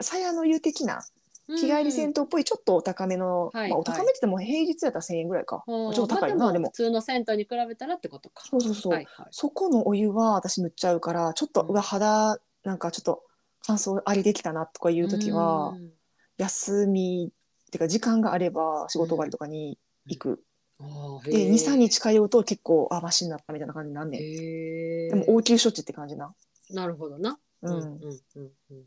Speaker 2: 鞘の湯的な
Speaker 1: うん
Speaker 2: 日帰り銭湯っぽいちょっとお高めの、
Speaker 1: はい
Speaker 2: まあ、
Speaker 1: はい
Speaker 2: お高めって言っても平日やったら1,000円ぐらいか、
Speaker 1: うん
Speaker 2: ちょっと高い
Speaker 1: まあ
Speaker 2: なで
Speaker 1: も
Speaker 2: も
Speaker 1: 普通の銭湯に比べたらってことか。
Speaker 2: そうそうそう、
Speaker 1: はいはい。
Speaker 2: そこのお湯は私塗っちゃうからちょっと、
Speaker 1: うん
Speaker 2: うわ肌なんかちょっと乾燥ありできたなとかいう時は、
Speaker 1: うん
Speaker 2: 休みっていうか時間があれば仕事終わりとかに行く、
Speaker 1: ああ
Speaker 2: で
Speaker 1: へえ
Speaker 2: 23日通うと結構あマシになったみたいな感じになんねん、
Speaker 1: へえ
Speaker 2: でも応急処置って感じな、
Speaker 1: なるほどな。
Speaker 2: うん
Speaker 1: うんうんうん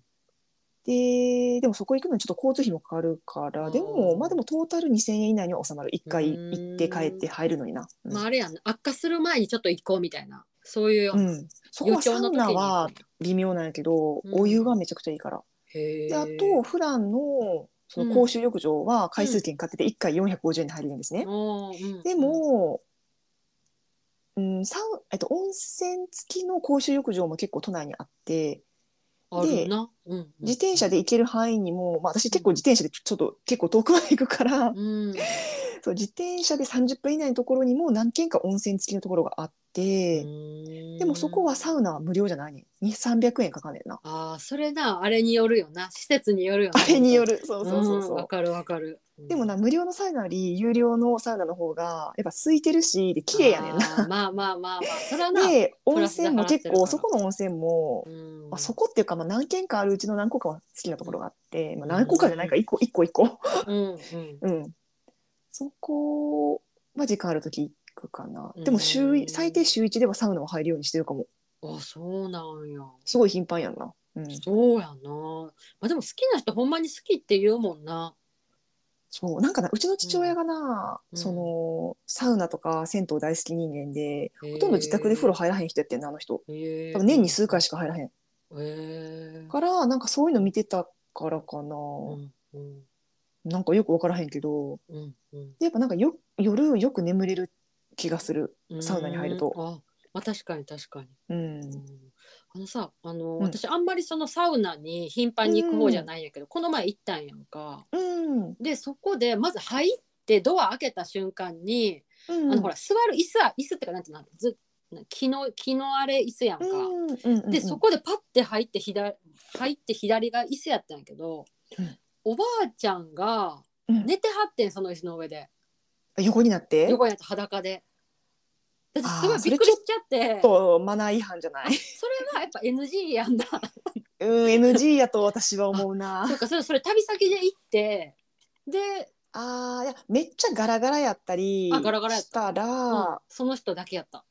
Speaker 2: ででもそこ行くのにちょっと交通費もかかるからでも
Speaker 1: うん
Speaker 2: まあでもトータル2,000円以内には収まる1回行って帰って入るのにな、うん
Speaker 1: まああれやんな悪化する前にちょっと行こうみたいなそういう
Speaker 2: う
Speaker 1: 余
Speaker 2: ん、そこはサ
Speaker 1: 興の時
Speaker 2: ウ
Speaker 1: に
Speaker 2: ナ
Speaker 1: 行
Speaker 2: は
Speaker 1: くんや。
Speaker 2: 微妙なんやけど、
Speaker 1: うん
Speaker 2: お湯がめちゃくちゃいいから。
Speaker 1: へえ
Speaker 2: であと普段のその公衆浴場は回数券買ってて1回450円で入れるんですね。
Speaker 1: おーうん
Speaker 2: でも、うん、サウえっと、温泉付きの公衆浴場も結構都内にあって
Speaker 1: あるな、うんうん、
Speaker 2: 自転車で行ける範囲にも、まあ、私結構自転車でちょっと結構遠くまで行くから、
Speaker 1: うん
Speaker 2: そう自転車で30分以内のところにも何軒か温泉付きのところがあって、で
Speaker 1: で
Speaker 2: もそこはサウナは無料じゃないね2300円かかんねんな。
Speaker 1: ああそれなあれによるよな施設によるよな
Speaker 2: あれによ
Speaker 1: る
Speaker 2: るそうそうそうそう
Speaker 1: わ、かるわかる
Speaker 2: でも
Speaker 1: な
Speaker 2: な無料のサウナより有料のサウナの方がやっぱ空いてるしで綺麗やねんな。
Speaker 1: なまあまあまあまあそれはな、
Speaker 2: で
Speaker 1: プ
Speaker 2: 温
Speaker 1: ラスで
Speaker 2: 泉も結
Speaker 1: 払って
Speaker 2: 構
Speaker 1: る
Speaker 2: そ
Speaker 1: か
Speaker 2: この温泉も、
Speaker 1: うん
Speaker 2: まあ、そこっていうか、まあ、何軒かあるうちの何個かは好きなところがあって、まあ、
Speaker 1: ん
Speaker 2: 何個かじゃないか1個1個1個、
Speaker 1: うんうん
Speaker 2: うん、そこは時間ある時行くかな
Speaker 1: うん
Speaker 2: でも週い最低週1ではサウナは入るようにしてるかも
Speaker 1: あそうなんや
Speaker 2: すごい頻繁やんな、うん、
Speaker 1: そうやなまあでも好きな人ほんまに好きって言うもんな
Speaker 2: そうなんかなうちの父親がな、
Speaker 1: うん
Speaker 2: そのサウナとか銭湯大好き人間でほとんど自宅で風呂入らへん人やってんなあの人
Speaker 1: へえ
Speaker 2: 多分年に数回しか入らへん
Speaker 1: へえ
Speaker 2: からなんかそういうの見てたからかな、
Speaker 1: うんうん
Speaker 2: なんかよく分からへんけど
Speaker 1: うんうん
Speaker 2: やっぱなんかよ夜よく眠れる気がするサウナに入ると
Speaker 1: うんあまあ確かに確かに
Speaker 2: うん
Speaker 1: あのさあの、
Speaker 2: ん
Speaker 1: 私あんまりそのサウナに頻繁に行く方じゃないんやけど、この前行ったんやんか
Speaker 2: うん
Speaker 1: でそこでまず入ってドア開けた瞬間に、
Speaker 2: うん
Speaker 1: あのほら座る椅子は椅子ってかなんていうのず木の木のあれ椅子やんか、
Speaker 2: うんうんうんうん
Speaker 1: でそこでパッて入って左入って左が椅子やったんやけど、
Speaker 2: うん
Speaker 1: おばあちゃんが
Speaker 2: うん
Speaker 1: 寝てはってんその椅子の上で
Speaker 2: 横になってちょ
Speaker 1: 横になって裸で。だってすご
Speaker 2: あ
Speaker 1: い
Speaker 2: ー
Speaker 1: びっくりしちゃって
Speaker 2: っとマナー違反じゃない
Speaker 1: それはやっぱ NG やん
Speaker 2: [LAUGHS]
Speaker 1: だ
Speaker 2: うん NG やと私は思うな
Speaker 1: そうかそれそれ旅先で行ってで、
Speaker 2: あーいやめっちゃガラガラやったり
Speaker 1: あガラガラやっ
Speaker 2: したた
Speaker 1: うん
Speaker 2: ら
Speaker 1: その人だけやった。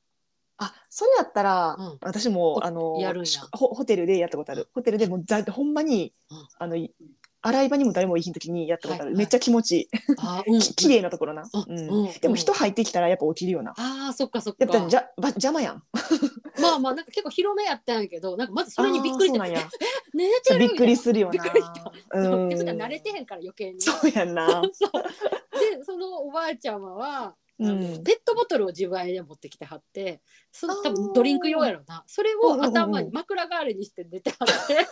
Speaker 2: あそれやったら、
Speaker 1: うん
Speaker 2: 私もあの
Speaker 1: やるんや
Speaker 2: ホホテルでやったことあるホテルでもうざほんまに、
Speaker 1: うん
Speaker 2: あのい洗い場にも誰もいひん時にやったことある、
Speaker 1: はいはい
Speaker 2: めっちゃ気持ちいい、
Speaker 1: あうん、
Speaker 2: き綺麗なところな、
Speaker 1: あ
Speaker 2: うん
Speaker 1: うん
Speaker 2: で
Speaker 1: うん
Speaker 2: も人入ってきたらやっぱ起きるよな、
Speaker 1: あーそっかそっか
Speaker 2: やっぱじゃば邪魔やん
Speaker 1: まあまあなんか結構広めやったんやけどなんかまずそれにびっくりし
Speaker 2: あーそう
Speaker 1: て [LAUGHS]
Speaker 2: なんや
Speaker 1: 寝てるみ
Speaker 2: びった
Speaker 1: いな
Speaker 2: くりするよ
Speaker 1: びっ
Speaker 2: な
Speaker 1: くりした
Speaker 2: うん
Speaker 1: で普段慣れてへんから余計に
Speaker 2: そうやん
Speaker 1: [LAUGHS]
Speaker 2: な
Speaker 1: でそのおばあちゃまは、あ
Speaker 2: う
Speaker 1: の
Speaker 2: ん
Speaker 1: ペットボトルを自分で持ってきてはってその
Speaker 2: あー
Speaker 1: 多分ドリンク用やろなそれ
Speaker 2: うんうん
Speaker 1: を
Speaker 2: うん
Speaker 1: 頭に枕代わりにして寝てはって、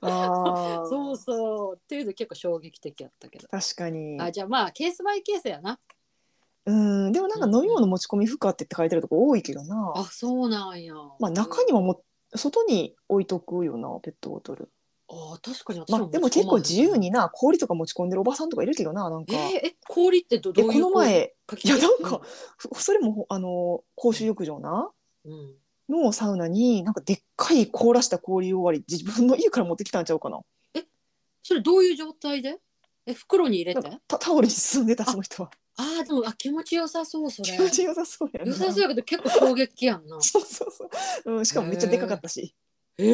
Speaker 2: あー
Speaker 1: そうそうっていうの結構衝撃的やったけど
Speaker 2: 確かに
Speaker 1: あじゃあまあケースバイケースやな
Speaker 2: うんでもなんか飲み物持ち込み不可ってって書いてあるとこ多いけどな
Speaker 1: あそうなんや
Speaker 2: まあ中にはもう外に置いとくよなペットボトル
Speaker 1: あー確かに私
Speaker 2: まあでも結構自由
Speaker 1: に
Speaker 2: にな氷とか持ち込んでるおばさんとかいるけどななん
Speaker 1: え
Speaker 2: か、
Speaker 1: ーえ氷ってどど
Speaker 2: で
Speaker 1: う
Speaker 2: こ
Speaker 1: いう
Speaker 2: の前
Speaker 1: 氷
Speaker 2: いやなんか、ふそれもほあの公衆浴場な
Speaker 1: うんうん
Speaker 2: のサウナになんかでっかい凍らした氷を割り自分の家から持ってきたんちゃうかな
Speaker 1: それどういう状態でえ袋に入れ
Speaker 2: な
Speaker 1: て
Speaker 2: んかタタオルに包んでたその人は
Speaker 1: ああでもあ気持ちよさそうそれ
Speaker 2: 気持ちよさそうやな
Speaker 1: 良さそうやけど結構衝撃やんな
Speaker 2: そうそうそう、うん、しかもめっちゃでかかったし
Speaker 1: へ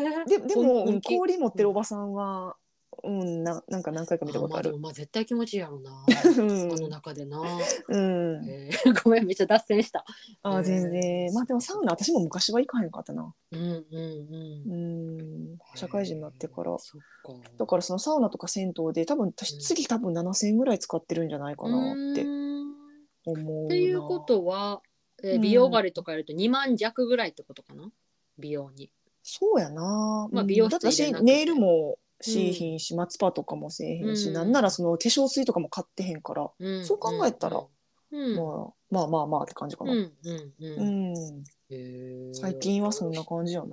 Speaker 1: え
Speaker 2: ででも
Speaker 1: 本気
Speaker 2: 氷持ってるおばさんはうんななんか何回か見たこと
Speaker 1: ま
Speaker 2: あ
Speaker 1: あでも
Speaker 2: る
Speaker 1: まあ絶対気持ちいいやろ
Speaker 2: [LAUGHS]
Speaker 1: な
Speaker 2: うん
Speaker 1: あの中でな、
Speaker 2: うん
Speaker 1: えーご [LAUGHS] めんめっちゃ脱線した
Speaker 2: あー全然まあでもサウナ私も昔は行かへんかったな
Speaker 1: うんうんうん
Speaker 2: うん社会人になってから
Speaker 1: そっか
Speaker 2: だからそのサウナとか銭湯で多
Speaker 1: う
Speaker 2: 分私
Speaker 1: ん
Speaker 2: 次多分7,000円ぐらい使ってるんじゃないかなって
Speaker 1: うーん
Speaker 2: 思うな。
Speaker 1: っていうことは、えー
Speaker 2: うん
Speaker 1: 美容針とかやると2万弱ぐらいってことかな美容に
Speaker 2: そうやな。
Speaker 1: まあ
Speaker 2: うん
Speaker 1: 美容室
Speaker 2: だって私
Speaker 1: 入れなくて
Speaker 2: ネイルもしーひんし、マツパとかもせえへんし、
Speaker 1: うん
Speaker 2: なんならその化粧水とかも買ってへんから、
Speaker 1: うん
Speaker 2: そう考えたら
Speaker 1: うんうん
Speaker 2: まあ、まあまあまあって感じかな。
Speaker 1: う
Speaker 2: うん
Speaker 1: んうんうん、
Speaker 2: 最近はそんな
Speaker 1: 感
Speaker 2: 感じやな。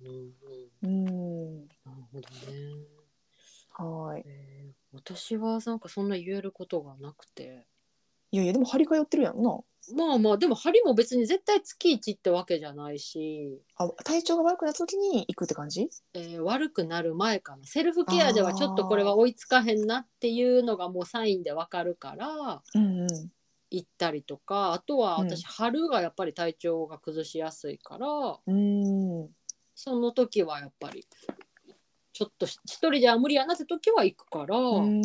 Speaker 1: じ、うんうん
Speaker 2: うん。
Speaker 1: なるほどね、
Speaker 2: はい。
Speaker 1: えー私はなんかそんな言えることがなくて
Speaker 2: いやいやでも張り通ってるやんな。
Speaker 1: まあまあでも針も別に絶対月1ってわけじゃないし、
Speaker 2: あ体調が悪くなった時に行くって感じ？
Speaker 1: えー悪くなる前かなセルフケアではちょっとこれは追いつかへんなっていうのがもうサインでわかるから
Speaker 2: うんうん。
Speaker 1: 行ったりとかあとは
Speaker 2: うん
Speaker 1: 私、春がやっぱり体調が崩しやすいから
Speaker 2: うん。
Speaker 1: その時はやっぱりちょっとし一人じゃ無理やなって時は行くから、
Speaker 2: うん。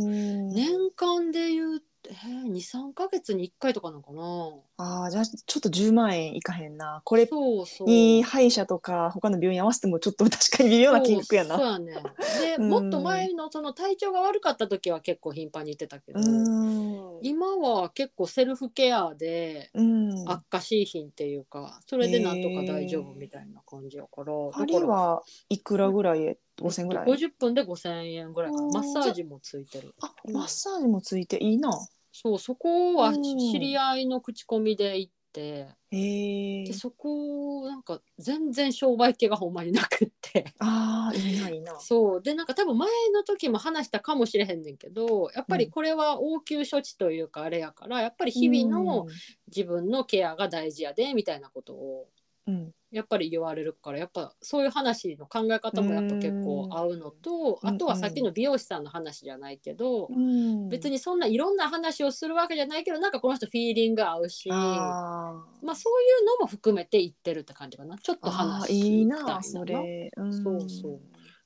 Speaker 1: 年間で言うえー、23か月に1回とかなのかな
Speaker 2: ああじゃあちょっと10万円いかへんな。これ
Speaker 1: そうそう。
Speaker 2: に歯医者とか他の病院に合わせてもちょっと [LAUGHS] 確かに微妙な金額や
Speaker 1: そ
Speaker 2: な。
Speaker 1: うそうやね。で、
Speaker 2: うん
Speaker 1: もっと前のその体調が悪かった時は結構頻繁に行ってたけど、
Speaker 2: うん。
Speaker 1: 今は結構セルフケアで
Speaker 2: うん。
Speaker 1: 悪化しいひんっていうか、それでなんとか大丈夫みたいな感じやから。
Speaker 2: 針はいくらぐらい？五千ぐらい？
Speaker 1: 50分で5000円ぐらいかな
Speaker 2: うん
Speaker 1: マッサージもついてる
Speaker 2: あマッサージもついていいな。
Speaker 1: そうそこは
Speaker 2: うん
Speaker 1: 知り合いの口コミで行って、
Speaker 2: へえ
Speaker 1: で。そこなんか全然商売系がほんまになくって
Speaker 2: ああいいないいな。
Speaker 1: そうでなんか多分前の時も話したかもしれへんねんけどやっぱりこれは応急処置というかあれやからやっぱり日々の自分のケアが大事やでみたいなことを
Speaker 2: うん。うん。
Speaker 1: やっぱり言われるからやっぱそういう話の考え方もやっぱ結構合うのと
Speaker 2: うん
Speaker 1: あとはさっきの美容師さんの話じゃないけど、
Speaker 2: うん。
Speaker 1: 別にそんないろんな話をするわけじゃないけどなんかこの人フィーリング合うし
Speaker 2: ああ。
Speaker 1: まあそういうのも含めて言ってるって感じかなちょっと
Speaker 2: あ
Speaker 1: 話
Speaker 2: ーい
Speaker 1: 聞
Speaker 2: い
Speaker 1: き
Speaker 2: な
Speaker 1: た
Speaker 2: あそ
Speaker 1: な
Speaker 2: れ、うん、
Speaker 1: そうそう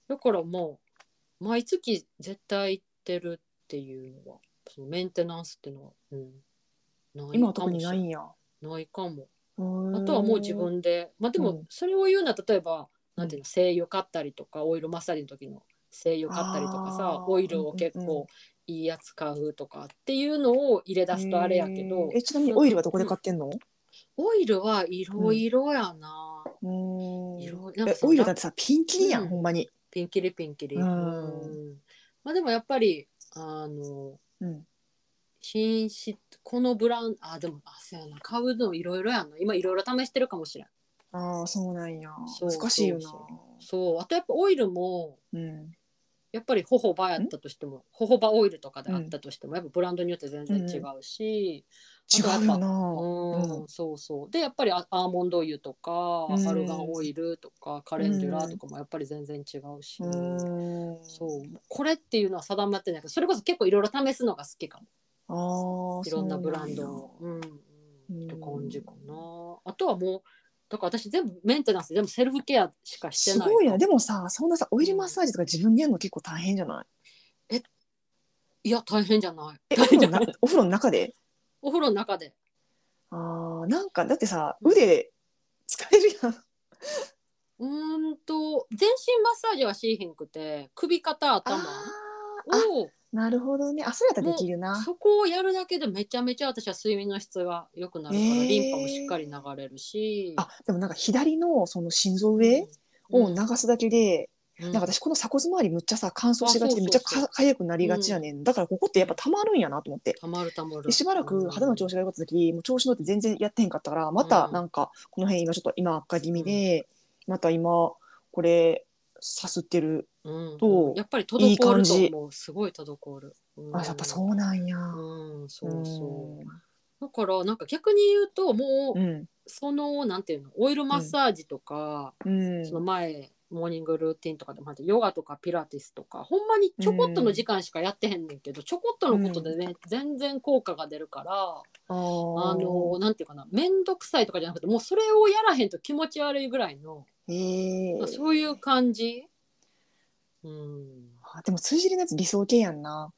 Speaker 1: だからもう毎月絶対行ってるっていうのはそのメンテナンスっていうのは、うん、ない
Speaker 2: 今は
Speaker 1: か
Speaker 2: 特
Speaker 1: も
Speaker 2: に
Speaker 1: しれ
Speaker 2: な
Speaker 1: ないい
Speaker 2: んやあ
Speaker 1: ないかも
Speaker 2: と
Speaker 1: あとはもう自分でまあで
Speaker 2: う
Speaker 1: も
Speaker 2: ん
Speaker 1: それを言うなら例えば、なんていうの精油買ったりとかオイルマッサージの時の精油買ったりとかさ
Speaker 2: あー
Speaker 1: オイルを結
Speaker 2: うんうんう
Speaker 1: 構いいやつ買うとかっていうのを入れ出すとあれやけど
Speaker 2: えちなみにオイルはどこで買ってんの、
Speaker 1: オイルはいろいろやな、
Speaker 2: うん、
Speaker 1: い
Speaker 2: え
Speaker 1: ろいろなんかその
Speaker 2: オイルだってさピンキリやん、
Speaker 1: うん
Speaker 2: ほんまに、
Speaker 1: ピンキリピンキリ、
Speaker 2: うん
Speaker 1: うんまあでもやっぱりあの
Speaker 2: うん、
Speaker 1: 品質このブランあでもあそうやな買うのいろいろやな今いろいろ試してるかもしれん
Speaker 2: ああそうなんや
Speaker 1: そう
Speaker 2: 難しいよな
Speaker 1: そうそうあとやっぱオイルも
Speaker 2: うん
Speaker 1: やっぱりホホバやったとしてもホホバオイルとかであったとしても、やっぱブランドによって全然違うし、
Speaker 2: 違うよな
Speaker 1: う
Speaker 2: うん
Speaker 1: んそうそうでやっぱりアアーモンド油とか、
Speaker 2: うん
Speaker 1: アルガンオイルとかカレンデュラとかもやっぱり全然違うし、
Speaker 2: うん
Speaker 1: そうこれっていうのは定まってないけどそれこそ結構いろいろ試すのが好きかも
Speaker 2: あー
Speaker 1: いろんなブランド
Speaker 2: そう
Speaker 1: の、うんうん、
Speaker 2: うん
Speaker 1: って感じかなあとはもうだから私全部メンテナンス全部セルフケアしかして
Speaker 2: す
Speaker 1: ない
Speaker 2: ごいなでもさそんなさオイルマッサージとか自分でやるの結構大変じゃない
Speaker 1: いや大変じゃない
Speaker 2: えお
Speaker 1: 大
Speaker 2: 風
Speaker 1: 変じ
Speaker 2: 呂
Speaker 1: ゃな
Speaker 2: ないお風呂の中で
Speaker 1: お風呂の中で
Speaker 2: あーなんかだってさ
Speaker 1: うん
Speaker 2: 腕疲れるやん
Speaker 1: うーんと全身マッサージはしへんくて首肩頭
Speaker 2: あーあ
Speaker 1: を
Speaker 2: なるほどねあそうやったらできるな
Speaker 1: そこをやるだけでめちゃめちゃ私は睡眠の質が良くなるから、
Speaker 2: えー
Speaker 1: リンパもしっかり流れるし
Speaker 2: あでもなんか左のその心臓上を流すだけで、
Speaker 1: うん
Speaker 2: なんか私この鎖骨周りむっちゃさ乾燥しが
Speaker 1: あそうそ
Speaker 2: ちで
Speaker 1: うそう
Speaker 2: むっちゃか痒くなりがちやねん、だからここってやっぱたまるんやなと思って。
Speaker 1: たまるたまる
Speaker 2: でしばらく肌の調子が良かった時、もう調子乗って全然やってへんかったからまたなんかこの辺今ちょっと今悪化気味で、また今これさすってる、
Speaker 1: うん
Speaker 2: と
Speaker 1: うんやっぱり滞
Speaker 2: いい感
Speaker 1: る
Speaker 2: じ
Speaker 1: と思うすごい滞る、うん
Speaker 2: あやっぱそうなんや、
Speaker 1: うんそうそう
Speaker 2: う
Speaker 1: だからなんか逆に言うともう、
Speaker 2: ん
Speaker 1: そのなんていうのオイルマッサージとか、
Speaker 2: うん
Speaker 1: その前モーニングルーティンとかでもあってヨガとかピラティスとかほんまにちょこっとの時間しかやってへんねんけど、ちょこっとのことでね、全然効果が出るから、
Speaker 2: あ
Speaker 1: あ
Speaker 2: の
Speaker 1: のなんていうかな面倒くさいとかじゃなくてもうそれをやらへんと気持ち悪いぐらいの、
Speaker 2: ええ
Speaker 1: まあそういう感じ、うん、
Speaker 2: あでも通じるやつ理想系やんな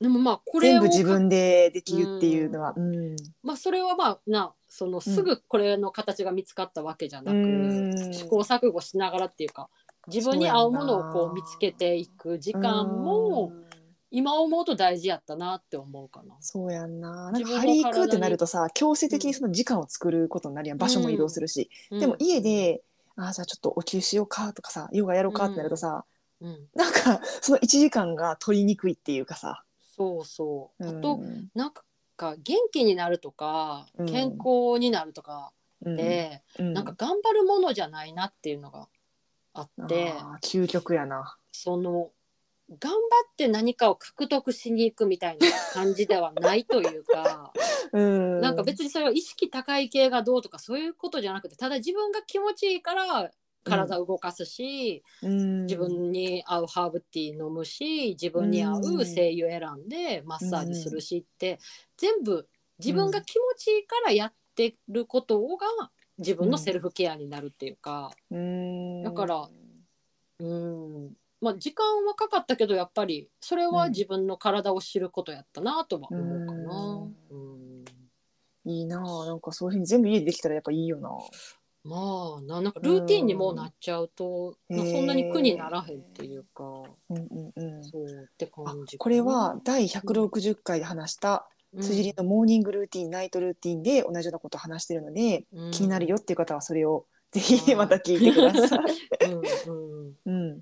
Speaker 1: でもまあこれ
Speaker 2: 全
Speaker 1: を
Speaker 2: 部自分でできるっていうのは、うん
Speaker 1: まあそれはまあなそのすぐこれの形が見つかったわけじゃなく、
Speaker 2: うん
Speaker 1: 試行錯誤しながらっていうか自分に合うものをこう見つけていく時間も
Speaker 2: うん
Speaker 1: 今思うと大事やったなって思うかな。
Speaker 2: そうやんななん
Speaker 1: 自分
Speaker 2: か
Speaker 1: の
Speaker 2: 張り行くってなるとさ強制的にその時間を作ることになるやん場所も移動するし、でも家であーじゃあちょっとお給しようかとかさヨガやろうかってなるとさ、
Speaker 1: うん、
Speaker 2: なんかその1時間が取りにくいっていうかさ。
Speaker 1: そうそう。あ
Speaker 2: う
Speaker 1: と、
Speaker 2: ん
Speaker 1: なんか元気になるとか
Speaker 2: うん
Speaker 1: 健康になるとか
Speaker 2: うん
Speaker 1: で、
Speaker 2: うん
Speaker 1: なんか頑張るものじゃないなっていうのがあって、
Speaker 2: あー究極やな。
Speaker 1: その頑張って何かを獲得しに行くみたいな感じではないというか
Speaker 2: [LAUGHS] うん、
Speaker 1: なんか別にそれは意識高い系がどうとかそういうことじゃなくてただ自分が気持ちいいから体を動かすし、
Speaker 2: うん
Speaker 1: 自分に合うハーブティー飲むし自分に合う精油選んでマッサージするしって、全部自分が気持ちいいからやってることが自分のセルフケアになるっていうか、
Speaker 2: うん
Speaker 1: だからうんまあ、時間はかかったけどやっぱりそれは自分の体を知ることやったなとは思うかな。うん
Speaker 2: いいなあなんかそういうふうに全部家でできたらやっぱいいよな。
Speaker 1: まあななんかルーティンにもうなっちゃうと、
Speaker 2: うん
Speaker 1: なそんなに苦にならへんっていうか、
Speaker 2: うんうんうん、
Speaker 1: そうって
Speaker 2: あ
Speaker 1: 感じ
Speaker 2: これは第160回で話した辻りのモーニングルーティンナイトルーティンで同じようなことを話してるので気になる
Speaker 1: よ、
Speaker 2: よっていう方はそれをぜひ
Speaker 1: うん
Speaker 2: また聞いてくださ [LAUGHS] い。
Speaker 1: うんうん
Speaker 2: うん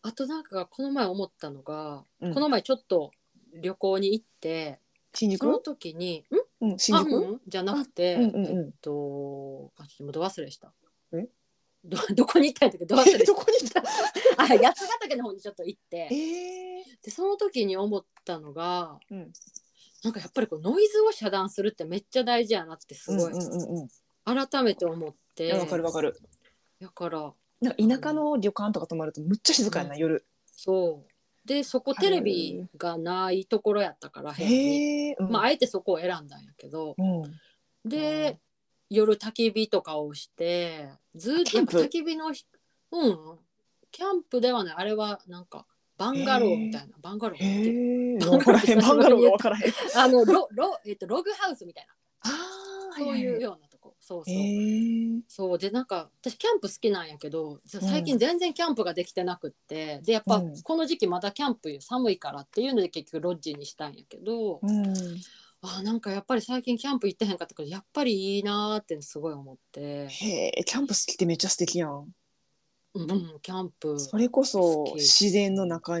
Speaker 1: あとなんかこの前思ったのが、
Speaker 2: うん
Speaker 1: この前ちょっと旅行に行って
Speaker 2: 新
Speaker 1: その
Speaker 2: 宿
Speaker 1: 時にん
Speaker 2: うん新
Speaker 1: あう
Speaker 2: 宿
Speaker 1: んじゃなくて、
Speaker 2: うんうんうん
Speaker 1: えっとあちょっと忘れした
Speaker 2: え
Speaker 1: ど [LAUGHS] どこに行ったんだけど忘れ
Speaker 2: え
Speaker 1: し
Speaker 2: [LAUGHS] どこにいた
Speaker 1: たあ八ヶ岳の方にちょっと行って
Speaker 2: えー
Speaker 1: でその時に思ったのが
Speaker 2: うん
Speaker 1: なんかやっぱりこうノイズを遮断するってめっちゃ大事やなってす
Speaker 2: うんう
Speaker 1: ご
Speaker 2: ん
Speaker 1: い
Speaker 2: うんうん
Speaker 1: 改めて思っ
Speaker 2: い
Speaker 1: て、
Speaker 2: やわかるわかる。
Speaker 1: だから
Speaker 2: なんか田舎の旅館とか泊まるとむっちゃ静かやな夜。
Speaker 1: そうでそこテレビがないところやったから部屋に、
Speaker 2: へえー。うん
Speaker 1: まあ、あえてそこを選んだんやけど
Speaker 2: うんう
Speaker 1: で、夜焚き火とかをしてずっと
Speaker 2: キャ
Speaker 1: や
Speaker 2: ン
Speaker 1: っ
Speaker 2: プ
Speaker 1: ぱ焚き火のひうんキャンプではねあれはなんかバンガローみたいな、バンガローっ
Speaker 2: へ
Speaker 1: て
Speaker 2: え。
Speaker 1: バンガロー
Speaker 2: わからへんバンガローがわから [LAUGHS] へん。
Speaker 1: あのロロ,、えっとログハウスみたいな
Speaker 2: ああ
Speaker 1: そういうようなとこ、そう
Speaker 2: へ
Speaker 1: そう、
Speaker 2: え。
Speaker 1: そうでなんか私キャンプ好きなんやけどじゃ最近全然キャンプができてなくって、でやっぱ
Speaker 2: うん
Speaker 1: この時期まだキャンプ寒いからっていうので結局ロッジにしたんやけど、
Speaker 2: うん。
Speaker 1: あなんかやっぱり最近キャンプ行ってへんかったからやっぱりいいなーってすごい思って、
Speaker 2: へえ、キャンプ好きってめっちゃ素敵やん。
Speaker 1: うんうん、キャンプ
Speaker 2: それこそ
Speaker 1: 好き
Speaker 2: 自然の中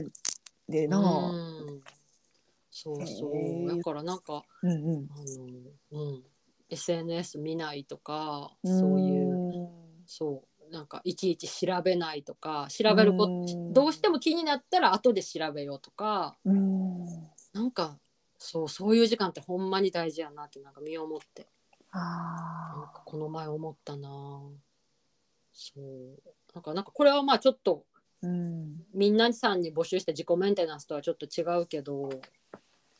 Speaker 2: でな。う
Speaker 1: うんそう
Speaker 2: へ
Speaker 1: そう
Speaker 2: ー
Speaker 1: だからなんか
Speaker 2: んうん。
Speaker 1: あの、うん、SNS 見ないとか
Speaker 2: ん
Speaker 1: そういうそうなんかいちいち調べないとか調べるこ
Speaker 2: うん
Speaker 1: とどうしても気になったら後で調べようとか
Speaker 2: うん。
Speaker 1: なんかそうそういう時間ってほんまに大事やなってなんか身をもってなん
Speaker 2: あ
Speaker 1: かこの前思ったなそうなんかなんかこれはまあちょっと
Speaker 2: ーうん。
Speaker 1: みんなさんに募集した自己メンテナンスとはちょっと違うけど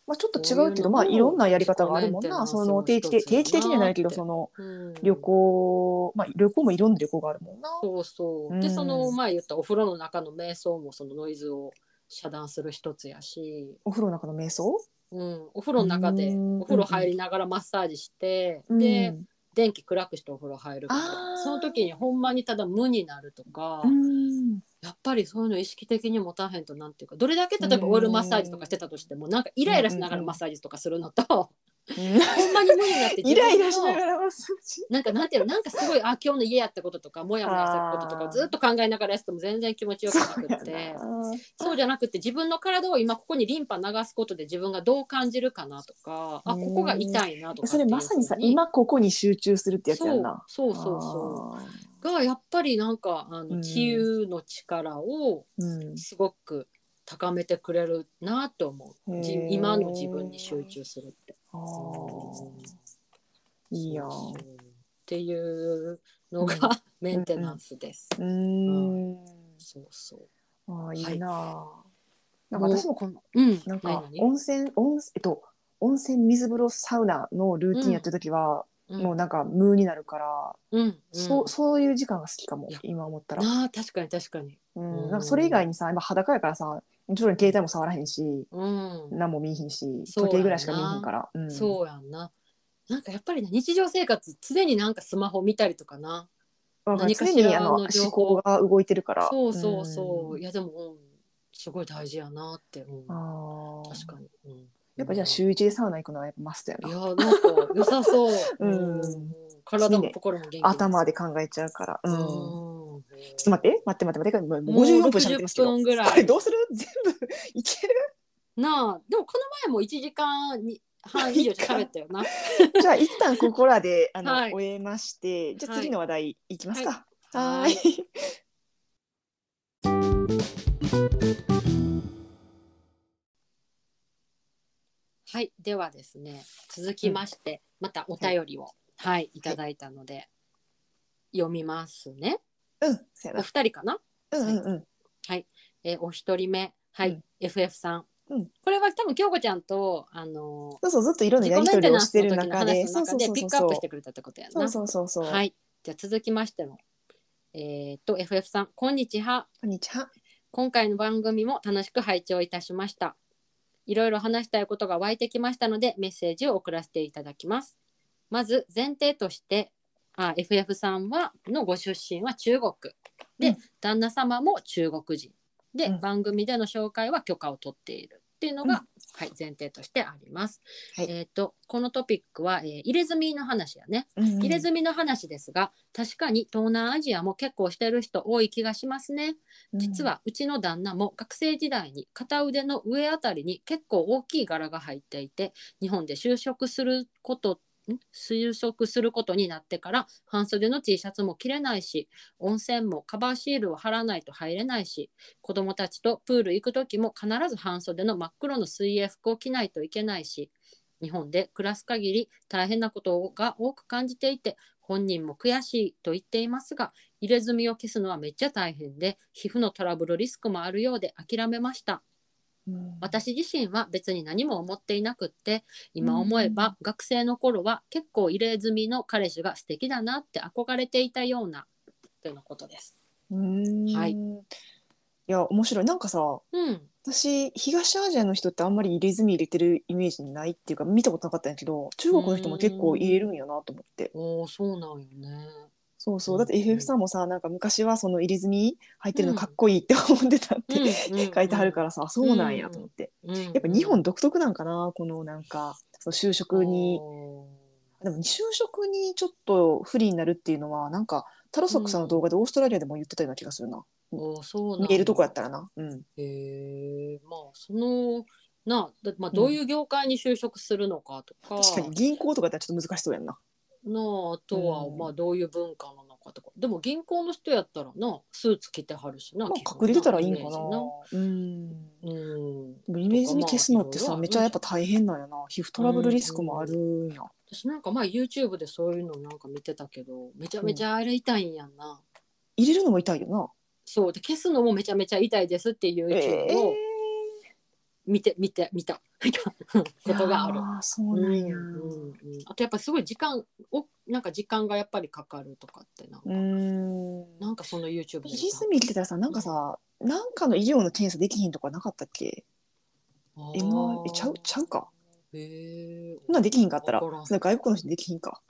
Speaker 2: まあちょっと違うけど、まあ
Speaker 1: そういうのも
Speaker 2: いろんなやり方があるもん
Speaker 1: 自己メンテナ
Speaker 2: な。
Speaker 1: ンス
Speaker 2: そ
Speaker 1: の
Speaker 2: の定期的
Speaker 1: 一つやな
Speaker 2: 定期的じゃないけど、その
Speaker 1: うん
Speaker 2: 旅行、まあ旅行もいろんな旅行があるもんな。
Speaker 1: そうそう、
Speaker 2: う
Speaker 1: で
Speaker 2: ん
Speaker 1: その前言ったお風呂の中の瞑想もそのノイズを遮断する一つやし、
Speaker 2: お風呂の中の瞑想。
Speaker 1: うん、お風呂の中で
Speaker 2: うん
Speaker 1: お風呂入りながらマッサージして、
Speaker 2: う
Speaker 1: で
Speaker 2: ん
Speaker 1: 電気暗くしてお風呂入るから
Speaker 2: あー
Speaker 1: その時にほんまにただ無になるとか、
Speaker 2: うん。
Speaker 1: やっぱりそういうの意識的に持たへんとなんていうかどれだけ例えばオイルマッサージとかしてたとしてもなんかイライラしながらマッサージとかするのと、
Speaker 2: [LAUGHS]
Speaker 1: ほんまに無になって
Speaker 2: イライラし
Speaker 1: 自分
Speaker 2: な
Speaker 1: の
Speaker 2: がらマッサージ。
Speaker 1: なんかなんていうのなんかすごいあ今日の家やったこととかモヤモヤしたことと
Speaker 2: あ
Speaker 1: か
Speaker 2: ー
Speaker 1: ずっと考えながらやってても全然気持ちよくなくってそうじゃなくて自分の体を今ここにリンパ流すことで自分がどう感じるかなとかあ
Speaker 2: うん
Speaker 1: ここが痛いなとか
Speaker 2: それまさにさ
Speaker 1: っていうふう
Speaker 2: 今ここに集中するってやつやんな。
Speaker 1: そうそうそうそ
Speaker 2: あー
Speaker 1: うがやっぱりなんかあ
Speaker 2: うん
Speaker 1: の治癒の力を
Speaker 2: うん
Speaker 1: すごく高めてくれるなと思う、じ
Speaker 2: へー
Speaker 1: 今の自分に集中するって。
Speaker 2: あーいいやん
Speaker 1: そうそうっていうのが、
Speaker 2: う
Speaker 1: [LAUGHS] メンテナンスです。
Speaker 2: うーん
Speaker 1: そうそう。
Speaker 2: あー
Speaker 1: はい
Speaker 2: いいな、なんか私もこの
Speaker 1: うん。
Speaker 2: なんか
Speaker 1: 何々
Speaker 2: 温泉温泉えっと温泉水風呂サウナのルーティンやってる時は、
Speaker 1: うん
Speaker 2: もうなんか無になるから、
Speaker 1: うん、うん、
Speaker 2: そうそういう時間が好きかも
Speaker 1: いや
Speaker 2: 今思ったら、
Speaker 1: なあ確かに確かに。
Speaker 2: うん
Speaker 1: うん
Speaker 2: なんかそれ以外にさ今裸やからさもちろん携帯も触らへんし
Speaker 1: うん。
Speaker 2: 何も見えへんし
Speaker 1: そうやな
Speaker 2: 時計ぐらいしか見えへんから、うん
Speaker 1: そうやんな。なんかやっぱりね日常生活常になんかスマホ見たりとかな。
Speaker 2: まあまあ
Speaker 1: 何か
Speaker 2: 常
Speaker 1: しら
Speaker 2: にあの
Speaker 1: の
Speaker 2: 思
Speaker 1: 情報
Speaker 2: 考が動いてるから
Speaker 1: そうそうそう。
Speaker 2: ん
Speaker 1: いやでも、うん、すごい大事やなって。うん、
Speaker 2: あー
Speaker 1: 確かに。うん、
Speaker 2: やっぱじゃあ週一でサウナ行くのはやっぱマストや
Speaker 1: い
Speaker 2: な
Speaker 1: やなんか良さそう。
Speaker 2: [LAUGHS] うん
Speaker 1: 体も心も元気。
Speaker 2: 頭で考えちゃうから、う
Speaker 1: うん
Speaker 2: んちょっと待って、待って待って待って、もう
Speaker 1: も
Speaker 2: 54
Speaker 1: う
Speaker 2: 分喋ってますけど。
Speaker 1: 60分ぐらい
Speaker 2: これどうする全部いける [LAUGHS]
Speaker 1: なあでもこの前も1時間に半以上喋ったよな。
Speaker 2: じゃあ一旦ここらであの、
Speaker 1: はい
Speaker 2: 終えまして、じゃあ次の話題いきますか。 [LAUGHS] は。
Speaker 1: はいい
Speaker 2: い
Speaker 1: はい、ではですね、続きまして、またお便りを、はい、い、ただいたので、読みますね。
Speaker 2: うん、そう
Speaker 1: お
Speaker 2: や
Speaker 1: 二人かな、
Speaker 2: な。うんうんうん。
Speaker 1: えーお一人目、はい、
Speaker 2: うん
Speaker 1: FF さん。
Speaker 2: うん
Speaker 1: これは多分京子ちゃんと、あの
Speaker 2: そうそう、ずっといろんな
Speaker 1: 自己
Speaker 2: や
Speaker 1: メンテ
Speaker 2: りとりを
Speaker 1: ナン
Speaker 2: し
Speaker 1: ス
Speaker 2: て
Speaker 1: の
Speaker 2: る
Speaker 1: 時の
Speaker 2: 中で、
Speaker 1: 話
Speaker 2: そ
Speaker 1: の
Speaker 2: う
Speaker 1: 中
Speaker 2: そう
Speaker 1: で
Speaker 2: そう
Speaker 1: ピックア
Speaker 2: そ
Speaker 1: ッ
Speaker 2: う
Speaker 1: プし。てくれたってことやな。
Speaker 2: そうそうそうそう。。
Speaker 1: はいい、じゃあ続きましても、えーっと FF さん、こんにちは。
Speaker 2: こんにちは。
Speaker 1: 今回の番組も楽しく拝聴いたしました。いろいろ話したいことが湧いてきましたのでメッセージを送らせていただきます。まず前提としてあ FF さんはのご出身は中国で、
Speaker 2: うん
Speaker 1: 旦那様も中国人で、
Speaker 2: うん
Speaker 1: 番組での紹介は許可を取っているっていうのが、
Speaker 2: うん
Speaker 1: はい、前提としてあります。
Speaker 2: はい
Speaker 1: えーっとこのトピックは、えー入れ墨の話やね。
Speaker 2: うん
Speaker 1: 入れ墨の話ですが確かに東南アジアも結構してる人多い気がしますね。実、はうちの旦那も学生時代に片腕の上あたりに結構大きい柄が入っていて日本で就職することん就職することになってから半袖の T シャツも着れないし温泉もカバーシールを貼らないと入れないし子供たちとプール行く時も必ず半袖の真っ黒の水泳服を着ないといけないし日本で暮らす限り大変なことが多く感じていて本人も悔しいと言っていますが入れ墨を消すのはめっちゃ大変で皮膚のトラブルリスクもあるようで諦めました
Speaker 2: うん、
Speaker 1: 私自身は別に何も思っていなくって今
Speaker 2: うん
Speaker 1: 思えば学生の頃は結構入れ墨の彼氏が素敵だなって憧れていたようなというのことです。
Speaker 2: は
Speaker 1: はい
Speaker 2: い。いや、面白い。なんかさ、
Speaker 1: うん、
Speaker 2: 私東アジアの人ってあんまり入れ墨入れてるイメージないっていうか見たことなかったんやけど中国の人も結構入れるんやなと思って
Speaker 1: おーそうなんよね。
Speaker 2: そうそうだって
Speaker 1: うん
Speaker 2: FF さんもさなんか昔はその入れ墨入ってるの
Speaker 1: うん
Speaker 2: かっこいいって思ってたって、
Speaker 1: うんうん
Speaker 2: [LAUGHS] 書いてあるからさあそうなんやと思って、
Speaker 1: うん
Speaker 2: やっぱ日本独特なんかなこのなんかその就職に
Speaker 1: お
Speaker 2: でも就職にちょっと不利になるっていうのはなんかタロソックさんの動画でオーストラリアでも言ってたような気がするな、
Speaker 1: ーおーそうなん
Speaker 2: 見えるとこやったらなうん
Speaker 1: へえまあそのなだまあ、どういう業界に就職するのかとか、
Speaker 2: 確かに銀行とかだったらちょっと難しそうやんな
Speaker 1: なああとは、
Speaker 2: うん
Speaker 1: まあどういう文化なのかとかでも銀行の人やったらなスーツ着てはるしな、
Speaker 2: ま
Speaker 1: 基
Speaker 2: あ、
Speaker 1: 本な
Speaker 2: 隠れてたらいいんか
Speaker 1: イメー
Speaker 2: な
Speaker 1: ジな。
Speaker 2: うん。
Speaker 1: うん
Speaker 2: でもイメージに消すのって
Speaker 1: ま
Speaker 2: さ、
Speaker 1: あ
Speaker 2: めっちゃやっぱ大変なんやな。皮膚トラブルリスクもあるんや。
Speaker 1: 私なんか前 YouTube でそういうのなんか見てたけどめちゃめちゃあれ痛いんやんな、
Speaker 2: 入れるのも痛いよな。
Speaker 1: そうで消すのもめちゃめちゃ痛いですっていう YouTube を見て、見て見た [LAUGHS] 見たことがある。
Speaker 2: ああ、そうなんや。
Speaker 1: うんうんうんあとやっぱりすごい時間おなんか時間がやっぱりかかるとかってなんか、
Speaker 2: うん。
Speaker 1: なんかその YouTube で
Speaker 2: 入れ墨入れてたらさ、なんかさ、なんかの医療の検査できひんとかなかったっけ
Speaker 1: あー
Speaker 2: ?MR、えちゃう、ちゃうか。
Speaker 1: へえ
Speaker 2: そんなんできひんかったら、
Speaker 1: わからん
Speaker 2: それ外国の人できひんか。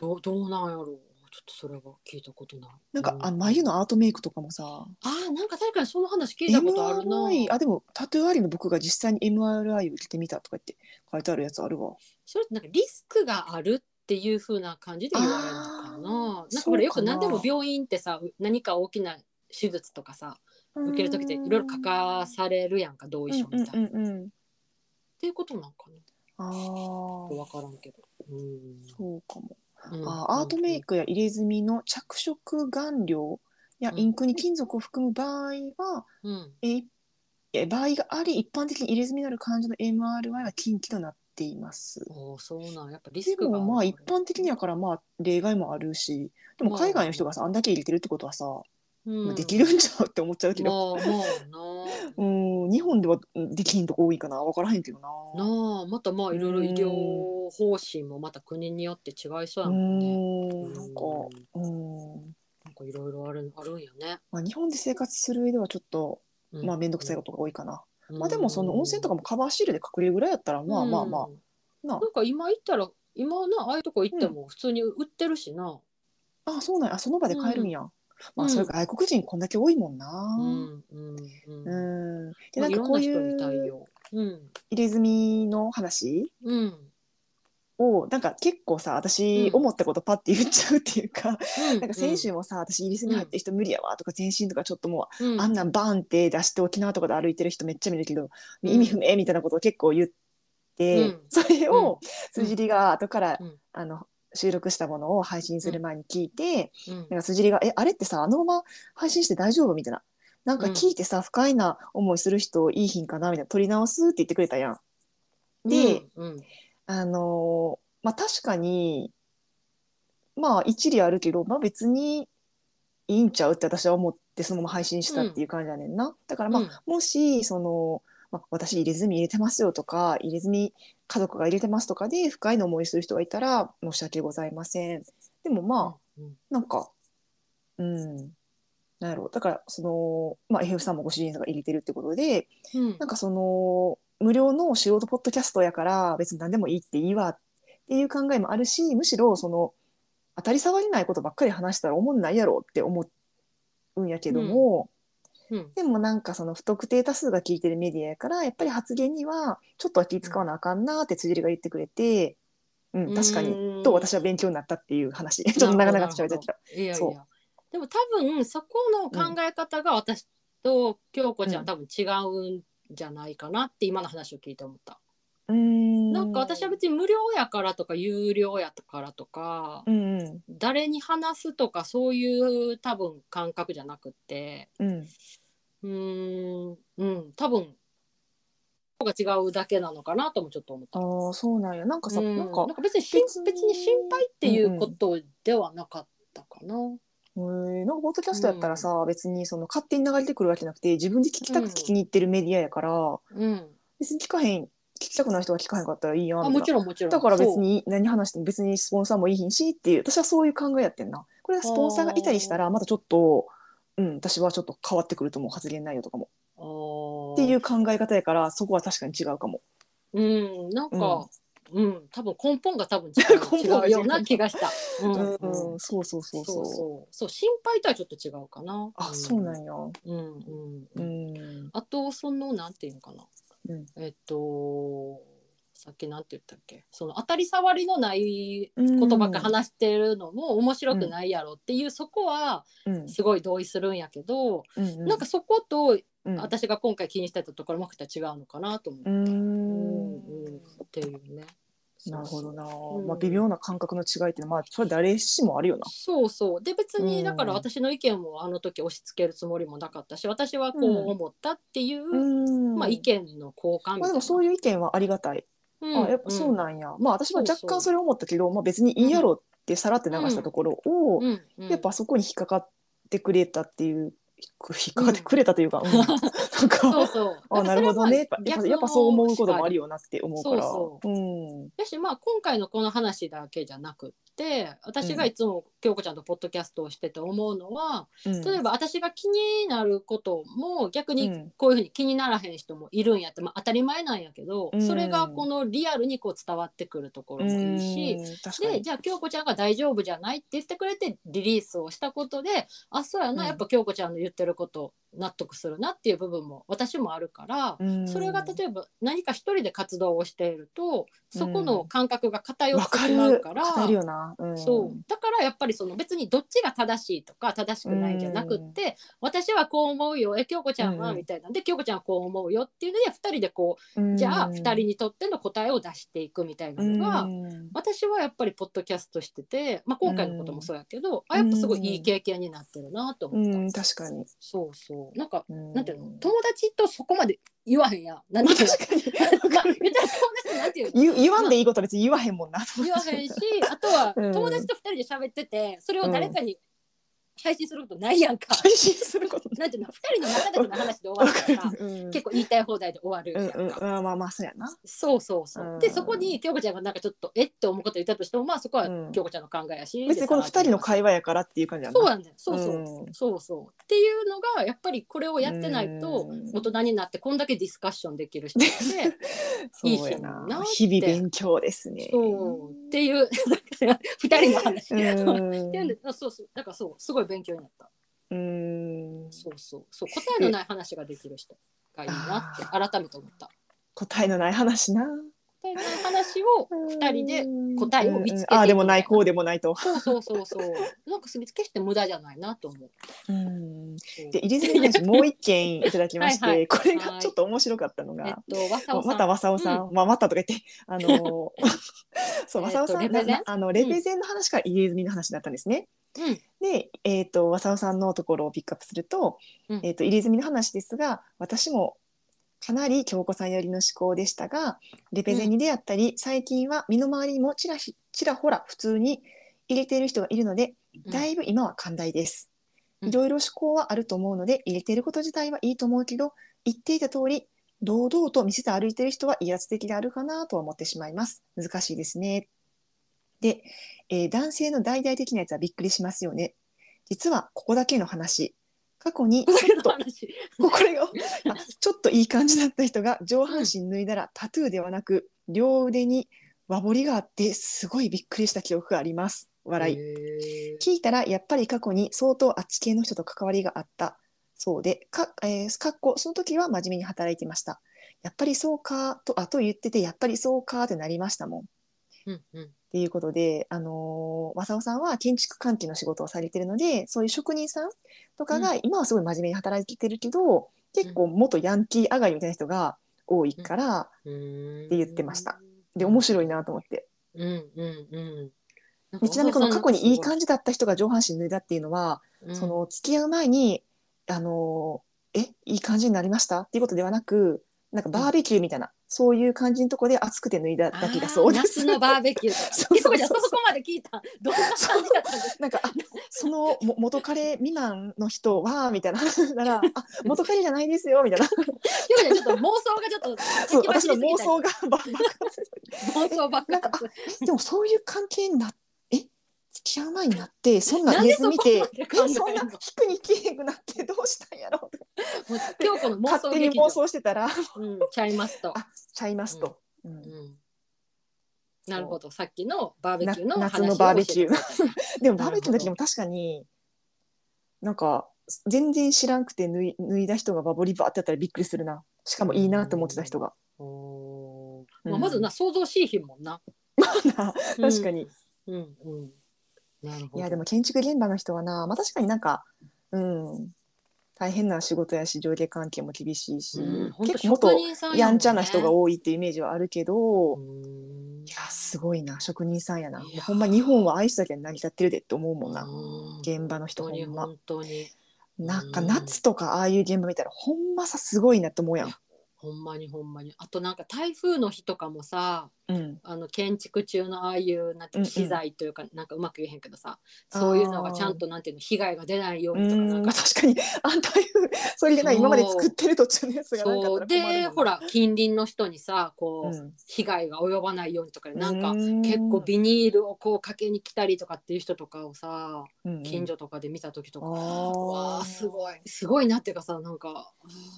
Speaker 1: どうどうなんやろうちょっとそれは聞いたことない。
Speaker 2: なんか
Speaker 1: う、
Speaker 2: あの眉のアートメイクとかもさ、
Speaker 1: あーなんか確かにその話聞いたことあるな。
Speaker 2: MRI、あ、でもタトゥーありの僕が実際に MRI を受けてみたとか言って書いてあるやつあるわ。
Speaker 1: それってなんかリスクがあるっていう風な感じで言われるのかな
Speaker 2: あ。ー
Speaker 1: なんかほらよ
Speaker 2: そ
Speaker 1: く
Speaker 2: うかな
Speaker 1: 何でも病院ってさ何か大きな手術とかさ受ける時っていろいろ書かされるやんか同意書みたいな。
Speaker 2: うん
Speaker 1: っ
Speaker 2: うんうんうん
Speaker 1: ていうことなんかな。
Speaker 2: あー
Speaker 1: わからんけど。う
Speaker 2: そうかも。
Speaker 1: ん。うん
Speaker 2: あーアートメイ。クや入れ墨の着色顔料や
Speaker 1: うん
Speaker 2: インクに金属を含む場合は、
Speaker 1: うん。
Speaker 2: ええ場合があり一般的に入れ墨のある患者の MRI は禁忌となっています。
Speaker 1: おおそうなんやっぱリス
Speaker 2: で
Speaker 1: クが
Speaker 2: もまあ
Speaker 1: る
Speaker 2: 一般的にやからまあ例外もあるしでも海外の人がさあんだけ入れてるってことはさ、
Speaker 1: うん
Speaker 2: できるんちゃうって思っちゃうけ
Speaker 1: まあ
Speaker 2: ど、
Speaker 1: まあな。
Speaker 2: うん日本ではうんできんとこ多いかな分からへんけどな。
Speaker 1: なあまたまあいろいろ医療方針もまた国によって違いそうや
Speaker 2: う
Speaker 1: もんね。
Speaker 2: んなんか
Speaker 1: うん
Speaker 2: うん
Speaker 1: なんかいろいろあるあるんやね。。
Speaker 2: まあ、日本で生活する上ではちょっと、まあ、面倒くさいこととが多いかな、
Speaker 1: うん
Speaker 2: まあでもその温泉とかもカバーシールで隠れるぐらいやったらまあまあまあ、
Speaker 1: うん
Speaker 2: な
Speaker 1: なんか今行ったら今なああいうとこ行っても普通に売ってるしな。
Speaker 2: ああそうなんやあその場で買えるんや、
Speaker 1: う
Speaker 2: まあ
Speaker 1: ん
Speaker 2: それ外国人こんだけ多いもん
Speaker 1: う
Speaker 2: な、
Speaker 1: んうんうん。ま
Speaker 2: うん
Speaker 1: あ
Speaker 2: でなん
Speaker 1: い
Speaker 2: か
Speaker 1: ろん
Speaker 2: こ
Speaker 1: な
Speaker 2: うい
Speaker 1: 人に対
Speaker 2: う
Speaker 1: 応。うん
Speaker 2: 入れ墨の話
Speaker 1: うん
Speaker 2: をなんか結構さ私
Speaker 1: うん
Speaker 2: 思ったことパッて言っちゃうっていうか、
Speaker 1: うん
Speaker 2: なんか先週もさ私イギリスに入ってる人無理やわとか全身とかちょっともう
Speaker 1: うん
Speaker 2: あんなんバーンって出して沖縄とかで歩いてる人めっちゃ見るけど、
Speaker 1: うん
Speaker 2: 意味不明みたいなことを結構言って、
Speaker 1: うん
Speaker 2: それを
Speaker 1: うん
Speaker 2: 辻りが後から、
Speaker 1: うん
Speaker 2: あの収録したものを配信する前に聞いて、
Speaker 1: うん
Speaker 2: なんか辻りが「えあれってさあのまま配信して大丈夫?」みたいな。なんか聞いてさ、不快な思いする人いい品かなみたいな取り直すって言ってくれたやん。で、
Speaker 1: うん
Speaker 2: あのーまあ確かにまあ一理あるけど、まあ、別にいいんちゃうって私は思ってそのまま配信したっていう感じやねんな。だからまあ、
Speaker 1: うん
Speaker 2: もしその、まあ、私入れ墨入れてますよとか入れ墨家族が入れてますとかで不快な思いする人がいたら申し訳ございません。でもまあ、
Speaker 1: うん
Speaker 2: なんか、うん、なんやろう。だから、その、まあ、FF さんもご主人さんが入れてるってことで、
Speaker 1: うん
Speaker 2: なんかその、無料の素人ポッドキャストやから、別に何でもいいっていいわっていう考えもあるし、むしろ、その、当たり障りないことばっかり話したらおもんないやろって思うんやけども、
Speaker 1: うん
Speaker 2: でもなんかその不特定多数が聞いてるメディアやから、やっぱり発言にはちょっとは気使わなあかんなって辻りが言ってくれて、うん、確かに、
Speaker 1: に
Speaker 2: と私は勉強になったっていう話。ちょっと長々と喋っちゃった。
Speaker 1: いやいや
Speaker 2: そう
Speaker 1: でも多分そこの考え方が私と京子ちゃん、
Speaker 2: うん
Speaker 1: 多分違うんじゃないかなって今の話を聞いて思った、
Speaker 2: な
Speaker 1: なんか私は別に無料やからとか有料やからとか、
Speaker 2: うんうん
Speaker 1: 誰に話すとかそういう多分感覚じゃなくって
Speaker 2: うん
Speaker 1: うーんうん多分方が違うだけなのかなともちょっと思った。
Speaker 2: ああそうなんやなんかさ、
Speaker 1: うん
Speaker 2: なんか、
Speaker 1: 別に心
Speaker 2: 別
Speaker 1: 別
Speaker 2: に
Speaker 1: に心配っていうことではなかったかな。
Speaker 2: えーなんかポッドキャストやったらさ、別にその勝手に流れてくるわけじゃなくて自分で聞きたく
Speaker 1: うん
Speaker 2: 聞きに行ってるメディアやから、
Speaker 1: うん、
Speaker 2: 別に聞かへん聞きたくない人が聞かへんかったらいいやん
Speaker 1: あ
Speaker 2: み
Speaker 1: も
Speaker 2: た
Speaker 1: ち
Speaker 2: いな
Speaker 1: ろんもちろん。
Speaker 2: だから別
Speaker 1: そう
Speaker 2: に何話しても別にスポンサーもいいひんしっていう私はそういう考えやってんなこれがスポンサーがいたりしたらまたちょっとうん私はちょっと変わってくると思う発言内容とかも
Speaker 1: っ、
Speaker 2: っていうう考え方やからそこは確かに違うかも
Speaker 1: うん、なんか、うん多分根本が多分違う
Speaker 2: [LAUGHS] 根本が
Speaker 1: 違
Speaker 2: 違う
Speaker 1: うような気がした。う
Speaker 2: うん
Speaker 1: ん、
Speaker 2: うん
Speaker 1: そう
Speaker 2: そうそうそ
Speaker 1: そうう
Speaker 2: そう
Speaker 1: そう心配とはちょっと違うかな。
Speaker 2: あそうなん
Speaker 1: や。
Speaker 2: や
Speaker 1: うんうん
Speaker 2: う
Speaker 1: うん
Speaker 2: ん
Speaker 1: あとそのなんていうのかな、
Speaker 2: うん
Speaker 1: えっとさっきなんて言ったっけその当たり障りのない
Speaker 2: 言
Speaker 1: ことばっか話してるのも面白くないやろっていう、そこは
Speaker 2: うん
Speaker 1: すごい同意するんやけど、
Speaker 2: うん
Speaker 1: なんかそこと
Speaker 2: うん
Speaker 1: 私が今回気にしてたところもくた違うのかなと思って
Speaker 2: うー
Speaker 1: うん
Speaker 2: ん
Speaker 1: うんっていうね。
Speaker 2: なるほどな、
Speaker 1: ん
Speaker 2: まあ微妙な感覚の違いっていうのはまあそれは誰しもあるよな。
Speaker 1: そうそうで別
Speaker 2: うん
Speaker 1: にだから私の意見もあの時押し付けるつもりもなかったし私はこう思ったっていう、
Speaker 2: ん
Speaker 1: まあ、意見の交換みたい
Speaker 2: まあで
Speaker 1: な
Speaker 2: も。そういう意見はありがたい。
Speaker 1: うん
Speaker 2: あやっぱそうなんや。まあ私は若
Speaker 1: そうそ
Speaker 2: 干
Speaker 1: う
Speaker 2: それを思ったけど、まあ別にいいやろってさらって流したところを、
Speaker 1: うんうん
Speaker 2: やっぱそこに引っかかってくれたっていう引っかかってくれたというか、うんなんか
Speaker 1: そうそう。
Speaker 2: [LAUGHS] あなるほどね。やっ
Speaker 1: だ
Speaker 2: ぱ
Speaker 1: からそ
Speaker 2: やっぱ
Speaker 1: れは
Speaker 2: やっぱそう思うこともある
Speaker 1: よ。
Speaker 2: よなって思うから。
Speaker 1: そう
Speaker 2: うん
Speaker 1: だし、まあ、今回のこの話だけじゃなくって、私がいつも京子ちゃんとポッドキャストをしてて思うのは、
Speaker 2: うん。
Speaker 1: 例えば私が気になることも逆
Speaker 2: う
Speaker 1: に
Speaker 2: ん
Speaker 1: こういうふうに気にならへん人もいるんやって、まあ、当たり前なんやけど、
Speaker 2: うん
Speaker 1: それがこのリアルにこう伝わってくるところもいいし、
Speaker 2: うん確か
Speaker 1: で
Speaker 2: に。
Speaker 1: じゃあ京子ちゃんが大丈夫じゃないって言ってくれてリリースをしたことであそうやな、
Speaker 2: うん
Speaker 1: やっぱ京子ちゃんの言ってること納得するなっていう部分も私もあるから、
Speaker 2: うん
Speaker 1: それが例えば何か一人で活動をしているとそこの感覚が偏ってしま
Speaker 2: わ
Speaker 1: う
Speaker 2: か
Speaker 1: か
Speaker 2: る
Speaker 1: ら。
Speaker 2: 偏るよな。うん
Speaker 1: そうだからやっぱりその別にどっちが正しいとか正しくないじゃなくって、私はこう思うよえ京子ちゃん
Speaker 2: う
Speaker 1: は
Speaker 2: ん
Speaker 1: みたいなんで京子ちゃんはこう思うよっていうので2人でこうじゃあ2人にとっての答えを出していくみたいなのが、
Speaker 2: うん
Speaker 1: 私はやっぱりポッドキャストしてて、まあ、今回のこともそうやけど、あやっぱすごいいい経験になってるなと思った、
Speaker 2: うん、確かに。
Speaker 1: そうそうなんか、
Speaker 2: な
Speaker 1: なんていうの友達とそこまで言わへんやんなんていうの
Speaker 2: 確かに。
Speaker 1: まあ言ったら友達ってなんていうの
Speaker 2: 言言わんでいいことは別に言わへんもんな。 [LAUGHS]
Speaker 1: 言わへんしあとは
Speaker 2: うん
Speaker 1: 友達と二人で喋っててそれを誰かに配信することないやんか、
Speaker 2: 配信すること
Speaker 1: なんていうの二人の仲良くの話で終
Speaker 2: わ
Speaker 1: わる
Speaker 2: か
Speaker 1: か
Speaker 2: る
Speaker 1: らさ。
Speaker 2: うん
Speaker 1: 結構言いたい放題で終わる
Speaker 2: う
Speaker 1: や
Speaker 2: ん
Speaker 1: んか、
Speaker 2: うん、まあまあまあそうやな。
Speaker 1: そうそうそう、
Speaker 2: うん
Speaker 1: でそこに京子ちゃんがなんかちょっとえって思うこと言ったとしてもまあそこ
Speaker 2: う
Speaker 1: は
Speaker 2: ん
Speaker 1: 京子ちゃんの考えやし、
Speaker 2: 別にこの二人の会話やからっていう感じやな。
Speaker 1: そうなんだよそうそう、
Speaker 2: うん
Speaker 1: そうそうっていうのがやっぱりこれをやってないと
Speaker 2: うん
Speaker 1: 大人になってこんだけディスカッションできる人って、
Speaker 2: [LAUGHS] そうや
Speaker 1: いい日や
Speaker 2: な
Speaker 1: なっ。て
Speaker 2: 日々勉強ですね。
Speaker 1: そうっていう二人の話、
Speaker 2: う
Speaker 1: っ
Speaker 2: ん
Speaker 1: ていうんでそうそうだからそうすごい勉強になった
Speaker 2: うん。
Speaker 1: そうそうそう答えのない話ができる人がいいなって改めて思った
Speaker 2: 答えのない話な。
Speaker 1: 体の話を二人で答えを見つけていくみたいな
Speaker 2: ああでもないこうでもないと。
Speaker 1: そうそうそうそうなんか決して無駄じゃないなと思う。
Speaker 2: うんで入れ墨の話もう一件いただきまして
Speaker 1: はいはい
Speaker 2: これがちょっと面白かったの
Speaker 1: えっ
Speaker 2: が。
Speaker 1: とわさおさん
Speaker 2: またわさおさん、まあ、またとか
Speaker 1: [LAUGHS]
Speaker 2: 言って、あのー [LAUGHS] そう、わさおさん、
Speaker 1: えっとレペゼン
Speaker 2: ななあのレペゼンの話から入れ墨の話だったんですね。
Speaker 1: うん
Speaker 2: で、えっ、と、わさおさんのところをピックアップすると、
Speaker 1: うん
Speaker 2: えっ、と、入れ墨の話ですが、私も。かなり京子さん寄りの思考でしたが、レペゼンに出会ったり、最近は身の回りにもちらひ、ちらほら普通に。入れている人がいるので、
Speaker 1: うん
Speaker 2: だいぶ今は寛大です。
Speaker 1: うん
Speaker 2: いろいろ思考はあると思うので、入れていること自体はいいと思うけど、言っていた通り、堂々と見せて歩いている人は威圧的であるかなとは思ってしまいます。難しいですね。で、えー男性の大々的なやつはびっくりしますよね。実はここだけの話。過去にちょっと、
Speaker 1: 話
Speaker 2: ここれ
Speaker 1: [LAUGHS]
Speaker 2: が、あちょっといい感じだった人が上半身脱いだらタトゥーではなく、両腕に和彫りがあって、すごいびっくりした記憶があります。笑い。
Speaker 1: へー
Speaker 2: 聞いたらやっぱり過去に相当あっち系の人と関わりがあったそうでか、えー、かっこその時は真面目に働いていましたやっぱりそうかとあと言っててやっぱりそうかってなりましたもんっ
Speaker 1: うんうん
Speaker 2: ていうことであのー、正雄さんは建築関係の仕事をされてるのでそういう職人さんとかが、
Speaker 1: う
Speaker 2: 今はすごい真面目に働いてるけど結構元ヤンキー上がりみたいな人が多いから、
Speaker 1: うーん
Speaker 2: って言ってました。で面白いなと思って
Speaker 1: うんうんうんなんか
Speaker 2: でちなみにこの過去にいい感
Speaker 1: じ、
Speaker 2: じだった人が上半身脱いだっていうのは
Speaker 1: うん
Speaker 2: その付き合う前にあのえいい感じになりましたっていうことではなくなんかバーベキューみたいな、そういう感じのとこで暑くて脱いだだけだそうです。
Speaker 1: あー夏のバーベキューとか。
Speaker 2: [LAUGHS] そうそうそう
Speaker 1: いやこれそこまで聞いた。どんな感じだったん
Speaker 2: [LAUGHS]
Speaker 1: ですか。
Speaker 2: なんかあそのも元彼未満の人はみたいな [LAUGHS] ならあ元彼じゃないですよみた
Speaker 1: [LAUGHS]
Speaker 2: いな
Speaker 1: 今日ねちょっと妄想がちょ
Speaker 2: そう
Speaker 1: っと先走
Speaker 2: 私の
Speaker 1: りすぎ
Speaker 2: 妄
Speaker 1: た
Speaker 2: 想が [LAUGHS] ば爆発
Speaker 1: 妄想ばっか
Speaker 2: なんかでもそういう関係になえ付き合う前になってそんな
Speaker 1: なん
Speaker 2: 入
Speaker 1: で
Speaker 2: れ
Speaker 1: そこ
Speaker 2: 墨
Speaker 1: ま
Speaker 2: 見
Speaker 1: で
Speaker 2: て
Speaker 1: 考え
Speaker 2: え
Speaker 1: るの
Speaker 2: そんな引くに消えなくなってどうしたんやろうとか
Speaker 1: もう京子の妄想
Speaker 2: 勝手に
Speaker 1: 劇
Speaker 2: 妄
Speaker 1: 場。
Speaker 2: 想してたら
Speaker 1: うん、ちゃいますと。
Speaker 2: あちゃいますと。うん
Speaker 1: うんなるほど。さっきのバーベキューの
Speaker 2: な
Speaker 1: 話
Speaker 2: 夏のバーベキュ
Speaker 1: を
Speaker 2: ー
Speaker 1: 教えてくれた
Speaker 2: でもバーベキューの時でも確かになんか全然知らんくて脱い脱いだ人がバボリバーってやったらびっくりするなしかもいいなと思ってた人が、
Speaker 1: おーまあまずな想像しいひんもんな。
Speaker 2: [LAUGHS] 確かに、
Speaker 1: うん。うんうん。なるほど。
Speaker 2: いやでも建築現場の人はな、まあ、確かになんかうん大変な仕事やし上下関係も厳しいし、
Speaker 1: うん、本当
Speaker 2: 結構
Speaker 1: 職
Speaker 2: 元
Speaker 1: 人さんもんね
Speaker 2: やんちゃな人が多いっていうイメージはあるけど、
Speaker 1: うん
Speaker 2: いやすごいな職人さんやなも
Speaker 1: いうや
Speaker 2: ほんま日本は愛しだけに成り立ってるでって思うもんな
Speaker 1: うん
Speaker 2: 現場の人
Speaker 1: 本当に
Speaker 2: ほんま
Speaker 1: 本当に
Speaker 2: なんか
Speaker 1: うん
Speaker 2: 夏とかああいう現場見たらほんまさすごいなって思うやん。
Speaker 1: ほんまにほんまにあとなんか台風の日とかもさ
Speaker 2: うん、
Speaker 1: あの建築中のああいうなんて
Speaker 2: うんうん
Speaker 1: 機材というか、なんかうまく言えへんけどさそういうのがちゃんとなんていうの被害が出ないようにとかなん
Speaker 2: ま
Speaker 1: か
Speaker 2: あ確かにあん台風それでな
Speaker 1: そう
Speaker 2: 今まで作ってる途中のやつがなんか
Speaker 1: そうでほ
Speaker 2: ら、
Speaker 1: ら近隣の人にさこ
Speaker 2: う
Speaker 1: う、
Speaker 2: ん、
Speaker 1: 被害が及ばないようにとかなんか結
Speaker 2: 結
Speaker 1: 構、ビニールをこうかけに来たりとかっていう人とかをさ近所とかで見た時とか、わ
Speaker 2: あ
Speaker 1: あ
Speaker 2: あ
Speaker 1: すごいすごいなっていうかさなんか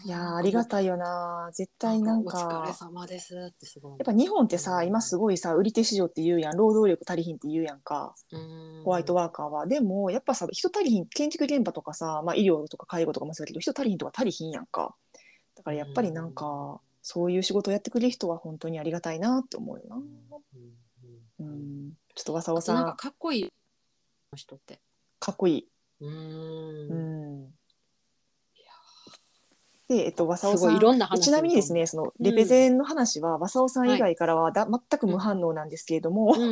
Speaker 2: いやーありがたいよな絶対なんか
Speaker 1: お疲れ
Speaker 2: や
Speaker 1: 様ですってすごい
Speaker 2: っぱ日本ってさ今すごいさ売り手市場って言うやん労働力足りひんって言うやんかホワイト
Speaker 1: ワ
Speaker 2: ワーカーは、でもやっぱさ人足りひん建築現場とかさ、まあ、医療とか介護とかもそうだけど人足りひんとか足りひんやんかだからやっぱりなんか、
Speaker 1: うん
Speaker 2: そういう仕事をやってくれる人は本当にありがたいなって思うよな、う
Speaker 1: うん
Speaker 2: ん、ちょっとわさ
Speaker 1: あ
Speaker 2: わ
Speaker 1: と
Speaker 2: さ
Speaker 1: なんんかかっこいい人って
Speaker 2: かっこいい。
Speaker 1: う
Speaker 2: うんん、で、えっと、わさ
Speaker 1: す
Speaker 2: おさ
Speaker 1: ごいい
Speaker 2: ん。
Speaker 1: ろんな話
Speaker 2: ちなみにですね、そのレペゼンの話は、わさおさん以外からはだ全く無反応なんですけれども
Speaker 1: うん、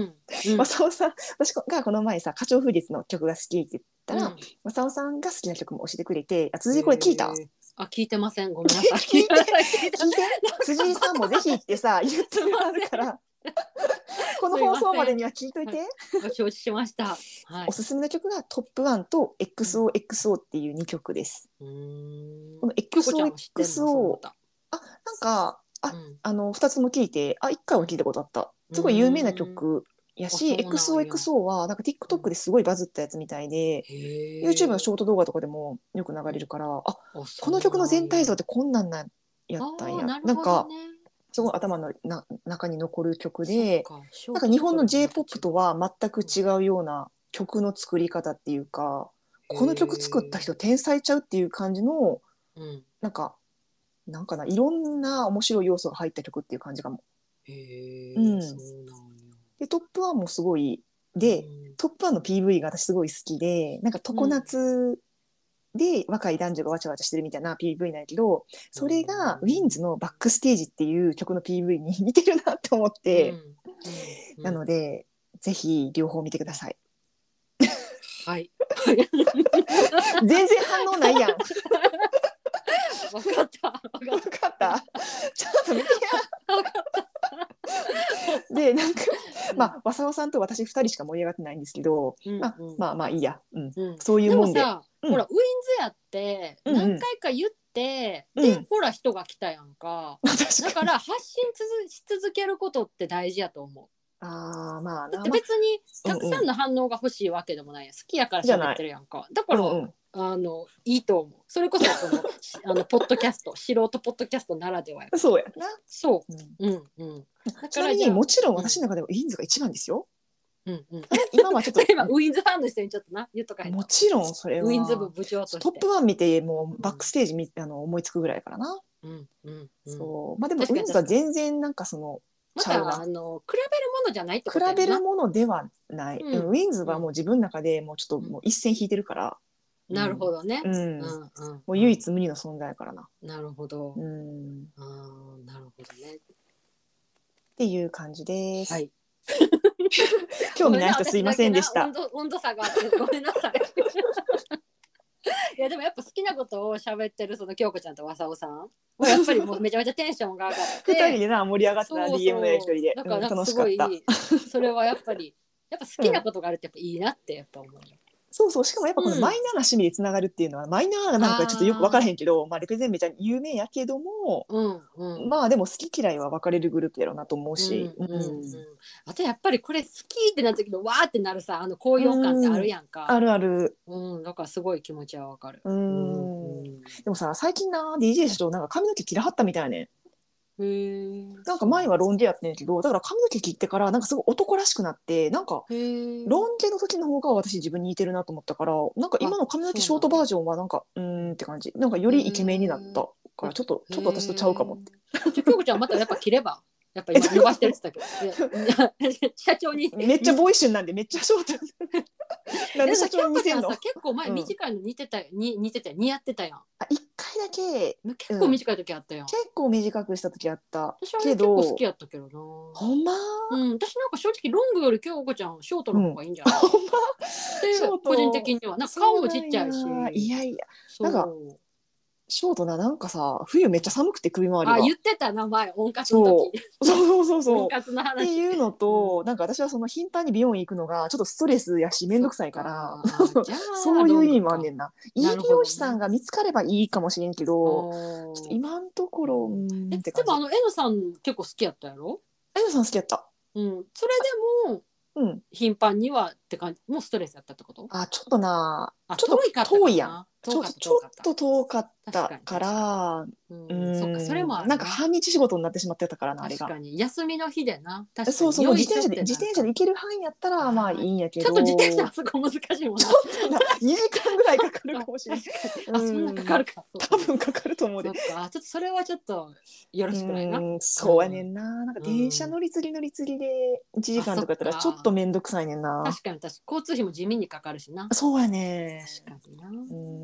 Speaker 1: うん
Speaker 2: わさおさん、私がこの前さ、花鳥風月の曲が好きって言ったら、
Speaker 1: うん
Speaker 2: わさおさんが好きな曲も教えてくれて、あ辻井これ聞いた、
Speaker 1: えーあ聞いてませんごめんなさい
Speaker 2: 聞い
Speaker 1: [LAUGHS] 聞い
Speaker 2: て
Speaker 1: て
Speaker 2: 聞いて辻井さんもぜひってさ、言ってもらう [LAUGHS] から、この放送までには聞いといて。
Speaker 1: ご承知しましたはい
Speaker 2: おすすめの曲がトップワンと XOXO っていう二曲です。
Speaker 1: うーん
Speaker 2: この
Speaker 1: 京子ちゃんは知ってんの
Speaker 2: XOXO
Speaker 1: そう思った
Speaker 2: あ、なんか、あ
Speaker 1: うん
Speaker 2: あの2つも聞いてあ1回は聞いたことあったすごい有名な曲やし
Speaker 1: うんあそうなんや
Speaker 2: XOXO はなんか TikTok ですごいバズったやつみたいで、
Speaker 1: へー
Speaker 2: YouTube のショート動画とかでもよく流れるからあ
Speaker 1: あそう
Speaker 2: この曲の全体像
Speaker 1: な
Speaker 2: ってこんなんなんや
Speaker 1: ん
Speaker 2: ったん
Speaker 1: あ
Speaker 2: や
Speaker 1: ー
Speaker 2: な,、
Speaker 1: るほどね
Speaker 2: んかすごい頭のな中に残る曲で
Speaker 1: そっか
Speaker 2: なんか日本の j p o p とは全く違うような曲の作り方っていうかこの曲作った人、天才ちゃうっていう感じの
Speaker 1: へーうん
Speaker 2: なんかなんかないろんな面白い要素が入った曲っていう感じかも。
Speaker 1: へえ、
Speaker 2: うん
Speaker 1: そうなんや。
Speaker 2: でトップ1もすごいでトップ1の PV が私すごい好きでなんか常夏で若い男女がわちゃわちゃしてるみたいな PV なんやけどそれがウィンズの「バックステージ」っていう曲の PV に [LAUGHS] 似てるなって思っ
Speaker 1: うん、
Speaker 2: て、
Speaker 1: うん
Speaker 2: なのでぜひ両方見てください。 [LAUGHS]
Speaker 1: はい。
Speaker 2: 全然反応ないやん。よ
Speaker 1: わかった。わかっ [LAUGHS]
Speaker 2: かった。ちょっと見てや。でなんか
Speaker 1: た
Speaker 2: まあわさわさんと私2人しか盛り上がってないんですけど、
Speaker 1: うん
Speaker 2: まあ
Speaker 1: うん
Speaker 2: まあまあいいや、うん、
Speaker 1: うん
Speaker 2: そういうもんで
Speaker 1: でもさ、
Speaker 2: うん
Speaker 1: ほらウィンズやって
Speaker 2: うんうん
Speaker 1: 何回か言って、
Speaker 2: うん
Speaker 1: でほら人が来たやんか、
Speaker 2: [LAUGHS] 私
Speaker 1: だから発信つづし続けることって大事やと思
Speaker 2: ああまあ
Speaker 1: うだ
Speaker 2: な
Speaker 1: って別に
Speaker 2: うん
Speaker 1: た
Speaker 2: う
Speaker 1: く
Speaker 2: ん
Speaker 1: さんの反応が欲しいわけでもないやん好きやから喋ってるやんかだから、
Speaker 2: うんうん
Speaker 1: あのいいと思うそれこ
Speaker 2: [LAUGHS]
Speaker 1: そこのしあのポッドキャスト素人ポッドキャストならではや
Speaker 2: そうやな、
Speaker 1: そ
Speaker 2: うん
Speaker 1: ううんうんだ
Speaker 2: ちなみ
Speaker 1: じゃ
Speaker 2: に
Speaker 1: あ
Speaker 2: もちろん私の中でもウィンズが一番ですよ、
Speaker 1: うんうん [LAUGHS]
Speaker 2: 今はちょっと
Speaker 1: それ今ウィンズファンの人にちょっとな言っとかへんと
Speaker 2: もちろんそれは
Speaker 1: ウィンズ部部長として
Speaker 2: トップ1見てもうバックステージ見、あの思いつくぐらいからな、
Speaker 1: うんうんうん
Speaker 2: そうまあでもウ
Speaker 1: 確か
Speaker 2: ィ
Speaker 1: に
Speaker 2: ンズは全然なんかその
Speaker 1: ま
Speaker 2: ちゃうな
Speaker 1: たあの比べるものじゃないってこと
Speaker 2: 比
Speaker 1: やな
Speaker 2: べるものではない、
Speaker 1: うん
Speaker 2: うんウィンズはもう自分の中でもうちょっともう一線引いてるから、
Speaker 1: なるほどね
Speaker 2: う。
Speaker 1: うんんうん。
Speaker 2: もう唯一無二の存在やからな、
Speaker 1: なるほど
Speaker 2: う。ん、っ
Speaker 1: ああなるほどね。
Speaker 2: ていう感じです、
Speaker 1: はい。
Speaker 2: 興味ない人すいませんでし
Speaker 1: ごめん
Speaker 2: た
Speaker 1: な温度温度差があってごめんなさい。いやでもやっぱ好きなことを喋ってるその京子ちゃんとわさおさんはやっぱりもうめちゃめちゃテンションが上がっ
Speaker 2: 二
Speaker 1: て
Speaker 2: 人でな盛り上がった
Speaker 1: そう
Speaker 2: な
Speaker 1: そう
Speaker 2: DM のやり取りで
Speaker 1: だから
Speaker 2: うん
Speaker 1: なんか
Speaker 2: 楽
Speaker 1: す
Speaker 2: しかっ
Speaker 1: ごい
Speaker 2: た
Speaker 1: それはやっぱりやっぱ好きなことがあるってやっぱいいなってやっぱ思うよ。
Speaker 2: そうそうしかもやっぱこの
Speaker 1: うん
Speaker 2: マイナーな趣味でつながるっていうのは、マイナーななんかちょっとよく分からへんけどまあ、レペゼンめちゃ有名やけども、
Speaker 1: うんうん。
Speaker 2: まあでも好き嫌いは分かれるグループやろうなと思うし、
Speaker 1: うんうん
Speaker 2: う
Speaker 1: うんん、あとやっぱりこれ好きってなった時のわーってなるさあの高揚感ってあるやんか
Speaker 2: あるある
Speaker 1: うん、だからすごい気持ちはわかる。
Speaker 2: う
Speaker 1: うん
Speaker 2: でもさ最近な DJ 社長なんか髪の毛切らはったみたいやね
Speaker 1: へえ。
Speaker 2: なんか前はロン毛やってんけどだから髪の毛切ってからなんかすごい男らしくなってなんか
Speaker 1: へえ。
Speaker 2: ロン毛の時の方が私自分に似てるなと思ったからなんか今の髪の毛ショートバージョンはなんかうーんって感じなんかよりイケメンになったからちょっとちょっと私とちゃうかもって。
Speaker 1: へー。じゃあ京子ちゃんまたやっぱ切れば。やっぱ今伸ばしてるって言ったけどいやいや、 [LAUGHS] 社長に。
Speaker 2: めっちゃボーイッシュなんでめっちゃショ
Speaker 1: [LAUGHS]
Speaker 2: ートなんで社長に見せんの
Speaker 1: いやでも京子ちゃんさ結構前
Speaker 2: うん
Speaker 1: 短いの似てた、に似てたよ似合ってたやん。
Speaker 2: あ一回だけ
Speaker 1: 結構短い時あったやん。
Speaker 2: 結構短くした時あった
Speaker 1: 私は
Speaker 2: け
Speaker 1: 結構
Speaker 2: ど
Speaker 1: 好きやったけどな。
Speaker 2: ほんま
Speaker 1: うん、私なんか正直ロングより京子ちゃんショートの方がいいんじゃない、
Speaker 2: ほんまショー
Speaker 1: っ
Speaker 2: ト
Speaker 1: て個人的にはなんか顔もちっちゃいし
Speaker 2: そうなんやいやいや
Speaker 1: そう
Speaker 2: なんかショートななんかさ冬めっちゃ寒くて首周りが
Speaker 1: あ言ってた名前温活の時
Speaker 2: そうそうそうそう
Speaker 1: 温活の
Speaker 2: って
Speaker 1: 話
Speaker 2: いうのと、なんか私はその頻繁に美容院行くのがちょっとストレスやし面倒くさいから
Speaker 1: そっかじゃあ
Speaker 2: [LAUGHS] そういう意味もあんねんな。いい
Speaker 1: なるほどね
Speaker 2: 美容師さんが見つかればいいかもしれんけど、
Speaker 1: おー
Speaker 2: ちょっと今のところ、うーん
Speaker 1: え
Speaker 2: って
Speaker 1: で
Speaker 2: 感じ
Speaker 1: もあ。のえのさん結構好きやったやろ
Speaker 2: あやさん好きやった。
Speaker 1: うんそれでも
Speaker 2: うん。
Speaker 1: 頻繁にはって感じもうストレスやったってこと
Speaker 2: あ、ちょっとな、
Speaker 1: あ
Speaker 2: ちょっと
Speaker 1: 遠いかったかな
Speaker 2: 遠いやんち
Speaker 1: 遠
Speaker 2: ょ
Speaker 1: かった
Speaker 2: ち
Speaker 1: 遠
Speaker 2: ょっ
Speaker 1: かった
Speaker 2: と遠かった
Speaker 1: 確
Speaker 2: か
Speaker 1: かに
Speaker 2: ら、
Speaker 1: うん
Speaker 2: うん
Speaker 1: そっかそれもある
Speaker 2: なんか半日仕事になってしまってたからな、あれ
Speaker 1: 確
Speaker 2: が。
Speaker 1: かに休みの日でな確かに
Speaker 2: そうそう、もう
Speaker 1: 用意
Speaker 2: 自
Speaker 1: しと
Speaker 2: 転
Speaker 1: ってな
Speaker 2: 車で、自転車で行ける範囲やったら、まあいいんやけど。
Speaker 1: ちょっと自転
Speaker 2: [LAUGHS]
Speaker 1: 車はそこ難しいもんな
Speaker 2: な2時間ぐらいかかるかもしれない。
Speaker 1: あそんなかかるか
Speaker 2: 多分かかると思
Speaker 1: そうう
Speaker 2: で
Speaker 1: か。そっかちょっとそれはちょっとよろしくないな
Speaker 2: うんそうやねんな。なんか電車乗り継ぎ乗り継ぎで1時間とかやったら
Speaker 1: あ
Speaker 2: ち
Speaker 1: そ
Speaker 2: ょ
Speaker 1: っか
Speaker 2: っと面倒くさいねんな。
Speaker 1: 確かに私交通費も地味にかかるしな
Speaker 2: そうやね。
Speaker 1: 確かにな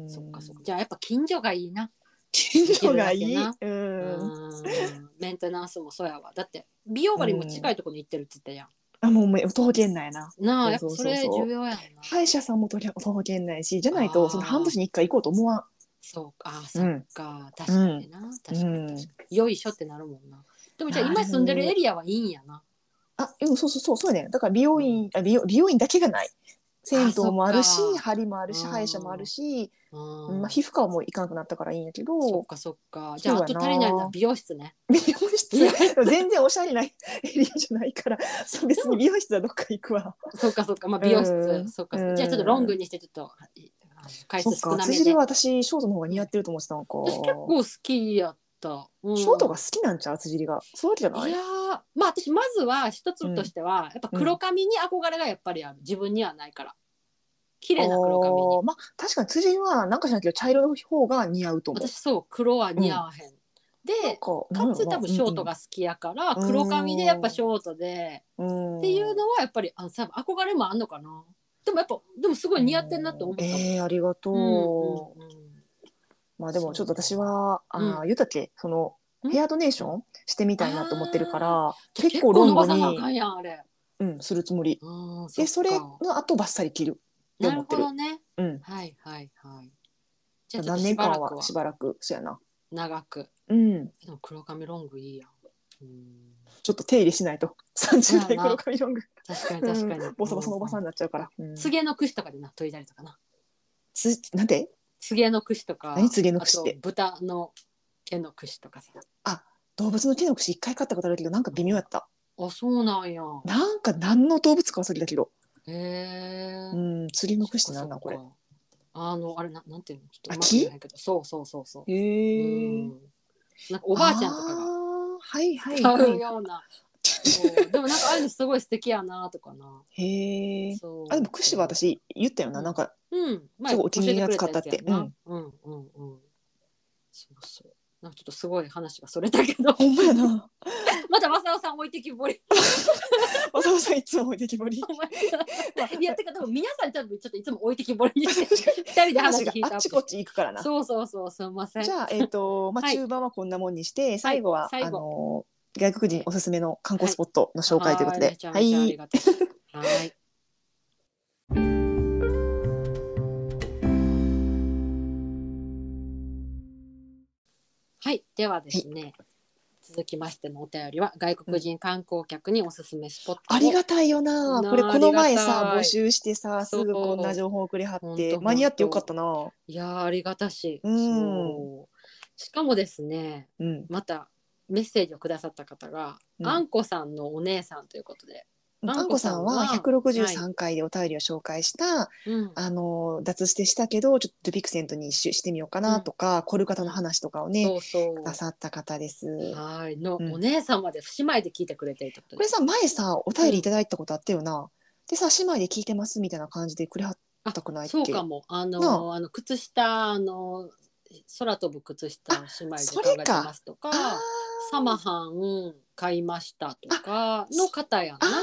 Speaker 2: うん
Speaker 1: そっかそっかじゃあやっぱ近所がいいな
Speaker 2: 近所がいい。
Speaker 1: 行
Speaker 2: うん
Speaker 1: うんメンテナンスもそうやわだって美容針も近いところに行ってるって言ったやん、
Speaker 2: あもうもう徒歩圏内やな。
Speaker 1: なあやっ
Speaker 2: そ
Speaker 1: ぱ
Speaker 2: うそう
Speaker 1: そ
Speaker 2: そう
Speaker 1: れ
Speaker 2: そう
Speaker 1: 重要やんな
Speaker 2: 歯医者さんも徒歩圏内やし、じゃない
Speaker 1: あ
Speaker 2: と
Speaker 1: ー
Speaker 2: その半年に1回行こうと思わん。
Speaker 1: そうかあ
Speaker 2: う
Speaker 1: そ
Speaker 2: ん
Speaker 1: っか、確かにな確かに確かによいしょってなるもんなでもじゃあ今住んでるエリアはいいんやな
Speaker 2: あ、うん、そうそうそう、そうやねん。だから美容院、あ美容美容院だけがない。銭湯もあるし
Speaker 1: あそっ、か
Speaker 2: 針もあるし、
Speaker 1: うん
Speaker 2: 歯医者もあるし、
Speaker 1: うん
Speaker 2: まあ、皮膚科はもう行かなくなったからいいんやけ
Speaker 1: そ
Speaker 2: ど
Speaker 1: っ、かそっかじゃあ
Speaker 2: そう
Speaker 1: あと
Speaker 2: やな
Speaker 1: 足りないのは美容室ね
Speaker 2: 美容室全然おしゃれなエリアじゃないからそう別に美容室はどっか行くわ
Speaker 1: そっかそっかまあ美容室、
Speaker 2: うん
Speaker 1: そっか
Speaker 2: うん
Speaker 1: じゃあちょっとロングにしてちょっといあの回
Speaker 2: そ
Speaker 1: 数
Speaker 2: っ
Speaker 1: 少な
Speaker 2: か
Speaker 1: め
Speaker 2: 辻り
Speaker 1: で
Speaker 2: は私ショートの方が似合ってると思ってたのか
Speaker 1: 私結構好きやった、うん
Speaker 2: ショートが好きなんちゃう辻りがそういうわけじゃない
Speaker 1: いやーまあ私まずは一つとしては、やっぱ黒髪に憧れがやっぱりある自分にはないから綺麗な黒髪
Speaker 2: おー
Speaker 1: に
Speaker 2: まあ確かに辻りはなんかしないけど茶色の方が似合うと思う
Speaker 1: 私そう黒は似合わへん、で
Speaker 2: か
Speaker 1: かつ多分ショートが好きやから、
Speaker 2: うん
Speaker 1: 黒髪でやっぱショートで、
Speaker 2: っ
Speaker 1: っていうのはやっぱりあの多分憧れもあんのかなでもやっぱでもすごい似合ってんなと思った、
Speaker 2: えー、ありがとう。
Speaker 1: うんうんうん
Speaker 2: まあでもちょっと私は、あー
Speaker 1: う
Speaker 2: ゆたけ、その、
Speaker 1: うん
Speaker 2: ヘアドネーションしてみたいなと思ってるから、
Speaker 1: じゃあ
Speaker 2: 結構ロン
Speaker 1: 伸
Speaker 2: ド
Speaker 1: ばさなあ
Speaker 2: に
Speaker 1: か、んやんあれ
Speaker 2: うん、するつもり。
Speaker 1: うんっ
Speaker 2: で、
Speaker 1: か
Speaker 2: それの後バッサリ切る。て
Speaker 1: な
Speaker 2: 思
Speaker 1: る
Speaker 2: って
Speaker 1: ほ
Speaker 2: る
Speaker 1: どね
Speaker 2: うん。
Speaker 1: はいはいはいじゃあちょっと
Speaker 2: 何
Speaker 1: し
Speaker 2: 年
Speaker 1: ば
Speaker 2: 間
Speaker 1: らく
Speaker 2: は
Speaker 1: は
Speaker 2: しばらく、そうやな。
Speaker 1: 長く
Speaker 2: うん。
Speaker 1: でも黒髪ロングいいやん、うん、
Speaker 2: ちょっと手入れしないと。30代 [LAUGHS]
Speaker 1: まあま
Speaker 2: 黒
Speaker 1: あ
Speaker 2: 髪ロング。
Speaker 1: 確かに確かに、
Speaker 2: うんボサボサのおばさ
Speaker 1: う
Speaker 2: んになっちゃうから。うん
Speaker 1: つげの櫛とかでな研いだりとかな
Speaker 2: つなんて
Speaker 1: つげの櫛とか
Speaker 2: 何つげの櫛って
Speaker 1: あと豚の毛の櫛とかさ
Speaker 2: 動物の手の口一回買ったことあるけど、なんか微妙やった。
Speaker 1: あそうなんや
Speaker 2: なんか何の動物か忘れたけど。
Speaker 1: へえ
Speaker 2: うん、釣りの櫛ってなんだこれ。
Speaker 1: あのあれななんていうのちょっと
Speaker 2: あ
Speaker 1: うまく言えないけどそうそうそうそう
Speaker 2: へ
Speaker 1: う
Speaker 2: え。
Speaker 1: んなんかおばあちゃんとかが
Speaker 2: あーはいはい
Speaker 1: 買う
Speaker 2: は
Speaker 1: ような、そうでもなんかああいうのすごい素敵やなとかな。
Speaker 2: い。へえ。
Speaker 1: そう
Speaker 2: あでも櫛は、私言ったよな、
Speaker 1: うん
Speaker 2: なんか
Speaker 1: うん、
Speaker 2: すごいお気に入りのやつ
Speaker 1: 教えくれや
Speaker 2: 買っ
Speaker 1: なうんうんうん。そうそう。なんかちょっとすごい話がそれだけど、
Speaker 2: ほんまやな。
Speaker 1: [LAUGHS] またマサオさん置いてきぼり。
Speaker 2: わざわざいつも置いてきぼり。
Speaker 1: お前いやてか多分皆さん多分ちょっといつも置いてきぼりに
Speaker 2: [LAUGHS]
Speaker 1: して二人で話
Speaker 2: 話が
Speaker 1: 聞いた
Speaker 2: あっちこっち行くからな。
Speaker 1: そうそうそうすみません。
Speaker 2: じゃあえっ、とまあ
Speaker 1: はい
Speaker 2: 中盤はこんなもんにして、最後は
Speaker 1: 最後
Speaker 2: あのー外国人おすすめの観光スポットの紹介ということで、
Speaker 1: はーいめちゃめちゃありがたい。はーい。はい、ではですね。続きましてのお便りは外国人観光客におすすめスポットを。
Speaker 2: ありがたいよな。
Speaker 1: なあ
Speaker 2: これこの前
Speaker 1: ありが
Speaker 2: さ
Speaker 1: たい
Speaker 2: 募集してさす
Speaker 1: そう
Speaker 2: ぐこんな情報をくれはっ
Speaker 1: ほんと
Speaker 2: て
Speaker 1: ほんと
Speaker 2: 間に合ってよかったな。
Speaker 1: いやー、ありがたし。
Speaker 2: うん
Speaker 1: そうしかもですね、
Speaker 2: うん。
Speaker 1: またメッセージをくださった方が、
Speaker 2: うん
Speaker 1: あんこさんのお姉さんということで。
Speaker 2: あんこさんは
Speaker 1: あんこさんは
Speaker 2: 163回でお便りを紹介した、
Speaker 1: うん
Speaker 2: あのー脱してしたけどちょっとピクセントに一周してみようかなとか、コルカタの話とかをね
Speaker 1: そうそ
Speaker 2: くださった方です。
Speaker 1: う。はーい、の、
Speaker 2: うん
Speaker 1: お姉さんまで姉妹で聞いてくれていたこと
Speaker 2: これさ前さお便りいただいたことあったよな、でさ姉妹で聞いてますみたいな感じでくれはったくないっけ
Speaker 1: そうかも。あの
Speaker 2: な
Speaker 1: あの靴下あの空飛ぶ靴下姉妹で考えてますとか
Speaker 2: あ
Speaker 1: サマハン買いましたとかの方や
Speaker 2: ーあ
Speaker 1: な。
Speaker 2: ー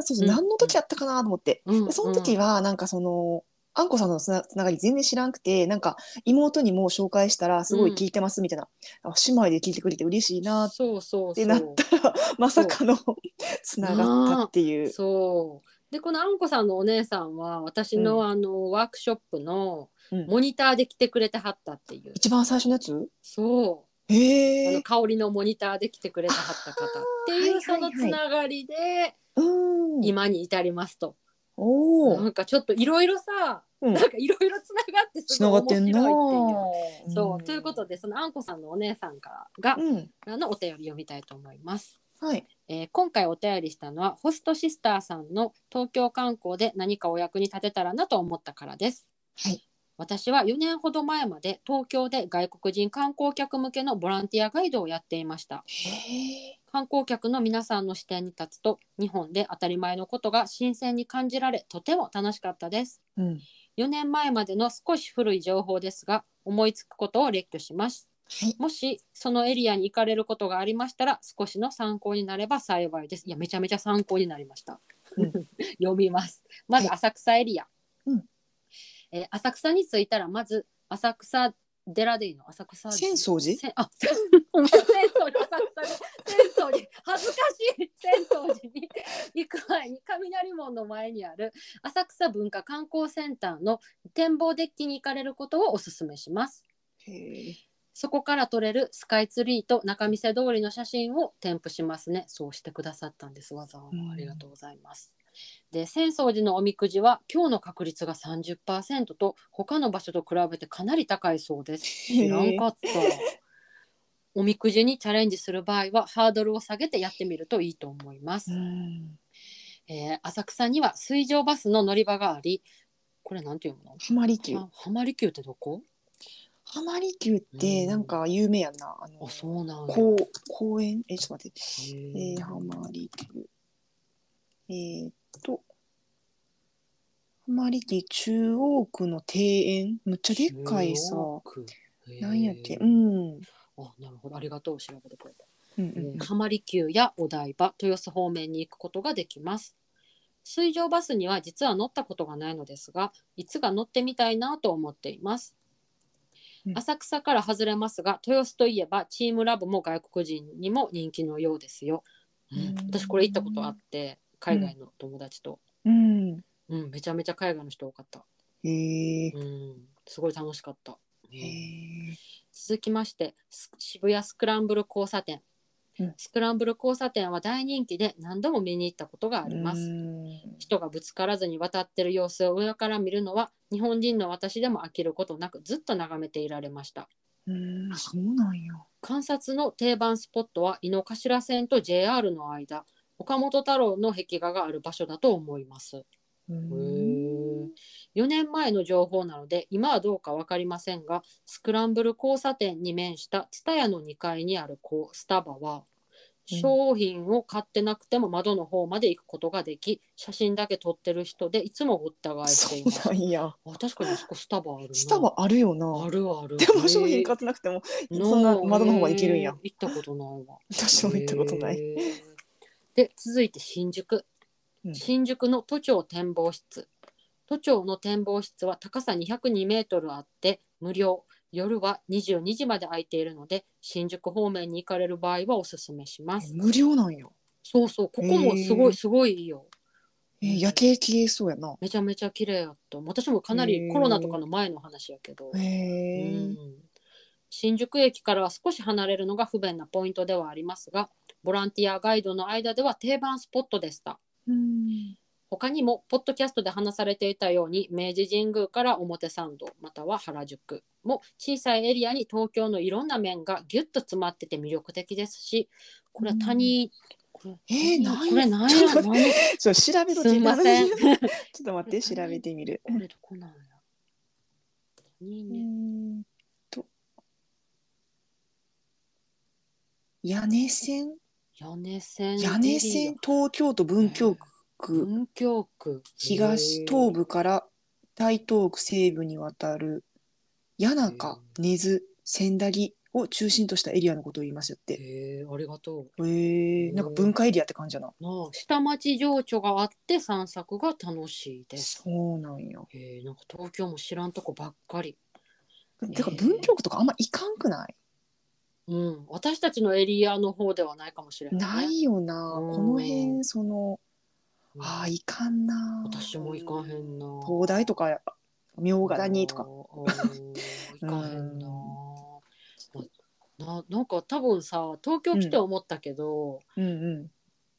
Speaker 2: そうそう、
Speaker 1: うん
Speaker 2: 何の時やったかなと思って、
Speaker 1: うん
Speaker 2: でその時
Speaker 1: は、
Speaker 2: はなんかそのあんこさんのつなつながり全然知らんくてなんか妹にも紹介したらすごい聞いてますみたいな、あ姉妹で聞いてくれて嬉しいなっ
Speaker 1: そうそうそ
Speaker 2: て
Speaker 1: う。
Speaker 2: なったらまさかの [LAUGHS] つながったっていう。
Speaker 1: そうでこのあんこさんのお姉さんは私の,、
Speaker 2: う
Speaker 1: あのワークショップの
Speaker 2: うん
Speaker 1: モニターで来てくれてはったっていう、
Speaker 2: 一番最初のやつ
Speaker 1: そうあ
Speaker 2: へ
Speaker 1: の
Speaker 2: え。
Speaker 1: 香りのモニターで来てくれてはった方ってい
Speaker 2: あー
Speaker 1: うそのつながりで
Speaker 2: うん。
Speaker 1: 今に至りますと
Speaker 2: お
Speaker 1: な
Speaker 2: お。
Speaker 1: んかちょっといろいろさ、
Speaker 2: うん
Speaker 1: なんかいろいろつながってす
Speaker 2: つな
Speaker 1: ご
Speaker 2: が
Speaker 1: い
Speaker 2: って
Speaker 1: 面
Speaker 2: んな
Speaker 1: 白いっていう。そう、
Speaker 2: ん
Speaker 1: ということでそのあんこさんのお姉さんからが、
Speaker 2: うん。
Speaker 1: あのお便り読みたいと思います。
Speaker 2: はい。
Speaker 1: えー今回お便りしたのはホストシスターさんの東京観光で何かお役に立てたらなと思ったからです。
Speaker 2: はい。
Speaker 1: 私は4年ほど前まで東京で外国人観光客向けのボランティアガイドをやっていました。
Speaker 2: へえ。
Speaker 1: 観光客の皆さんの視点に立つと日本で当たり前のことが新鮮に感じられとても楽しかったです。
Speaker 2: うん。
Speaker 1: 4年前までの少し古い情報ですが思いつくことを列挙します
Speaker 2: はい。
Speaker 1: もしそのエリアに行かれることがありましたら少しの参考になれば幸いですいやめちゃめちゃ参考になりました、
Speaker 2: うん
Speaker 1: [LAUGHS] 読みますまず
Speaker 2: はい
Speaker 1: 浅草エリア、
Speaker 2: うん
Speaker 1: えー浅草に着いたらまず浅草寺でいいの浅草
Speaker 2: 浅草寺
Speaker 1: せんあ、 [LAUGHS] せんお前浅草寺浅草寺浅草寺恥ずかしい浅草寺に行く前に雷門の前にある浅草文化観光センターの展望デッキに行かれることをおすすめします。
Speaker 2: へえ。
Speaker 1: そこから撮れるスカイツリーと仲見世通りの写真を添付しますね。そうしてくださったんです。わざわ
Speaker 2: うん
Speaker 1: ざありがとうございます。で、浅草寺のおみくじは今日の確率が30%と他の場所と比べてかなり高いそうです。知らんかった。おみくじにチャレンジする場合はハードルを下げてやってみるといいと思います
Speaker 2: う。ん。
Speaker 1: えー浅草には水上バスの乗り場があり、これなんていうの？
Speaker 2: 浜離宮。
Speaker 1: は浜離宮ってどこ？
Speaker 2: 浜離宮ってなんか有名やんな。あの
Speaker 1: あ、そうなんや。
Speaker 2: こう公園えちょっと待って。
Speaker 1: へ
Speaker 2: え
Speaker 1: ー
Speaker 2: ー、浜離宮。えーっと。浜離宮中央区の庭園むっちゃでっかいさ。
Speaker 1: 中央区。へー
Speaker 2: なんやっけ、うん、
Speaker 1: あなるほどありがとう調べてくれて、
Speaker 2: うん
Speaker 1: え
Speaker 2: うん
Speaker 1: ー浜離宮やお台場豊洲方面に行くことができます水上バスには実は乗ったことがないのですがいつか乗ってみたいなと思っています
Speaker 2: うん
Speaker 1: 浅草から外れますが豊洲といえばチームラボも外国人にも人気のようですよ、
Speaker 2: うん
Speaker 1: 私これ行ったことあって海外の友達と、
Speaker 2: うんうん
Speaker 1: うん、めちゃめちゃ海外の人多かった、
Speaker 2: へえ
Speaker 1: うん、すごい楽しかった、
Speaker 2: へえ
Speaker 1: 続きましてス渋谷スクランブル交差点、
Speaker 2: うん
Speaker 1: スクランブル交差点は大人気で何度も見に行ったことがあります、
Speaker 2: うん
Speaker 1: 人がぶつからずに渡ってる様子を上から見るのは日本人の私でも飽きることなくずっと眺めていられました
Speaker 2: うんそうなんや
Speaker 1: 観察の定番スポットは井の頭線と JR の間岡本太郎の壁画がある場所だと思います
Speaker 2: うん
Speaker 1: 4年前の情報なので今はどうか分かりませんがスクランブル交差点に面した蔦屋の2階にあるこうスタバは
Speaker 2: うん
Speaker 1: 商品を買ってなくても窓の方まで行くことができ写真だけ撮ってる人でいつもごった返し
Speaker 2: そ
Speaker 1: ていうます。
Speaker 2: なんや
Speaker 1: あ確かにあそこスタバあるな。
Speaker 2: スタバあるよ
Speaker 1: あ
Speaker 2: な
Speaker 1: るある。
Speaker 2: でも商品買ってなくても
Speaker 1: えー
Speaker 2: そんな窓の方まで行けるんや
Speaker 1: えー行ったことない
Speaker 2: [LAUGHS]
Speaker 1: わ。
Speaker 2: 私も行ったことない
Speaker 1: へー。で続いて新宿、
Speaker 2: うん
Speaker 1: 新宿の都庁展望室都庁の展望室は高さ202メートルあって無料夜は22時まで空いているので新宿方面に行かれる場合はおすすめします、
Speaker 2: 無料なんや
Speaker 1: そうそうここもすごいすごいいいよ
Speaker 2: えー夜景消えそうやな
Speaker 1: めちゃめちゃ綺麗やった私もかなりコロナとかの前の話やけど、う
Speaker 2: へえ
Speaker 1: ん新宿駅からは少し離れるのが不便なポイントではありますがボランティアガイドの間では定番スポットでした
Speaker 2: うん
Speaker 1: 他にもポッドキャストで話されていたように明治神宮から表参道または原宿も小さいエリアに東京のいろんな面がギュッと詰まってて魅力的ですしこれは谷、これ
Speaker 2: え
Speaker 1: 谷
Speaker 2: ーない
Speaker 1: これ何
Speaker 2: ちょ
Speaker 1: や
Speaker 2: っと待
Speaker 1: 何
Speaker 2: ちょっと調べと
Speaker 1: すんません
Speaker 2: [LAUGHS] ち
Speaker 1: こ
Speaker 2: ょっと待って調べてみる
Speaker 1: れどこなんや谷
Speaker 2: え
Speaker 1: ね
Speaker 2: ーっと屋根線
Speaker 1: 屋根線
Speaker 2: 屋根
Speaker 1: エリア
Speaker 2: 線東京都文京区
Speaker 1: 文京区
Speaker 2: 東東部から台東区西部にわたる谷中根津千駄木を中心としたエリアのことを言いますよって
Speaker 1: へえありがとう
Speaker 2: へえなんか文化エリアって感じやな
Speaker 1: なあ下町情緒があって散策が楽しいです
Speaker 2: そうなんや
Speaker 1: へえなんか東京も知らんとこばっかり
Speaker 2: てか文京区とかあんま行かんくない
Speaker 1: うん私たちのエリアの方ではないかもしれな、
Speaker 2: ないいよな
Speaker 1: うん
Speaker 2: この辺その
Speaker 1: うん
Speaker 2: あーいかんな
Speaker 1: 私も行かへんな
Speaker 2: 東大とか明ヶ谷と
Speaker 1: あ
Speaker 2: か
Speaker 1: ー行かへんなななんか多分さ東京来て思ったけど、
Speaker 2: うんうん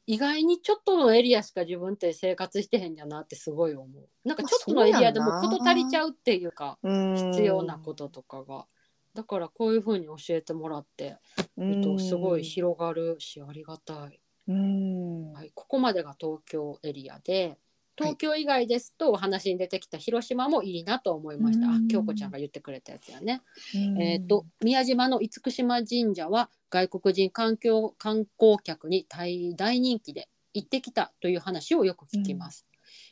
Speaker 1: 意外にちょっとのエリアしか自分って生活してへんやなってすごい思うなんかちょっとのエリアで
Speaker 2: ま
Speaker 1: も
Speaker 2: あ
Speaker 1: こ
Speaker 2: そうやな
Speaker 1: と足りちゃうっていうか
Speaker 2: うん
Speaker 1: 必要なこととかがだからこういうふうに教えてもらってるとすごい広がるしありがたい、
Speaker 2: うん
Speaker 1: はい、ここまでが東京エリアで東京以外ですとお話に出てきた広島もいいなと思いました、
Speaker 2: う
Speaker 1: あ
Speaker 2: ん
Speaker 1: 京子ちゃんが言ってくれたやつやね
Speaker 2: うん
Speaker 1: えー、と宮島の厳島神社は外国人環境観光客に大大人気で行ってきたという話をよく聞きます、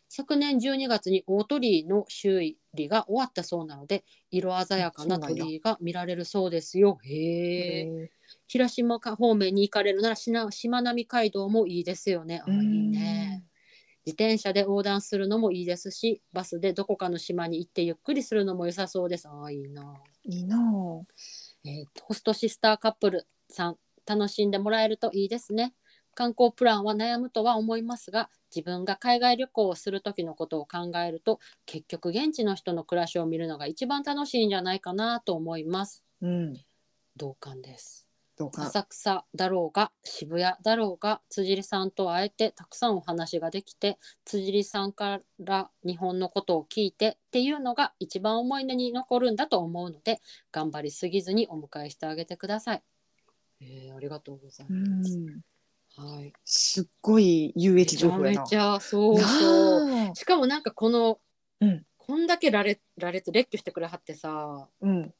Speaker 1: 昨年12月に大鳥居の修理が終わったそうなので色鮮やかな鳥居が見られるそうですよへえ
Speaker 2: へ
Speaker 1: 広島方面に行かれるならしなしまなみ海道もいいですよねあ
Speaker 2: ー
Speaker 1: いいね自転車で横断するのもいいですしバスでどこかの島に行ってゆっくりするのも良さそうですああいいない
Speaker 2: いなぁ
Speaker 1: えーホストシスターカップルさん楽しんでもらえるといいですね観光プランは悩むとは思いますが自分が海外旅行をする時のことを考えると結局現地の人の暮らしを見るのが一番楽しいんじゃないかなと思います
Speaker 2: うん
Speaker 1: 同感です
Speaker 2: どうか
Speaker 1: 浅草だろうが渋谷だろうが辻里さんと会えてたくさんお話ができて辻里さんから日本のことを聞いてっていうのが一番思い出に残るんだと思うので頑張りすぎずにお迎えしてあげてください。えー、ありがとうございうます。
Speaker 2: ん
Speaker 1: はい、
Speaker 2: すっごい有
Speaker 1: めち
Speaker 2: 益情
Speaker 1: ゃ
Speaker 2: 報や
Speaker 1: め
Speaker 2: な
Speaker 1: ちゃそうそう。
Speaker 2: なあ
Speaker 1: しかもなんかこの、
Speaker 2: うん
Speaker 1: こんだけ羅列羅列列挙してくれはってさ
Speaker 2: うん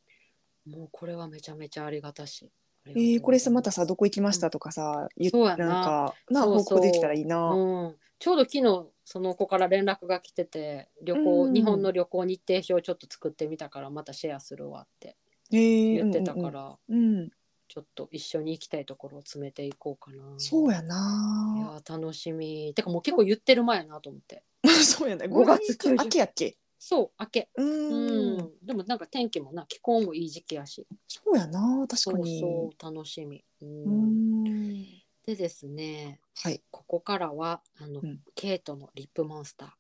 Speaker 1: もうこれはめちゃめちゃありがたし。え
Speaker 2: えーこれさまたさどこ行きましたとかさ言っ
Speaker 1: そうや
Speaker 2: な
Speaker 1: なん
Speaker 2: かな
Speaker 1: そうそう
Speaker 2: 報告できたらいいな
Speaker 1: うん、ちょうど昨日その子から連絡が来てて旅行、
Speaker 2: うん
Speaker 1: 日本の旅行日程表をちょっと作ってみたからまたシェアするわって
Speaker 2: へえ
Speaker 1: 言ってたから、
Speaker 2: うん
Speaker 1: ちょっと一緒に行きたいところを詰めていこうかな。
Speaker 2: そうや
Speaker 1: い
Speaker 2: な。
Speaker 1: やー楽しみ。てかもう結構言ってる前やなと思って。
Speaker 2: [LAUGHS] そうやな。
Speaker 1: 五
Speaker 2: 五
Speaker 1: 月
Speaker 2: 月
Speaker 1: 中旬
Speaker 2: 秋やっけ。
Speaker 1: そう明け。
Speaker 2: う
Speaker 1: う
Speaker 2: ーん。
Speaker 1: ん。でもなんか天気もな気候もいい時期やし。
Speaker 2: そうやな。確
Speaker 1: そ
Speaker 2: か
Speaker 1: う
Speaker 2: に。
Speaker 1: そう楽しみ。う
Speaker 2: うー
Speaker 1: ん。
Speaker 2: ん。
Speaker 1: でですね
Speaker 2: はい。
Speaker 1: ここからはあの、
Speaker 2: うん
Speaker 1: ケイトのリップモンスター。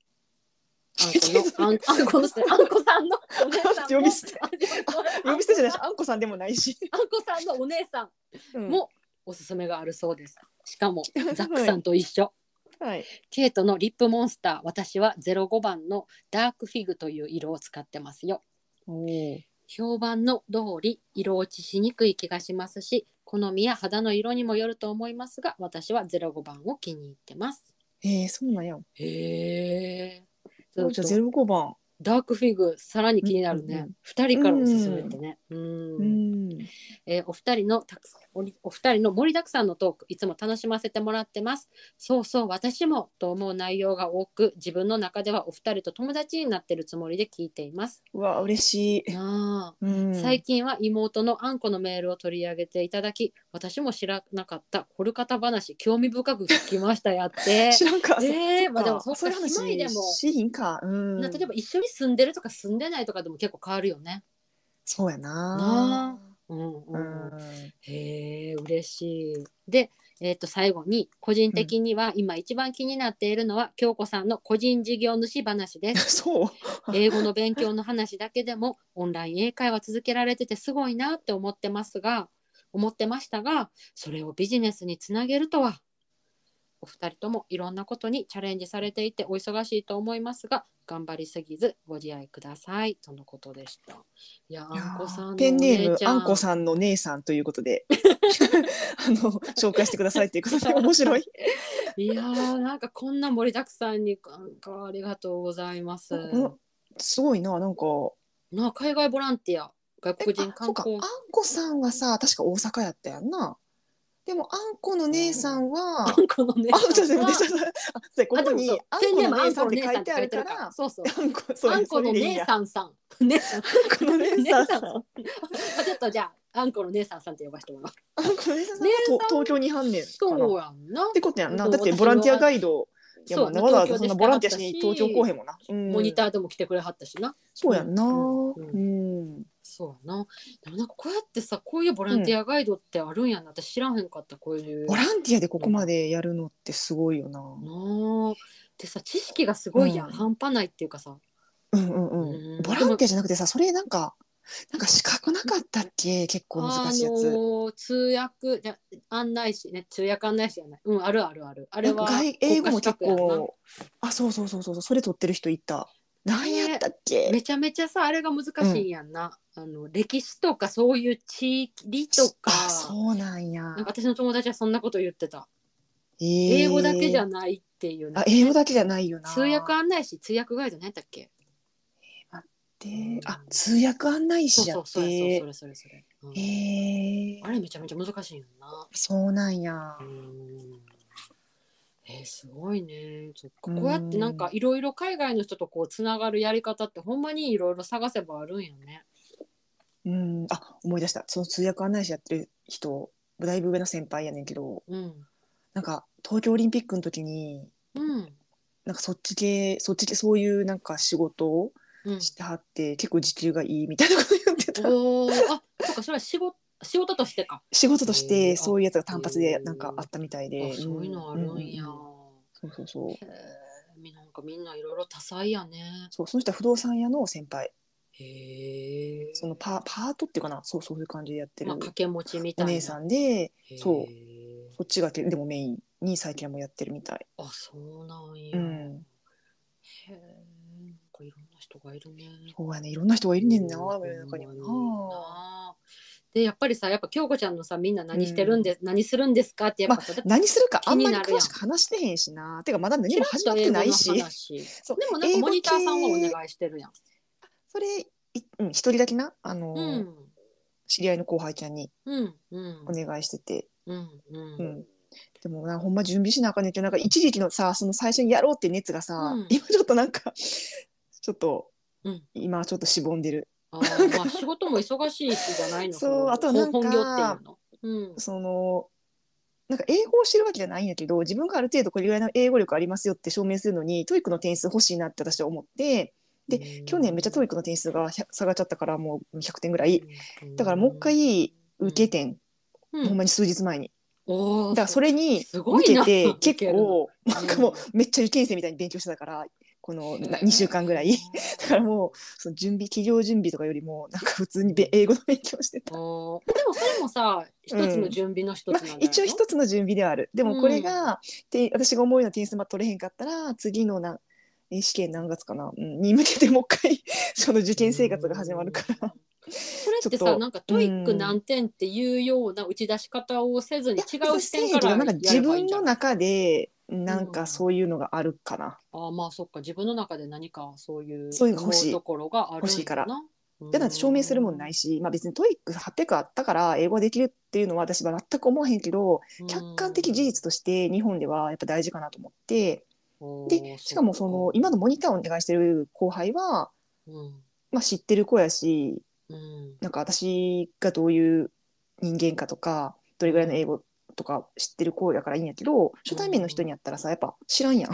Speaker 1: あんこのあんあんこのあんこさんのお姉さんの
Speaker 2: 呼び捨て
Speaker 1: あ
Speaker 2: 呼び捨てじゃないし、あんこさんでもないし。
Speaker 1: あんこさんのお姉さん
Speaker 2: うん
Speaker 1: もおすすめがあるそうです。しか
Speaker 2: [LAUGHS]
Speaker 1: もザックさんと一緒。
Speaker 2: はい。
Speaker 1: ケイトのリップモンスター私は05番のダークフィグという色を使ってますよ。
Speaker 2: おー
Speaker 1: 評判の通り色落ちしにくい気がしますし好みや肌の色にもよると思いますが私は05番を気に入ってます。
Speaker 2: えー、そうなんや。
Speaker 1: へえ。
Speaker 2: じゃあゼロ五番。
Speaker 1: ダークフィグさらに気になる
Speaker 2: うんうん
Speaker 1: ね
Speaker 2: う。
Speaker 1: 二、人からおすすめってね。うん。
Speaker 2: うん。
Speaker 1: えーお二人のたくさんおりお二人の盛りだくさんのトークいつも楽しませてもらってます。そうそう私もと思う内容が多く自分の中ではお二人と友達になってるつもりで聞いています。
Speaker 2: うわ、嬉しい。
Speaker 1: なあ。
Speaker 2: うん。
Speaker 1: 最近は妹のあんこのメールを取り上げていただき私も知らなかった掘る方話興味深く聞きましたやって
Speaker 2: [LAUGHS] 知らんか。
Speaker 1: えー
Speaker 2: っか
Speaker 1: まあでもそっか
Speaker 2: そういう話
Speaker 1: 姉妹でも
Speaker 2: しひんか。うん。
Speaker 1: な例えば一緒に住んでるとか住んでないとかでも結構変わるよね。
Speaker 2: そうやな
Speaker 1: な。うんう
Speaker 2: うん
Speaker 1: うん
Speaker 2: ん。 [LAUGHS]
Speaker 1: へえ嬉しい。で、えー、と最後に個人的には今一番気になっているのは、京子さんの個人事業主話です。
Speaker 2: そう。
Speaker 1: 英語の勉強の話だけで
Speaker 2: [LAUGHS]
Speaker 1: もオンライン英会話続けられててすごいなって思ってますが思ってましたがそれをビジネスにつなげるとはお二人ともいろんなことにチャレンジされていてお忙しいと思いますが頑張りすぎずご自愛くださいとのことでした。いやあんこさんのお
Speaker 2: ペンネーム
Speaker 1: 姉ちゃ
Speaker 2: あ
Speaker 1: ん
Speaker 2: んこさんの姉さんというこ
Speaker 1: [LAUGHS]
Speaker 2: とであの紹介してくださいっていうことで面白い
Speaker 1: いやーなんかこんな盛りだくさんになんかありがとうございます。
Speaker 2: うんすごいななんか
Speaker 1: な海外ボランティア外
Speaker 2: え
Speaker 1: 国人
Speaker 2: あ
Speaker 1: 観
Speaker 2: そう
Speaker 1: 光
Speaker 2: かあんこさんはさ確か大阪やったやんなでもあんこの姉さんは
Speaker 1: あんこのね。
Speaker 2: あちょっと待ってちょっと待ってあそうこ
Speaker 1: あ
Speaker 2: こ
Speaker 1: でも
Speaker 2: に
Speaker 1: そう
Speaker 2: あん
Speaker 1: ペン
Speaker 2: こ
Speaker 1: ネーム
Speaker 2: の
Speaker 1: あ
Speaker 2: 姉
Speaker 1: ん
Speaker 2: さ
Speaker 1: こ
Speaker 2: ん
Speaker 1: の
Speaker 2: って
Speaker 1: 姉
Speaker 2: 書
Speaker 1: さん
Speaker 2: い
Speaker 1: ってて
Speaker 2: あ
Speaker 1: 書い
Speaker 2: る
Speaker 1: て
Speaker 2: か
Speaker 1: るから
Speaker 2: ら
Speaker 1: そうそう
Speaker 2: あんこそう
Speaker 1: あんこの
Speaker 2: それでいい
Speaker 1: 姉
Speaker 2: や
Speaker 1: さんさん。 [LAUGHS] ね、
Speaker 2: あんこの姉
Speaker 1: 姉
Speaker 2: さ
Speaker 1: さ
Speaker 2: ん
Speaker 1: ん
Speaker 2: さん
Speaker 1: さん。あちょっとじゃあ、あんこの姉さんさんって呼ばせてもらおう。
Speaker 2: あんこの姉さんさん
Speaker 1: 姉
Speaker 2: は
Speaker 1: さん
Speaker 2: と東京にいはんねんかな
Speaker 1: そう
Speaker 2: っ
Speaker 1: やんな。
Speaker 2: てことやんな
Speaker 1: うん
Speaker 2: だってボランティアガイドいや
Speaker 1: そう
Speaker 2: もうわざわざ
Speaker 1: 東
Speaker 2: そ
Speaker 1: 京
Speaker 2: ん
Speaker 1: でしてはった
Speaker 2: なボランティ
Speaker 1: し
Speaker 2: アしに東京来へんもんなうん
Speaker 1: モニターでも来てくれはったしな。
Speaker 2: そうやんな。
Speaker 1: うんうん
Speaker 2: うん。
Speaker 1: そうやな。でもなんかこうやってさ、こういうボランティアガイドってあるんやな。私知らへんかった、こういう。
Speaker 2: ボランティアでここまでやるのってすごいよな。
Speaker 1: なあでさ知識がすごいやん、
Speaker 2: うん
Speaker 1: 半端ないっていうかさ
Speaker 2: うんうん
Speaker 1: う
Speaker 2: うんん。ボランティアじゃなくてさ、それなんか、なんか資格なかったっけ結構難しいや
Speaker 1: あの
Speaker 2: つ。
Speaker 1: ー通訳じゃ案内士ね通訳案内士じゃないうんあるあるあるあれは
Speaker 2: 外英語も結
Speaker 1: 国家資格やんな
Speaker 2: 構、あ、そうそうそうそう、それ取ってる人いた。何やったっけ
Speaker 1: めちゃめちゃさあれが難しいんやんな、あの歴史とかそういう地域とか
Speaker 2: あ、そうなんや
Speaker 1: なん。か私の友達はそんなこと言ってた、英
Speaker 2: 英
Speaker 1: 語だけじゃ
Speaker 2: ない。
Speaker 1: ないっていうね、
Speaker 2: あ、英語だけじゃないよな。
Speaker 1: 通訳案内士通訳ガイド何やったっけ
Speaker 2: で、あ、通訳案内
Speaker 1: そう
Speaker 2: 士や
Speaker 1: そう
Speaker 2: っ
Speaker 1: そうや
Speaker 2: て
Speaker 1: そ。れそれそれそれ、うん
Speaker 2: へえ
Speaker 1: あ。れめちゃめちゃ難しいんやんな
Speaker 2: そうなんや
Speaker 1: う。んえーすごいねそっか
Speaker 2: うん
Speaker 1: こうやってなんかいろいろ海外の人とこうつながるやり方ってほんまにいろいろ探せばあるんやね。
Speaker 2: うん、あ、思い出した。その通訳案内士やってる人、だいぶ上の先輩やねんけど、
Speaker 1: うん、
Speaker 2: なんか東京オリンピックの時に、
Speaker 1: うん
Speaker 2: なんかそっち系、そっち系、そういうなんか仕事を
Speaker 1: うん、
Speaker 2: してはって、結構時給がいいみたいなこと言ってた。
Speaker 1: おおあそっかそれは仕事仕事としてか。
Speaker 2: 仕事とし
Speaker 1: へえ
Speaker 2: て、そういうやつが単発
Speaker 1: へえ
Speaker 2: でなんかあったみたいで。
Speaker 1: あそういうのあるんや。
Speaker 2: ううそうそうそう。
Speaker 1: へえみなんかみんないろいろ多彩やね。
Speaker 2: そう、その人は不動産屋の先輩。
Speaker 1: へえ。
Speaker 2: そのパパートっていうかな、そう、そういう感じでやってる
Speaker 1: まあ掛け持ちみたい
Speaker 2: お
Speaker 1: な。
Speaker 2: 姉さんで、
Speaker 1: へえ
Speaker 2: そうそっちがけでもメインに最近はもうやってるみたい。
Speaker 1: あそうなんや。
Speaker 2: うん。
Speaker 1: へえなんかいろんな人がいるね。
Speaker 2: そうやね、いろんな人がいるねんな、
Speaker 1: う
Speaker 2: 世の中には
Speaker 1: うん
Speaker 2: な。
Speaker 1: なあでやっぱりさやっぱ京子ちゃんのさみんな何してるんで、何するんですかってやっぱさ、だって
Speaker 2: 何するかあんま
Speaker 1: 気に
Speaker 2: り
Speaker 1: なるやん
Speaker 2: 詳しく話してへんしな。てかまだ何
Speaker 1: ち
Speaker 2: も
Speaker 1: らっ
Speaker 2: 始ま
Speaker 1: と
Speaker 2: っ
Speaker 1: 英
Speaker 2: て
Speaker 1: 語の
Speaker 2: ないし。
Speaker 1: 話
Speaker 2: [LAUGHS] そう
Speaker 1: でもなんかモニターさんはお願
Speaker 2: 英語系
Speaker 1: いしてるやん。
Speaker 2: それいうん一人だけなあの、
Speaker 1: うん
Speaker 2: 知り合いの後輩ちゃんに
Speaker 1: うんうん
Speaker 2: お願いしてて。
Speaker 1: うんう
Speaker 2: うんん。でもなほんま準備しなあかんねんけどなんか一時期のさその最初にやろうって熱がさ、
Speaker 1: うん
Speaker 2: 今ちょっとなんかちょっと
Speaker 1: うん
Speaker 2: 今ちょっとしぼんでる。
Speaker 1: あーまあ仕事も忙しいしじゃないの
Speaker 2: そうあとはなんか
Speaker 1: 本業っていうの。うん
Speaker 2: そのなんか英語をしてるわけじゃないんだけど自分がある程度これぐらいの英語力ありますよって証明するのにトイックの点数欲しいなって私は思って
Speaker 1: うん
Speaker 2: 去年めっちゃトイックの点数が100下がっちゃったからもう100点ぐらい
Speaker 1: うん
Speaker 2: だからもう一回受け点、
Speaker 1: うん
Speaker 2: ほんまに数日前に
Speaker 1: おー
Speaker 2: だからそれに
Speaker 1: すご
Speaker 2: 向
Speaker 1: い
Speaker 2: け
Speaker 1: な
Speaker 2: て
Speaker 1: 受け
Speaker 2: 結
Speaker 1: る
Speaker 2: 構なんかもう
Speaker 1: うん
Speaker 2: めっちゃ受験生みたいに勉強してたからこの2週間ぐらい [LAUGHS] だからもうその準備企業準備とかよりもなんか普通にべ英語の勉強してた。
Speaker 1: おーでもそれもさ一つの準備の一つな
Speaker 2: まあ
Speaker 1: んだよ、、
Speaker 2: 一応一つの準備ではあるでもこれが、て私が思うような点数まあ取れへんかったら次のなえ試験何月かな、うん、に向けてもう一回 [LAUGHS] その受験生活が始まるから
Speaker 1: それって
Speaker 2: ちょっ
Speaker 1: さ
Speaker 2: と
Speaker 1: なんかトイック何点っていうような打ち出し方をせずに違う視点
Speaker 2: いや
Speaker 1: から
Speaker 2: なんか
Speaker 1: や
Speaker 2: 自
Speaker 1: ればいい
Speaker 2: 分
Speaker 1: んじゃ
Speaker 2: の
Speaker 1: ない
Speaker 2: 中でなんかそういうのがあるかな、
Speaker 1: あーまあそっか自分の中で何かそういう
Speaker 2: そういうのが欲しい
Speaker 1: 思ところがあるんだな
Speaker 2: 欲しいから
Speaker 1: うん
Speaker 2: だって証明するもんないし、まあ、別にトイック800あったから英語できるっていうのは私は全く思わへんけど客観的事実として日本ではやっぱ大事かなと思って
Speaker 1: うんお
Speaker 2: で
Speaker 1: ー
Speaker 2: しかもその今のモニターをお願いしてる後輩は、
Speaker 1: うん
Speaker 2: まあ、知ってる子やし
Speaker 1: うん
Speaker 2: なんか私がどういう人間かとかどれぐらいの英語とか知ってる子やからいいんやけど初対面の人にやったらさやっぱ知らんやん、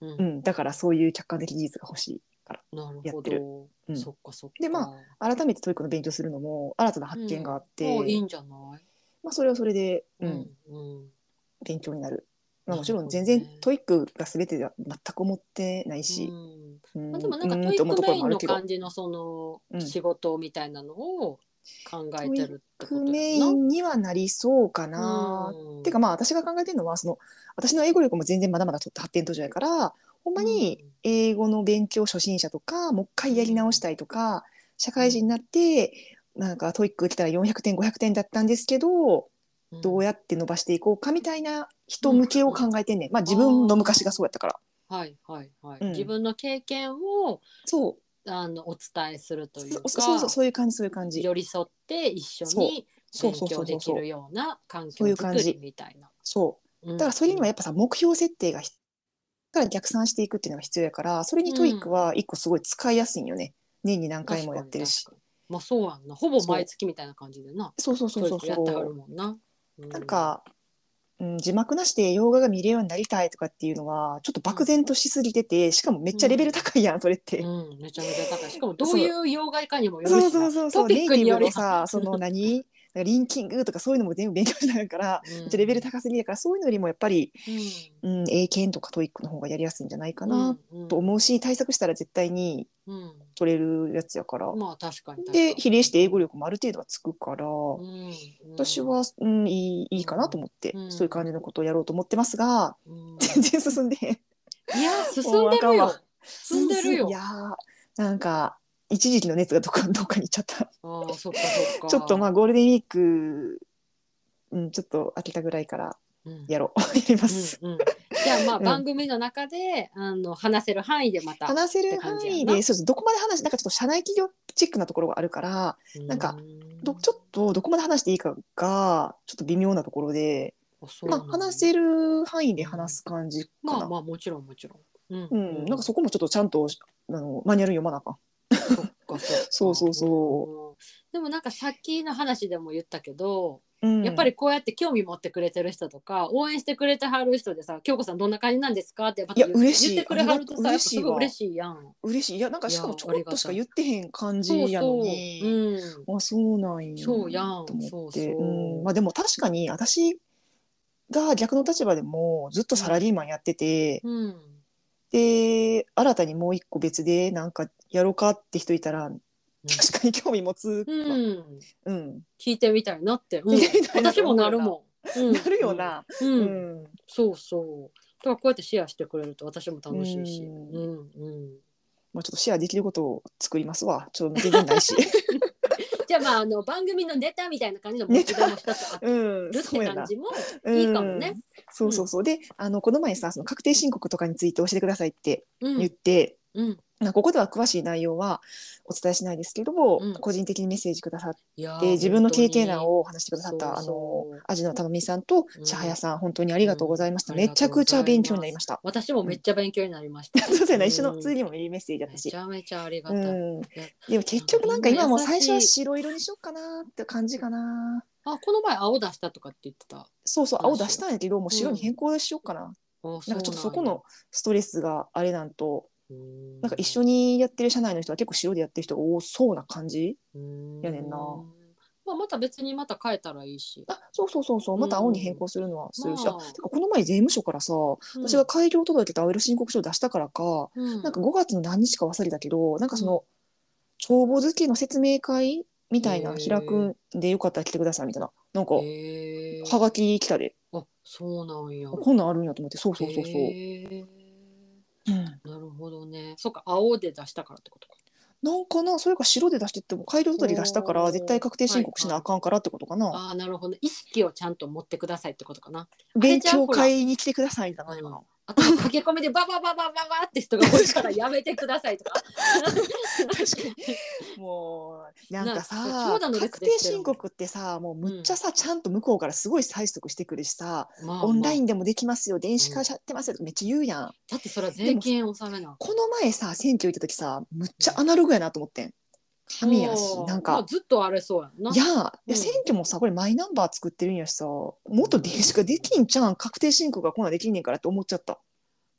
Speaker 1: うんうん
Speaker 2: うん、だからそういう客観的事実が欲しいから
Speaker 1: なる
Speaker 2: や
Speaker 1: ほ
Speaker 2: ってる
Speaker 1: ど、
Speaker 2: うん
Speaker 1: そっかそっか
Speaker 2: でま改めてトイックの勉強するのも新たな発見があって、
Speaker 1: もういいんじゃない
Speaker 2: まあ、それはそれで、うん、
Speaker 1: うん
Speaker 2: 勉強になる。ま
Speaker 1: な
Speaker 2: あ、も
Speaker 1: る
Speaker 2: ち
Speaker 1: ほ
Speaker 2: ろ
Speaker 1: どね
Speaker 2: ん全然トイックが全てでは全く思ってないし、
Speaker 1: うん
Speaker 2: うん
Speaker 1: まあ、でもなんかトイ
Speaker 2: うんと思
Speaker 1: ッ
Speaker 2: う
Speaker 1: ク
Speaker 2: とこ
Speaker 1: メ
Speaker 2: ろ
Speaker 1: イ
Speaker 2: も
Speaker 1: ン
Speaker 2: ある
Speaker 1: の
Speaker 2: けど
Speaker 1: 感じのそ
Speaker 2: うん
Speaker 1: の仕事みたいなのを考えてるって
Speaker 2: トイ
Speaker 1: こ
Speaker 2: ック
Speaker 1: と
Speaker 2: メ
Speaker 1: だ
Speaker 2: イ
Speaker 1: よ
Speaker 2: ンにはなりそうかな
Speaker 1: な。。
Speaker 2: ていうかまあ私が考えてるのはその私の英語力も全然まだまだちょっと発展途上やからほんまに英語の勉強初心者とかもう一回やり直したいとか社会人になってなんかトイック来たら400点500点だったんですけど
Speaker 1: うん
Speaker 2: どうやって伸ばしていこうかみたいな人向けを考えてんねん、まあ自分の昔がそうやったから
Speaker 1: はいはいはい、
Speaker 2: うん
Speaker 1: 自分の経験を
Speaker 2: そう
Speaker 1: あのお伝えするというか
Speaker 2: そそうそうそういう感じそういう感じ
Speaker 1: 寄り添って一緒に
Speaker 2: そ
Speaker 1: 勉
Speaker 2: うそうそ
Speaker 1: 強
Speaker 2: うそ
Speaker 1: で
Speaker 2: う
Speaker 1: き
Speaker 2: そう
Speaker 1: るような環
Speaker 2: そう
Speaker 1: 境
Speaker 2: いう感
Speaker 1: 作
Speaker 2: じ
Speaker 1: りみたいな。
Speaker 2: そう
Speaker 1: だ
Speaker 2: だからそれにはやっぱさ目標設定がひから逆算していくっていうのが必要やからそれにトイックは一個すごい使いやすいんよね、年に何回もやってるし
Speaker 1: まあそうやんなほぼ毎月みたいな感じでな
Speaker 2: そうそうそうそう
Speaker 1: トイックやっては
Speaker 2: そ
Speaker 1: る
Speaker 2: う
Speaker 1: もんな。う
Speaker 2: なんか、うん、字幕なしで洋画が見れるようになりたいとかっていうのはちょっと漠然としすぎててしかもめっちゃレベル高いやんそれって、
Speaker 1: うん、めちゃめちゃ高い。しかもどういう妖怪かにもよるし
Speaker 2: そ
Speaker 1: な
Speaker 2: うそうそうそ
Speaker 1: ト
Speaker 2: う
Speaker 1: ピ
Speaker 2: ネ
Speaker 1: ッ
Speaker 2: イ
Speaker 1: ク
Speaker 2: テ
Speaker 1: に
Speaker 2: ィ
Speaker 1: よ
Speaker 2: ブ
Speaker 1: り
Speaker 2: のさその何リンキングとかそういうのも全部勉強しながらから
Speaker 1: うん
Speaker 2: めっちゃレベル高すぎだからそういうのよりもやっぱり、
Speaker 1: う
Speaker 2: うん、英検とかトイックの方がやりやすいんじゃないか
Speaker 1: ん
Speaker 2: なっ
Speaker 1: うん
Speaker 2: と思うし対策したら絶対に
Speaker 1: うん
Speaker 2: 取れるやつやから、
Speaker 1: まあ確かに確かに
Speaker 2: で比例して英語力もある程度はつくから、
Speaker 1: うん
Speaker 2: 私は、うん、いいいいかなと思って、
Speaker 1: うん
Speaker 2: そういう感じのことをやろうと思ってますが、
Speaker 1: うん
Speaker 2: 全然進んでへん
Speaker 1: いや進んでる
Speaker 2: もうあ
Speaker 1: よ
Speaker 2: かんわ
Speaker 1: 進んでるよ
Speaker 2: [LAUGHS] いやーなんか一時期の熱がどっかどっかに行っちゃっ
Speaker 1: あ
Speaker 2: た
Speaker 1: あそっかそっか
Speaker 2: ちょっとまあゴールデンウィーク、うん、ちょっと開けたぐらいから
Speaker 1: うん
Speaker 2: やろうやります、
Speaker 1: うんうんじゃあまあ
Speaker 2: うん
Speaker 1: 番組の中であの話せる範囲でまた
Speaker 2: 話せ
Speaker 1: って
Speaker 2: る
Speaker 1: 感
Speaker 2: 範
Speaker 1: じやな
Speaker 2: 囲でそうそうどこまで話しなんかちょっと社内企業チックなところがあるからなんかどちょっとどこまで話していいかがちょっと微妙なところで、
Speaker 1: と
Speaker 2: まあ、話せる範囲で話す感じかな、
Speaker 1: まあまあもちろんもちろんうん
Speaker 2: うん、なんかそこもちょっとちゃんとあのマニュアル読まなあかん
Speaker 1: そっかそっか
Speaker 2: そうそうそ
Speaker 1: うんでもなんかさっきの話でも言ったけど、
Speaker 2: うん、
Speaker 1: やっぱりこうやって興味持ってくれてる人とか応援してくれてはる人でさ「京子さんどんな感じなんですか?」ってやっぱ
Speaker 2: いや
Speaker 1: 言う
Speaker 2: 嬉しい
Speaker 1: 言ってくれはるとさ
Speaker 2: ありがとう
Speaker 1: やっぱすごい嬉
Speaker 2: 嬉
Speaker 1: しいやん。
Speaker 2: 嬉しいいやなんかしかもちょこっとしか言ってへん感じ
Speaker 1: そう
Speaker 2: やの
Speaker 1: そう、
Speaker 2: に
Speaker 1: うん、
Speaker 2: あそうなんや
Speaker 1: そうやん
Speaker 2: と思って
Speaker 1: そうそう
Speaker 2: うんまあ、でも確かに私が逆の立場でもずっとサラリーマンやってて、
Speaker 1: うん、
Speaker 2: で新たにもう一個別でなんかやろうかって人いたら、確かに興味持つわ、
Speaker 1: うん、
Speaker 2: うん、
Speaker 1: 聞いてみたいなって、うん
Speaker 2: 聞いてみたいなっ
Speaker 1: 私
Speaker 2: て
Speaker 1: も
Speaker 2: 思うよな
Speaker 1: なるもん、うん
Speaker 2: なるよな。
Speaker 1: うん、
Speaker 2: う
Speaker 1: うん
Speaker 2: ん
Speaker 1: そうそうだからこうやってシェアしてくれると私も楽しいし、うん
Speaker 2: うん
Speaker 1: うん、
Speaker 2: まあ、ちょっとシェアできることを作りますわ。ちょっと全
Speaker 1: [LAUGHS]
Speaker 2: 然ないし。
Speaker 1: じゃあまああの番組のネタみたいな感じの持ち出も一つあって
Speaker 2: うん、
Speaker 1: るっ
Speaker 2: [LAUGHS] そう
Speaker 1: て
Speaker 2: やな
Speaker 1: 感。じも
Speaker 2: うん
Speaker 1: いいかもね。。
Speaker 2: そうそうそう。で、あの、この前さ、その確定申告とかについて教えてくださいって
Speaker 1: うん
Speaker 2: 言って、
Speaker 1: うん、
Speaker 2: なここでは詳しい内容はお伝えしないですけども、
Speaker 1: うん
Speaker 2: 個人的にメッセージくださっ
Speaker 1: いやー
Speaker 2: て自分の経験談を話してくださった
Speaker 1: そうそう
Speaker 2: あのアジのたのみさんと
Speaker 1: うん
Speaker 2: 千早さん、本当にありがとうございました、
Speaker 1: うん
Speaker 2: めちゃくちゃ勉強になりました。
Speaker 1: 私もめっちゃ勉強になりました。
Speaker 2: [LAUGHS] そうやな一緒
Speaker 1: う
Speaker 2: の
Speaker 1: ん
Speaker 2: 通にもいいメッセージだった
Speaker 1: め
Speaker 2: し
Speaker 1: ち。ゃめちゃありが
Speaker 2: う
Speaker 1: たい。
Speaker 2: ん、でも結局なんか今もう最初は白色にしようかなって感じかな。
Speaker 1: あこの前青出したとかって言ってた。
Speaker 2: そうそう、
Speaker 1: どう
Speaker 2: 青
Speaker 1: しよう
Speaker 2: 出したんやけど、もう白に変更しようかな。
Speaker 1: なん
Speaker 2: なんかちょっとそこのストレスがあれなんと、
Speaker 1: な
Speaker 2: なんか一緒にやってる社内の人は結構白でやってる人が多そうな感じ。やねんな。
Speaker 1: まあまた別にまた変えたらいいし。
Speaker 2: あ、そうそうそうそう、また青に変更するのはするし、
Speaker 1: まあ
Speaker 2: あてかこの前税務署からさ、私が開業届けた青色申告書を出したからか、
Speaker 1: うん
Speaker 2: なんか5月の何日か忘れたけど、なんかその、帳簿付けの説明会みたいな
Speaker 1: へー
Speaker 2: 開くんでよかったら来てくださいみたいな、なんか、
Speaker 1: へー
Speaker 2: はがき来たで、
Speaker 1: あそうなんや。
Speaker 2: こんなんあるんやと思って、そうそうそうそう。
Speaker 1: へー
Speaker 2: うん
Speaker 1: なるほどね。そっか青で出したからってことか。
Speaker 2: なんかな、それか白で出してっても、改良取り出したか
Speaker 1: お
Speaker 2: ら、
Speaker 1: ー
Speaker 2: 絶対確定申告しなあかんからってことかな。
Speaker 1: ああなるほど。意識をちゃんと持ってくださいってことかな。
Speaker 2: 勉強会に来てくださいだな、今の。
Speaker 1: あと駆け込みでババババババって人が多いからやめてくださいとか。
Speaker 2: [LAUGHS] 確かに。 [LAUGHS] もう、なんか
Speaker 1: な
Speaker 2: さ
Speaker 1: 長、蛇の列
Speaker 2: 確
Speaker 1: できてる
Speaker 2: 定申告ってさ、もうむっちゃさ、ちゃんと向こうからすごい催促してくるしさ、
Speaker 1: まあまあ
Speaker 2: オンラインでもできますよ、電子化しちゃってますよ、めっちゃ言うやん。
Speaker 1: だってそれは税金納めな。
Speaker 2: この前さ、選挙行った時さ、むっちゃアナログやなと思ってん。紙やし
Speaker 1: う、
Speaker 2: なん
Speaker 1: まあ
Speaker 2: か。
Speaker 1: ずっとあれそうやんな。
Speaker 2: いやー、
Speaker 1: うん
Speaker 2: で選挙もさこれマイナンバー作ってるんやしさもっと電子化できんじゃん確定申告がこんなんできんねんからって思っちゃった、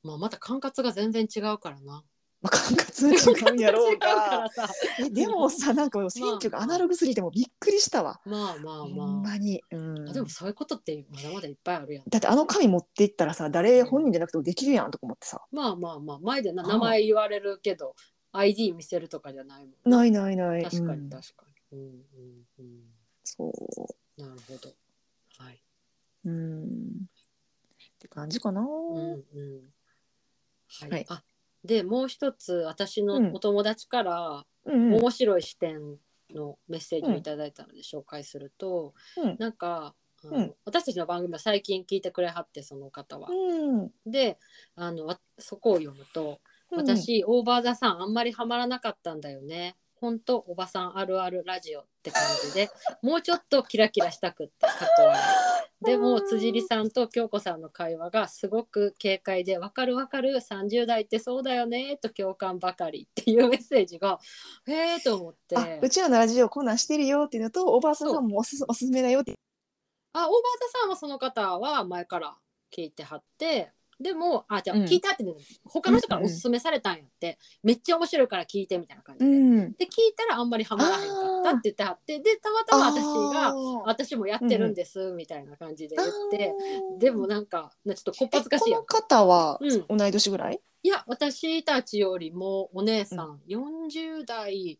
Speaker 1: まあまた管轄が全然違うからな。
Speaker 2: まあ、管轄が違うん
Speaker 1: [LAUGHS]
Speaker 2: やろう
Speaker 1: 管轄
Speaker 2: が
Speaker 1: が違うからさ。
Speaker 2: えでもさなんか選挙がアナログすぎてもうびっくりしたわ、
Speaker 1: まあまあ
Speaker 2: ほん
Speaker 1: まあ。
Speaker 2: まに、うん、
Speaker 1: あでもそういうことってまだまだいっぱいあるやん。
Speaker 2: だってあの紙持っていったらさ誰本人じゃなくてもできるやんとか思ってさ
Speaker 1: まあまあまあ前でな
Speaker 2: ああ
Speaker 1: 名前言われるけど ID 見せるとかじゃないもん。
Speaker 2: ないないない
Speaker 1: 確か
Speaker 2: う
Speaker 1: に
Speaker 2: ん
Speaker 1: 確かに。うんうんうん。
Speaker 2: そ
Speaker 1: なるほど。はい。
Speaker 2: ううんって感じかな、
Speaker 1: うんうん。はい。
Speaker 2: はい
Speaker 1: あでもう一つ私の
Speaker 2: うん
Speaker 1: お友達から
Speaker 2: うんうん
Speaker 1: 面白い視点のメッセージをいただいたので紹介すると、
Speaker 2: うん
Speaker 1: なんか、あの
Speaker 2: うん
Speaker 1: 私たちの番組は最近聞いてくれはってその方は。
Speaker 2: うん
Speaker 1: であのわそこを読むと、私オーバーザさんあんまりハマらなかったんだよねほんとおばさんあるあるラジオって感じ
Speaker 2: [LAUGHS]
Speaker 1: でもうちょっとキラキラしたくって過去はでも辻里さんと京子さんの会話がすごく軽快で「わかるわかる30代ってそうだよね」と共感ばかりっていうメッセージがへえと思って
Speaker 2: あうちらのラジオこんなんしてるよっていうのとおばあさんもおすすおすすめだよって
Speaker 1: あオーバーザさんはその方は前から聞いてはってでもあじゃあ
Speaker 2: うん
Speaker 1: 聞いたって、ね他の人からおすすめされたんやって、めっちゃ面白いから聞いてみたいな感じで、
Speaker 2: ん、
Speaker 1: で聞いたらあんまりハマらへんかったって言ってはってでたまたま私が「私もやってるんです」みたいな感じで言って、でもなんかねちょっとこっぱずかしいやん
Speaker 2: この方は
Speaker 1: うん、
Speaker 2: 同い年ぐらい、
Speaker 1: いや私たちよりもお姉さん、40代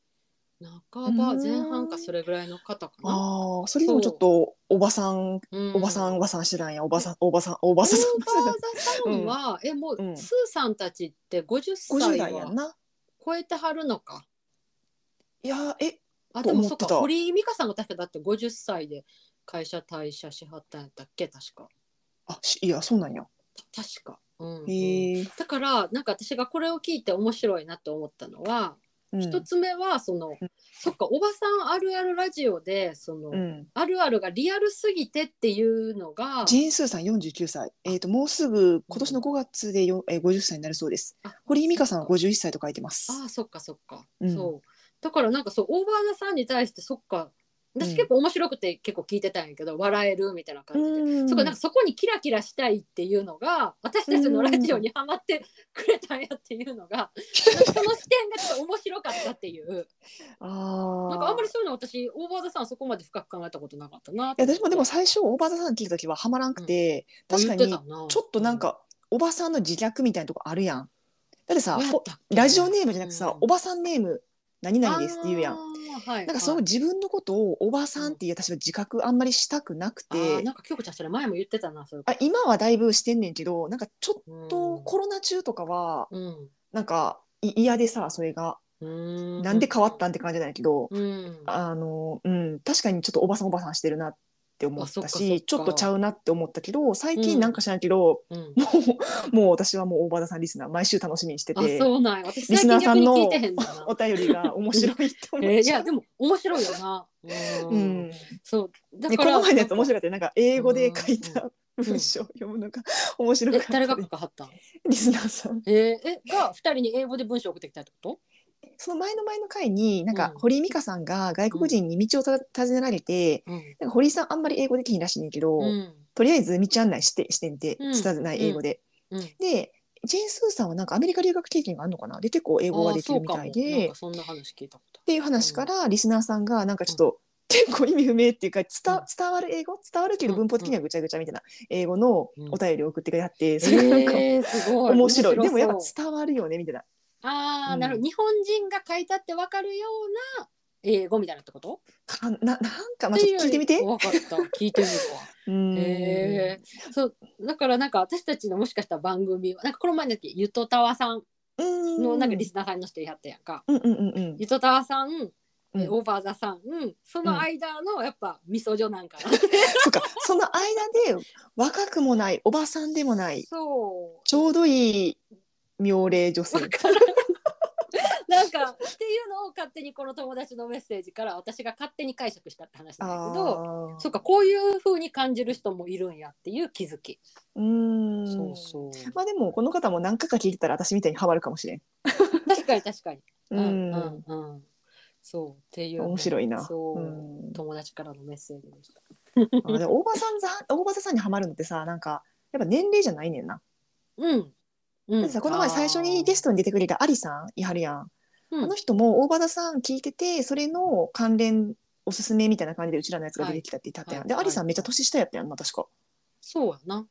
Speaker 1: 半ば
Speaker 2: うーん
Speaker 1: 前半かそれぐらいの方かな。
Speaker 2: ああそれでもちょっとおばさん
Speaker 1: うん
Speaker 2: おばさん、おばさん知らんや、おばさん、おばさん、おばさん。
Speaker 1: 大場さんは、えもう、
Speaker 2: うん
Speaker 1: スーさんたちって50
Speaker 2: [LAUGHS] 五十
Speaker 1: 歳
Speaker 2: 代やん
Speaker 1: は
Speaker 2: な。
Speaker 1: 超えてはるのか。
Speaker 2: いや、え、
Speaker 1: あでもそっ
Speaker 2: と思って
Speaker 1: か
Speaker 2: た
Speaker 1: 堀井美香さんが確かだって50歳で会社退社しはったんやったっけ確か。
Speaker 2: あ、しいや、そうなんや。
Speaker 1: た確か。うんうん
Speaker 2: へえ。
Speaker 1: だからなんか私がこれを聞いて面白いなと思ったのは
Speaker 2: うん
Speaker 1: 一、つ目はその、
Speaker 2: ん
Speaker 1: そっかおばさんあるあるラジオでその、
Speaker 2: うん。
Speaker 1: あるあるがリアルすぎてっていうのが
Speaker 2: ジェーンスーさん、四十九歳。えっと、もうすぐ、今年の五月で、よ、え、五十歳になるそうです
Speaker 1: あ。
Speaker 2: 堀井美香さんは五十一歳と書いてます。
Speaker 1: ああそっかそっか、
Speaker 2: うん
Speaker 1: そうだからなんかそうオーバーザさんに対してそっか
Speaker 2: う
Speaker 1: 私
Speaker 2: ん
Speaker 1: 結構面白くて結構聞いてたんやけど、笑えるみたいな感じで、
Speaker 2: うん
Speaker 1: そっかなんかそこにキラキラしたいっていうのが私たちのラジオにハマってくれたんやっていうのが、なんかその視点がちょっと面白かったっていう
Speaker 2: あ
Speaker 1: なんかあんま
Speaker 2: あ。
Speaker 1: りそういうの私オーバーザさんそこまで深く考えたことなかったない
Speaker 2: や、私もでも、最初、おばさん聞いた時は、はまらんくて。確かに、ちょ
Speaker 1: ょ
Speaker 2: っとなんか、おばさんの自虐みたいなとこあるやん。だってさ、ほラ
Speaker 1: ラ
Speaker 2: ジオネームじゃなくてさ、おばさんネーム。何々ですって言うやん。
Speaker 1: はい、
Speaker 2: なんかその
Speaker 1: はい
Speaker 2: 自分のことをおばさんっていう私は自覚あんまりしたくなく
Speaker 1: あ
Speaker 2: て
Speaker 1: ーなんか京子ちゃんそれ前も言ってたなそういう
Speaker 2: あ今はだいぶしてんねんけどなんかちょっ
Speaker 1: こと
Speaker 2: コロナ中とかは
Speaker 1: うん
Speaker 2: なんかい嫌でさそれが
Speaker 1: うん
Speaker 2: なんで変わったんって感じなんやけど、
Speaker 1: うん、
Speaker 2: あのうん、確かにちょっとおばさんおばさんしてるなって思っ
Speaker 1: あそったかそっ
Speaker 2: し
Speaker 1: か
Speaker 2: ちょっとちゃうなって思ったけど最近なんか知らんけど、
Speaker 1: うん、
Speaker 2: もうもう私はもう大場田さんリスナー毎週楽しみにして
Speaker 1: あ
Speaker 2: て
Speaker 1: そうなんや私最
Speaker 2: リス
Speaker 1: 近
Speaker 2: ナーさ
Speaker 1: 逆
Speaker 2: ん
Speaker 1: に
Speaker 2: の
Speaker 1: 聞
Speaker 2: お
Speaker 1: いてへんのな
Speaker 2: お便りが面白いって思
Speaker 1: え
Speaker 2: っ
Speaker 1: い
Speaker 2: ちゃ
Speaker 1: や
Speaker 2: う。
Speaker 1: でも面白いよな、う
Speaker 2: うんん
Speaker 1: そうだ
Speaker 2: ね、
Speaker 1: か
Speaker 2: こ
Speaker 1: ら
Speaker 2: の前のやつ面白かったよなんか英語で書いた
Speaker 1: うん
Speaker 2: 文章を読むのが面白かっ
Speaker 1: え
Speaker 2: た、
Speaker 1: 誰が書かはったん
Speaker 2: リスナーさん
Speaker 1: えーえが二人に英語で文章送ってきたってこと
Speaker 2: その前の前の回になんか
Speaker 1: うん
Speaker 2: 堀井美香さんが外国人に道をた尋ねられて、
Speaker 1: うん
Speaker 2: なんか堀井さんあんまり英語できひんらしいねんけど、
Speaker 1: うん
Speaker 2: とりあえず道案内してしてんて
Speaker 1: うん
Speaker 2: 伝えない英語で。
Speaker 1: うん
Speaker 2: でジェーン・スーさんはなんかアメリカ留学経験があるのかなで結構英語ができるみた
Speaker 1: あー
Speaker 2: い
Speaker 1: そうかもなん
Speaker 2: で
Speaker 1: か
Speaker 2: っ
Speaker 1: そんな話聞いたこと
Speaker 2: ていう話からリスナーさんがなんかちょっ [LAUGHS] と結構意味不明っていうか伝,、
Speaker 1: うん
Speaker 2: 伝わる英語伝わるけど
Speaker 1: うん
Speaker 2: 文法的にはぐちゃぐちゃみたいな英語のお便りを送ってくれはって、 [LAUGHS] そ
Speaker 1: あ
Speaker 2: れ
Speaker 1: る
Speaker 2: がなんか
Speaker 1: えー、すごい
Speaker 2: 面白いでもやっぱ
Speaker 1: そう
Speaker 2: 伝わるよねみたいな
Speaker 1: ああ、
Speaker 2: うん
Speaker 1: なるほど日本人が書いたってわかるような英語みたいなってこと、
Speaker 2: かななんか、ま
Speaker 1: っ
Speaker 2: あ、
Speaker 1: て
Speaker 2: ち
Speaker 1: いう
Speaker 2: ょっ
Speaker 1: より
Speaker 2: と聞いてみて。
Speaker 1: わかった聞いてみるわ
Speaker 2: [LAUGHS] うん
Speaker 1: へえそうだからなんか私たちのもしかしたら番組はなんかこの前だっけゆとたわさん
Speaker 2: うん
Speaker 1: のなんかリスナーさんの人やったやんか、
Speaker 2: うんうんうんうん
Speaker 1: ゆとたわさん、え
Speaker 2: うん
Speaker 1: オーバーザさん、その間のやっぱみそじょなんかな、
Speaker 2: そっかその間で若くもないおばさんでもない
Speaker 1: そう
Speaker 2: ちょうどいい妙齢女性
Speaker 1: わからんなんかっていうのを勝手にこの友達のメッセージから私が勝手に解釈したって話なんだけど
Speaker 2: あ
Speaker 1: そうかこういう風に感じる人もいるんやっていう気づき。
Speaker 2: ううん
Speaker 1: う。
Speaker 2: まあでもこの方も何回か聞いてたら私みたいにハマるかもしれん。
Speaker 1: 確かに確かに。
Speaker 2: うん
Speaker 1: うんうん。そうっていう
Speaker 2: 面白いな。
Speaker 1: そう、 [LAUGHS]
Speaker 2: うん
Speaker 1: 友達からのメッセージでした。
Speaker 2: あでも大場さんざ大場さんにハマるのってさなんかやっぱ年齢じゃないねんな。
Speaker 1: うん。う
Speaker 2: だってさこの前最初にゲス
Speaker 1: ト、
Speaker 2: トに出てくれたアリさんいはるやん。
Speaker 1: うん
Speaker 2: あの人も大場さん聞いててそれの関連おすすめみたいな感じでうちらのやつが出てきたって言ったってやん。
Speaker 1: はい
Speaker 2: で
Speaker 1: はい
Speaker 2: アリさんめっちゃ年下やったやんな確か。
Speaker 1: そうやな。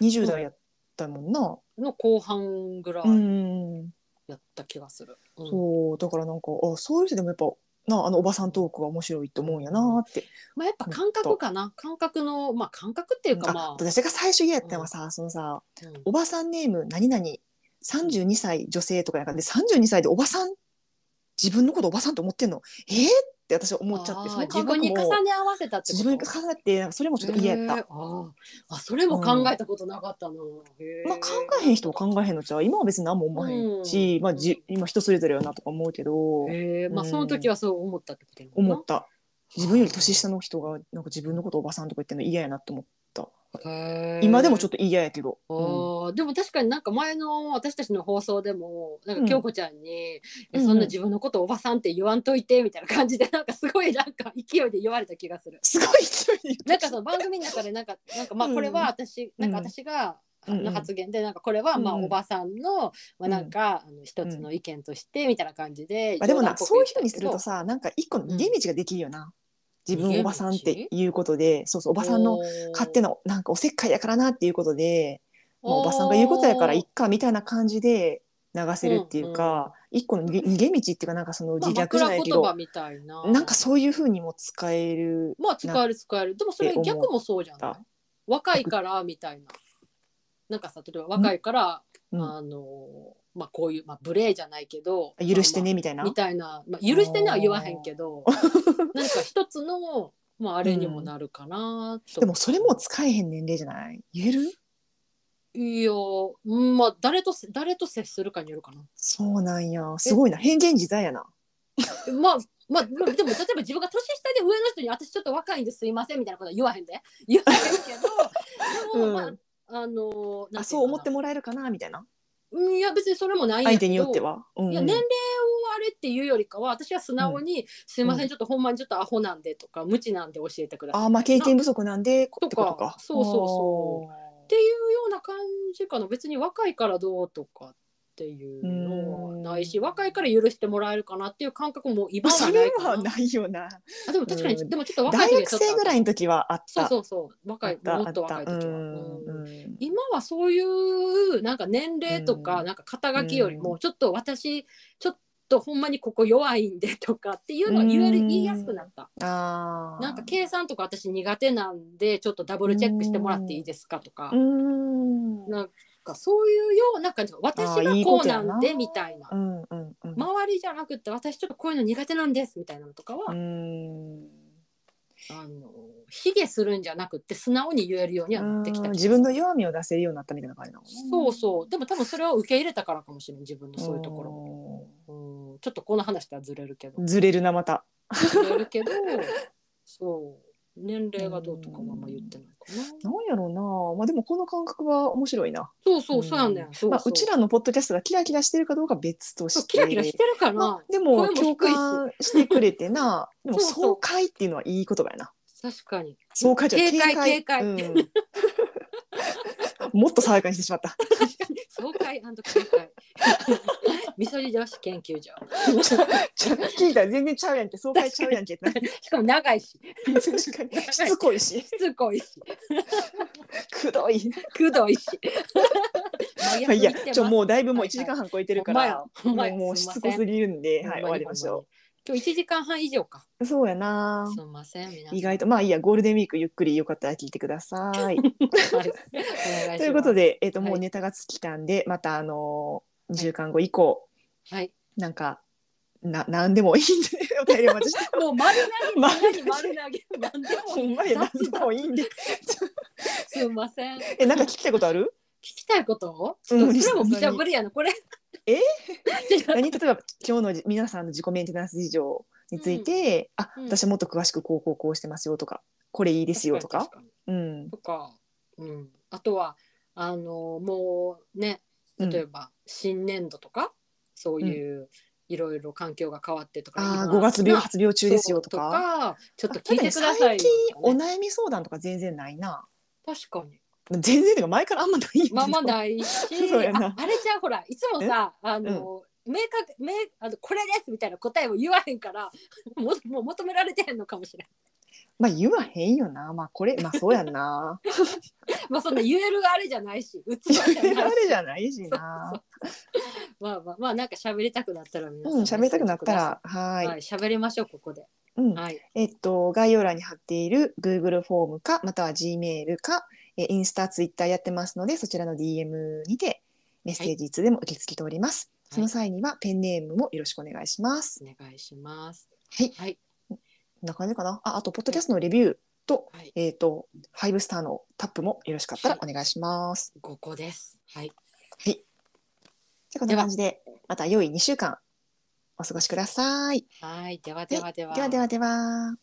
Speaker 2: 20代やったもんな。
Speaker 1: の後半ぐらい
Speaker 2: うん。
Speaker 1: やった気がする。うん
Speaker 2: そうだからなんかあそういう人でもやっぱなあのおばさんトークが面白いと思うんやなって。
Speaker 1: まあやっぱ感覚かな。感覚のまあ感覚っていうかまあ
Speaker 2: あ、私が最初嫌やったのはさ、そのさ
Speaker 1: うん
Speaker 2: おばさんネーム何々32歳女性とかやからで32歳でおばさん自分のことおばさんと思ってんのえー、って私思っちゃって
Speaker 1: あー
Speaker 2: その
Speaker 1: 自
Speaker 2: 感
Speaker 1: 分
Speaker 2: 覚も
Speaker 1: に重ね合わせたってこと。
Speaker 2: 自分に重なってなんかそれもちょっと嫌やった、
Speaker 1: へーあーあそれも考えたことなかったな、へー
Speaker 2: まあ、考えへん人は考えへんのちゃう今は別に何も思わへんし、
Speaker 1: うん
Speaker 2: まあ、じ今人それぞれやなとか思うけど、
Speaker 1: へえまあ
Speaker 2: うん
Speaker 1: その時はそう思ったってことやな
Speaker 2: 思った自分より年下の人がなんか自分のことおばさんとか言ってんの嫌やなと思って
Speaker 1: へー
Speaker 2: 今でもちょっと嫌やけど、うん
Speaker 1: あーでも確かになんか前の私たちの放送でもなん
Speaker 2: うん
Speaker 1: か京子ちゃんに、
Speaker 2: うん
Speaker 1: えそんな自分のことおばさんって言わんといてみたいな感じでなんかすごいなんか勢いで言われた気がする。
Speaker 2: すごい勢いに
Speaker 1: なんかその番組の中でなんかなんかまあこれは私、
Speaker 2: うん
Speaker 1: なんか私が
Speaker 2: うん
Speaker 1: の発言でなんかこれはまあ
Speaker 2: うん
Speaker 1: おばさんの、まあなんかあの一つの意見としてみたいな感じで、
Speaker 2: まあ、でもなそういうふうにする
Speaker 1: 冗談っぽ
Speaker 2: と
Speaker 1: く言ってたけど
Speaker 2: さなんか一個の逃げ道ができるよな、
Speaker 1: ん
Speaker 2: 自分をおばさんっていうことでそうそうおばさんの勝手ななんかおせっかいやからなっていうことで、まあ、おばさんが言うことやからいっかみたいな感じで流せるっていうか、一個の逃げ逃げ道っていうかなんかその
Speaker 1: まあ
Speaker 2: 自虐じゃないけ
Speaker 1: 枕
Speaker 2: ど、
Speaker 1: 言葉みたいな
Speaker 2: なんかそういうふうにも使える
Speaker 1: まあ使える使えるでもそれ逆もそうじゃない
Speaker 2: だ
Speaker 1: 若いからみたいななんかさ例えば若いから、
Speaker 2: うん
Speaker 1: あのまあこういう、まあ、無礼じゃないけど
Speaker 2: 許してねみたい
Speaker 1: まあ
Speaker 2: な。
Speaker 1: まあみたいな、まあ、許してねは言わへんけど [LAUGHS] なんか一つの、まあ、あれにもなるかなと、
Speaker 2: でもそれも使えへん年齢じゃない言える
Speaker 1: いやうんまあ誰とせ誰と接するかによるかな
Speaker 2: そうなんやすごいな変幻自在やな。
Speaker 1: まあまあでもでも例えば自分が年下で上の人に「私ちょっと若いんですいません」みたいなことは言わへんで [LAUGHS] 言わへんけどでも、
Speaker 2: う
Speaker 1: まああの
Speaker 2: あそう思って
Speaker 1: も
Speaker 2: もらえるかなみたいな
Speaker 1: うんいや別にそれもないんやけ
Speaker 2: 相
Speaker 1: ど
Speaker 2: 手によっては。うんうん
Speaker 1: いや年齢をあれっていうよりかは私は素直に「すいませんちょっとほんまにちょっとアホなんで」とか「無知なんで教えてください」
Speaker 2: あーまあ経験不足なんで
Speaker 1: とか
Speaker 2: ってことか。
Speaker 1: そうそうそ
Speaker 2: あー
Speaker 1: っていうような感じかな別に若いからどうとかっていうのはないし
Speaker 2: うん
Speaker 1: 若いから許してもらえるかなっていう感覚も今
Speaker 2: そ
Speaker 1: はな
Speaker 2: れ
Speaker 1: いか
Speaker 2: は
Speaker 1: な
Speaker 2: ないよな。
Speaker 1: あでも確かに、
Speaker 2: うん
Speaker 1: でもちょっと若い
Speaker 2: 大
Speaker 1: 時は
Speaker 2: 学
Speaker 1: ちょっと
Speaker 2: 生ぐらいの時はあっ
Speaker 1: そう
Speaker 2: た。
Speaker 1: そうそう若い
Speaker 2: あ
Speaker 1: も
Speaker 2: っ
Speaker 1: っと
Speaker 2: た
Speaker 1: 若
Speaker 2: あ
Speaker 1: い
Speaker 2: った。う
Speaker 1: 時は、
Speaker 2: ん
Speaker 1: うん
Speaker 2: うん
Speaker 1: 今はそういうなんか年齢とか、
Speaker 2: うん
Speaker 1: なんか肩書きより
Speaker 2: う
Speaker 1: もちょっと私ちょっとほんまにここ弱いんでとかっていうのは言える、
Speaker 2: うん
Speaker 1: 言いやすくなった
Speaker 2: ああ。
Speaker 1: なんか計算とか私苦手なんでちょっとダブルチェックしてもらっていいですかとか,、
Speaker 2: うーん。うん
Speaker 1: なんかそういうような感じ私
Speaker 2: あーい
Speaker 1: が
Speaker 2: い
Speaker 1: こ
Speaker 2: こ
Speaker 1: う
Speaker 2: とや
Speaker 1: な
Speaker 2: なん
Speaker 1: でみたいな
Speaker 2: うんうん。
Speaker 1: 周りじゃなくって私ちょっとこういうの苦手なんですみたいなのとかは、
Speaker 2: うん
Speaker 1: あの卑下するんじゃなくって素直に言えるようにはなってきた気がする
Speaker 2: 自分の弱みを出せるようになったみたいな感じなの。
Speaker 1: そうそうでも多分それを受け入れたからかもしれん自分のそういうところ
Speaker 2: ろ。
Speaker 1: うんちょっとこの話とはずれるけど
Speaker 2: [LAUGHS] ずれるなまた。
Speaker 1: ずれるけどそう年齢がどうとかはあんま言ってないかな。
Speaker 2: なんやろうな、まあ、でもこの感覚は面白いな。
Speaker 1: そうそうそうやねん。そうそう
Speaker 2: まあ、うちらのポッドキャストがキラキラしてるかどうかは別と
Speaker 1: そう
Speaker 2: して。
Speaker 1: キラキラしてるかな
Speaker 2: まあ、でも
Speaker 1: 声も低いし
Speaker 2: 共感してくれて [LAUGHS] な、でも
Speaker 1: そうそう
Speaker 2: 爽快っていうのはいい言葉やな。
Speaker 1: 確か
Speaker 2: [LAUGHS]
Speaker 1: に。
Speaker 2: 爽快じゃない
Speaker 1: 警戒
Speaker 2: うんもっと爽やかにしてしま [LAUGHS] った。
Speaker 1: 爽快警戒。 [LAUGHS] みそり女子研究所。
Speaker 2: ちゃ聞いたら全然ちゃうやんけ、爽快ちゃうやんけってな。
Speaker 1: しかも長いし、
Speaker 2: 確かにしつこいし、
Speaker 1: しつこいし、
Speaker 2: くどい。
Speaker 1: くどいし。
Speaker 2: まあ、 [LAUGHS] いや、ちょ
Speaker 1: う
Speaker 2: もうだいぶも
Speaker 1: は
Speaker 2: う
Speaker 1: いはい
Speaker 2: 1時間半超えてるから、
Speaker 1: ほんまや
Speaker 2: もうもう
Speaker 1: す
Speaker 2: し
Speaker 1: んませ
Speaker 2: つ
Speaker 1: ん
Speaker 2: こすぎるんで、はい、
Speaker 1: ほ
Speaker 2: 終
Speaker 1: ん
Speaker 2: わ
Speaker 1: まに
Speaker 2: りましょ
Speaker 1: ほんまに今日1時間半以上か。
Speaker 2: う。そうやな。
Speaker 1: すみません、皆さん。
Speaker 2: 意外と、まあいいや、ゴールデンウィークゆっくりよかったら聞いてください。
Speaker 1: はいお願いします
Speaker 2: ということ。で、えっ、と、
Speaker 1: はい
Speaker 2: もうネタが尽きたんで、また、あのー、1巻後以降、
Speaker 1: はい。
Speaker 2: なんか、な、なんでもいいんで、 [LAUGHS] お便りお待ちして。
Speaker 1: もう丸
Speaker 2: [LAUGHS]
Speaker 1: 投げ、
Speaker 2: まあ
Speaker 1: 丸投げ、丸投げ。 [LAUGHS] なんで
Speaker 2: ほ
Speaker 1: も。
Speaker 2: んまや、なん
Speaker 1: 雑
Speaker 2: でもいいんで。
Speaker 1: すみま
Speaker 2: [LAUGHS]
Speaker 1: せん。聞
Speaker 2: え、なんか聞きたいことある
Speaker 1: きたいこと。ち
Speaker 2: うん
Speaker 1: ょっと [LAUGHS] それも無茶ぶりやな、これ。 [LAUGHS]
Speaker 2: え何例えば、今日の皆さんの自己メンテナンス事情について、あ、
Speaker 1: うん
Speaker 2: 私はもっと詳しくこうこうこうしてますよとか、これいいですよとか。。うん。
Speaker 1: とか、うん、あとはあのもうね
Speaker 2: うん
Speaker 1: 例えば新年度とか、そういういろいろ環境が変わってとか、
Speaker 2: ああ、
Speaker 1: 今
Speaker 2: 5月病
Speaker 1: な
Speaker 2: 発病中ですよと
Speaker 1: そう
Speaker 2: か。
Speaker 1: ちょっと聞いてくだ
Speaker 2: あ
Speaker 1: さ
Speaker 2: でもね
Speaker 1: いよ
Speaker 2: 最近
Speaker 1: と
Speaker 2: お
Speaker 1: かね
Speaker 2: 悩み相談とか全然ないな。
Speaker 1: 確かに
Speaker 2: 全然っていうか前からあんまないよね
Speaker 1: まあまあないし
Speaker 2: そうやな
Speaker 1: ああれじゃあほらいつもさあの、明確明あのこれですみたいな答えを言わへんから [LAUGHS] ももう求められてへんのかもしれない
Speaker 2: [LAUGHS] まあ言わへんよな。まあこれ、まあそうやんな。
Speaker 1: まあそんな言えるあれじゃないし器
Speaker 2: 言
Speaker 1: じゃない
Speaker 2: わ [LAUGHS] れ
Speaker 1: し
Speaker 2: じゃないしな。
Speaker 1: まあまあまあなんか喋りたくなったら皆さ
Speaker 2: うん、喋りたくなった
Speaker 1: メッセージください
Speaker 2: ら、はい。
Speaker 1: はい、喋りましょう、ここで。
Speaker 2: うん。
Speaker 1: はい、
Speaker 2: えっと、概要欄に貼っている Google フォームか、または Gmail か、えインスタ、ツイッターやってますので、そちらの DM にてメッセージいつでも受け付けております。
Speaker 1: はい
Speaker 2: その際にはペンネームもよろしくお願いします。
Speaker 1: お願いします。
Speaker 2: はい。
Speaker 1: はい。
Speaker 2: こんな感じかな。あ、あと、ポッドキャストのレビューと、
Speaker 1: はい、
Speaker 2: えっ、と、ファイブスターのタップもよろしかったらお願いします。
Speaker 1: ここです。はい、
Speaker 2: じゃあ、こんな感じで、また良い2週間お過ごしください。
Speaker 1: はい、ではではでは。
Speaker 2: ではではでは。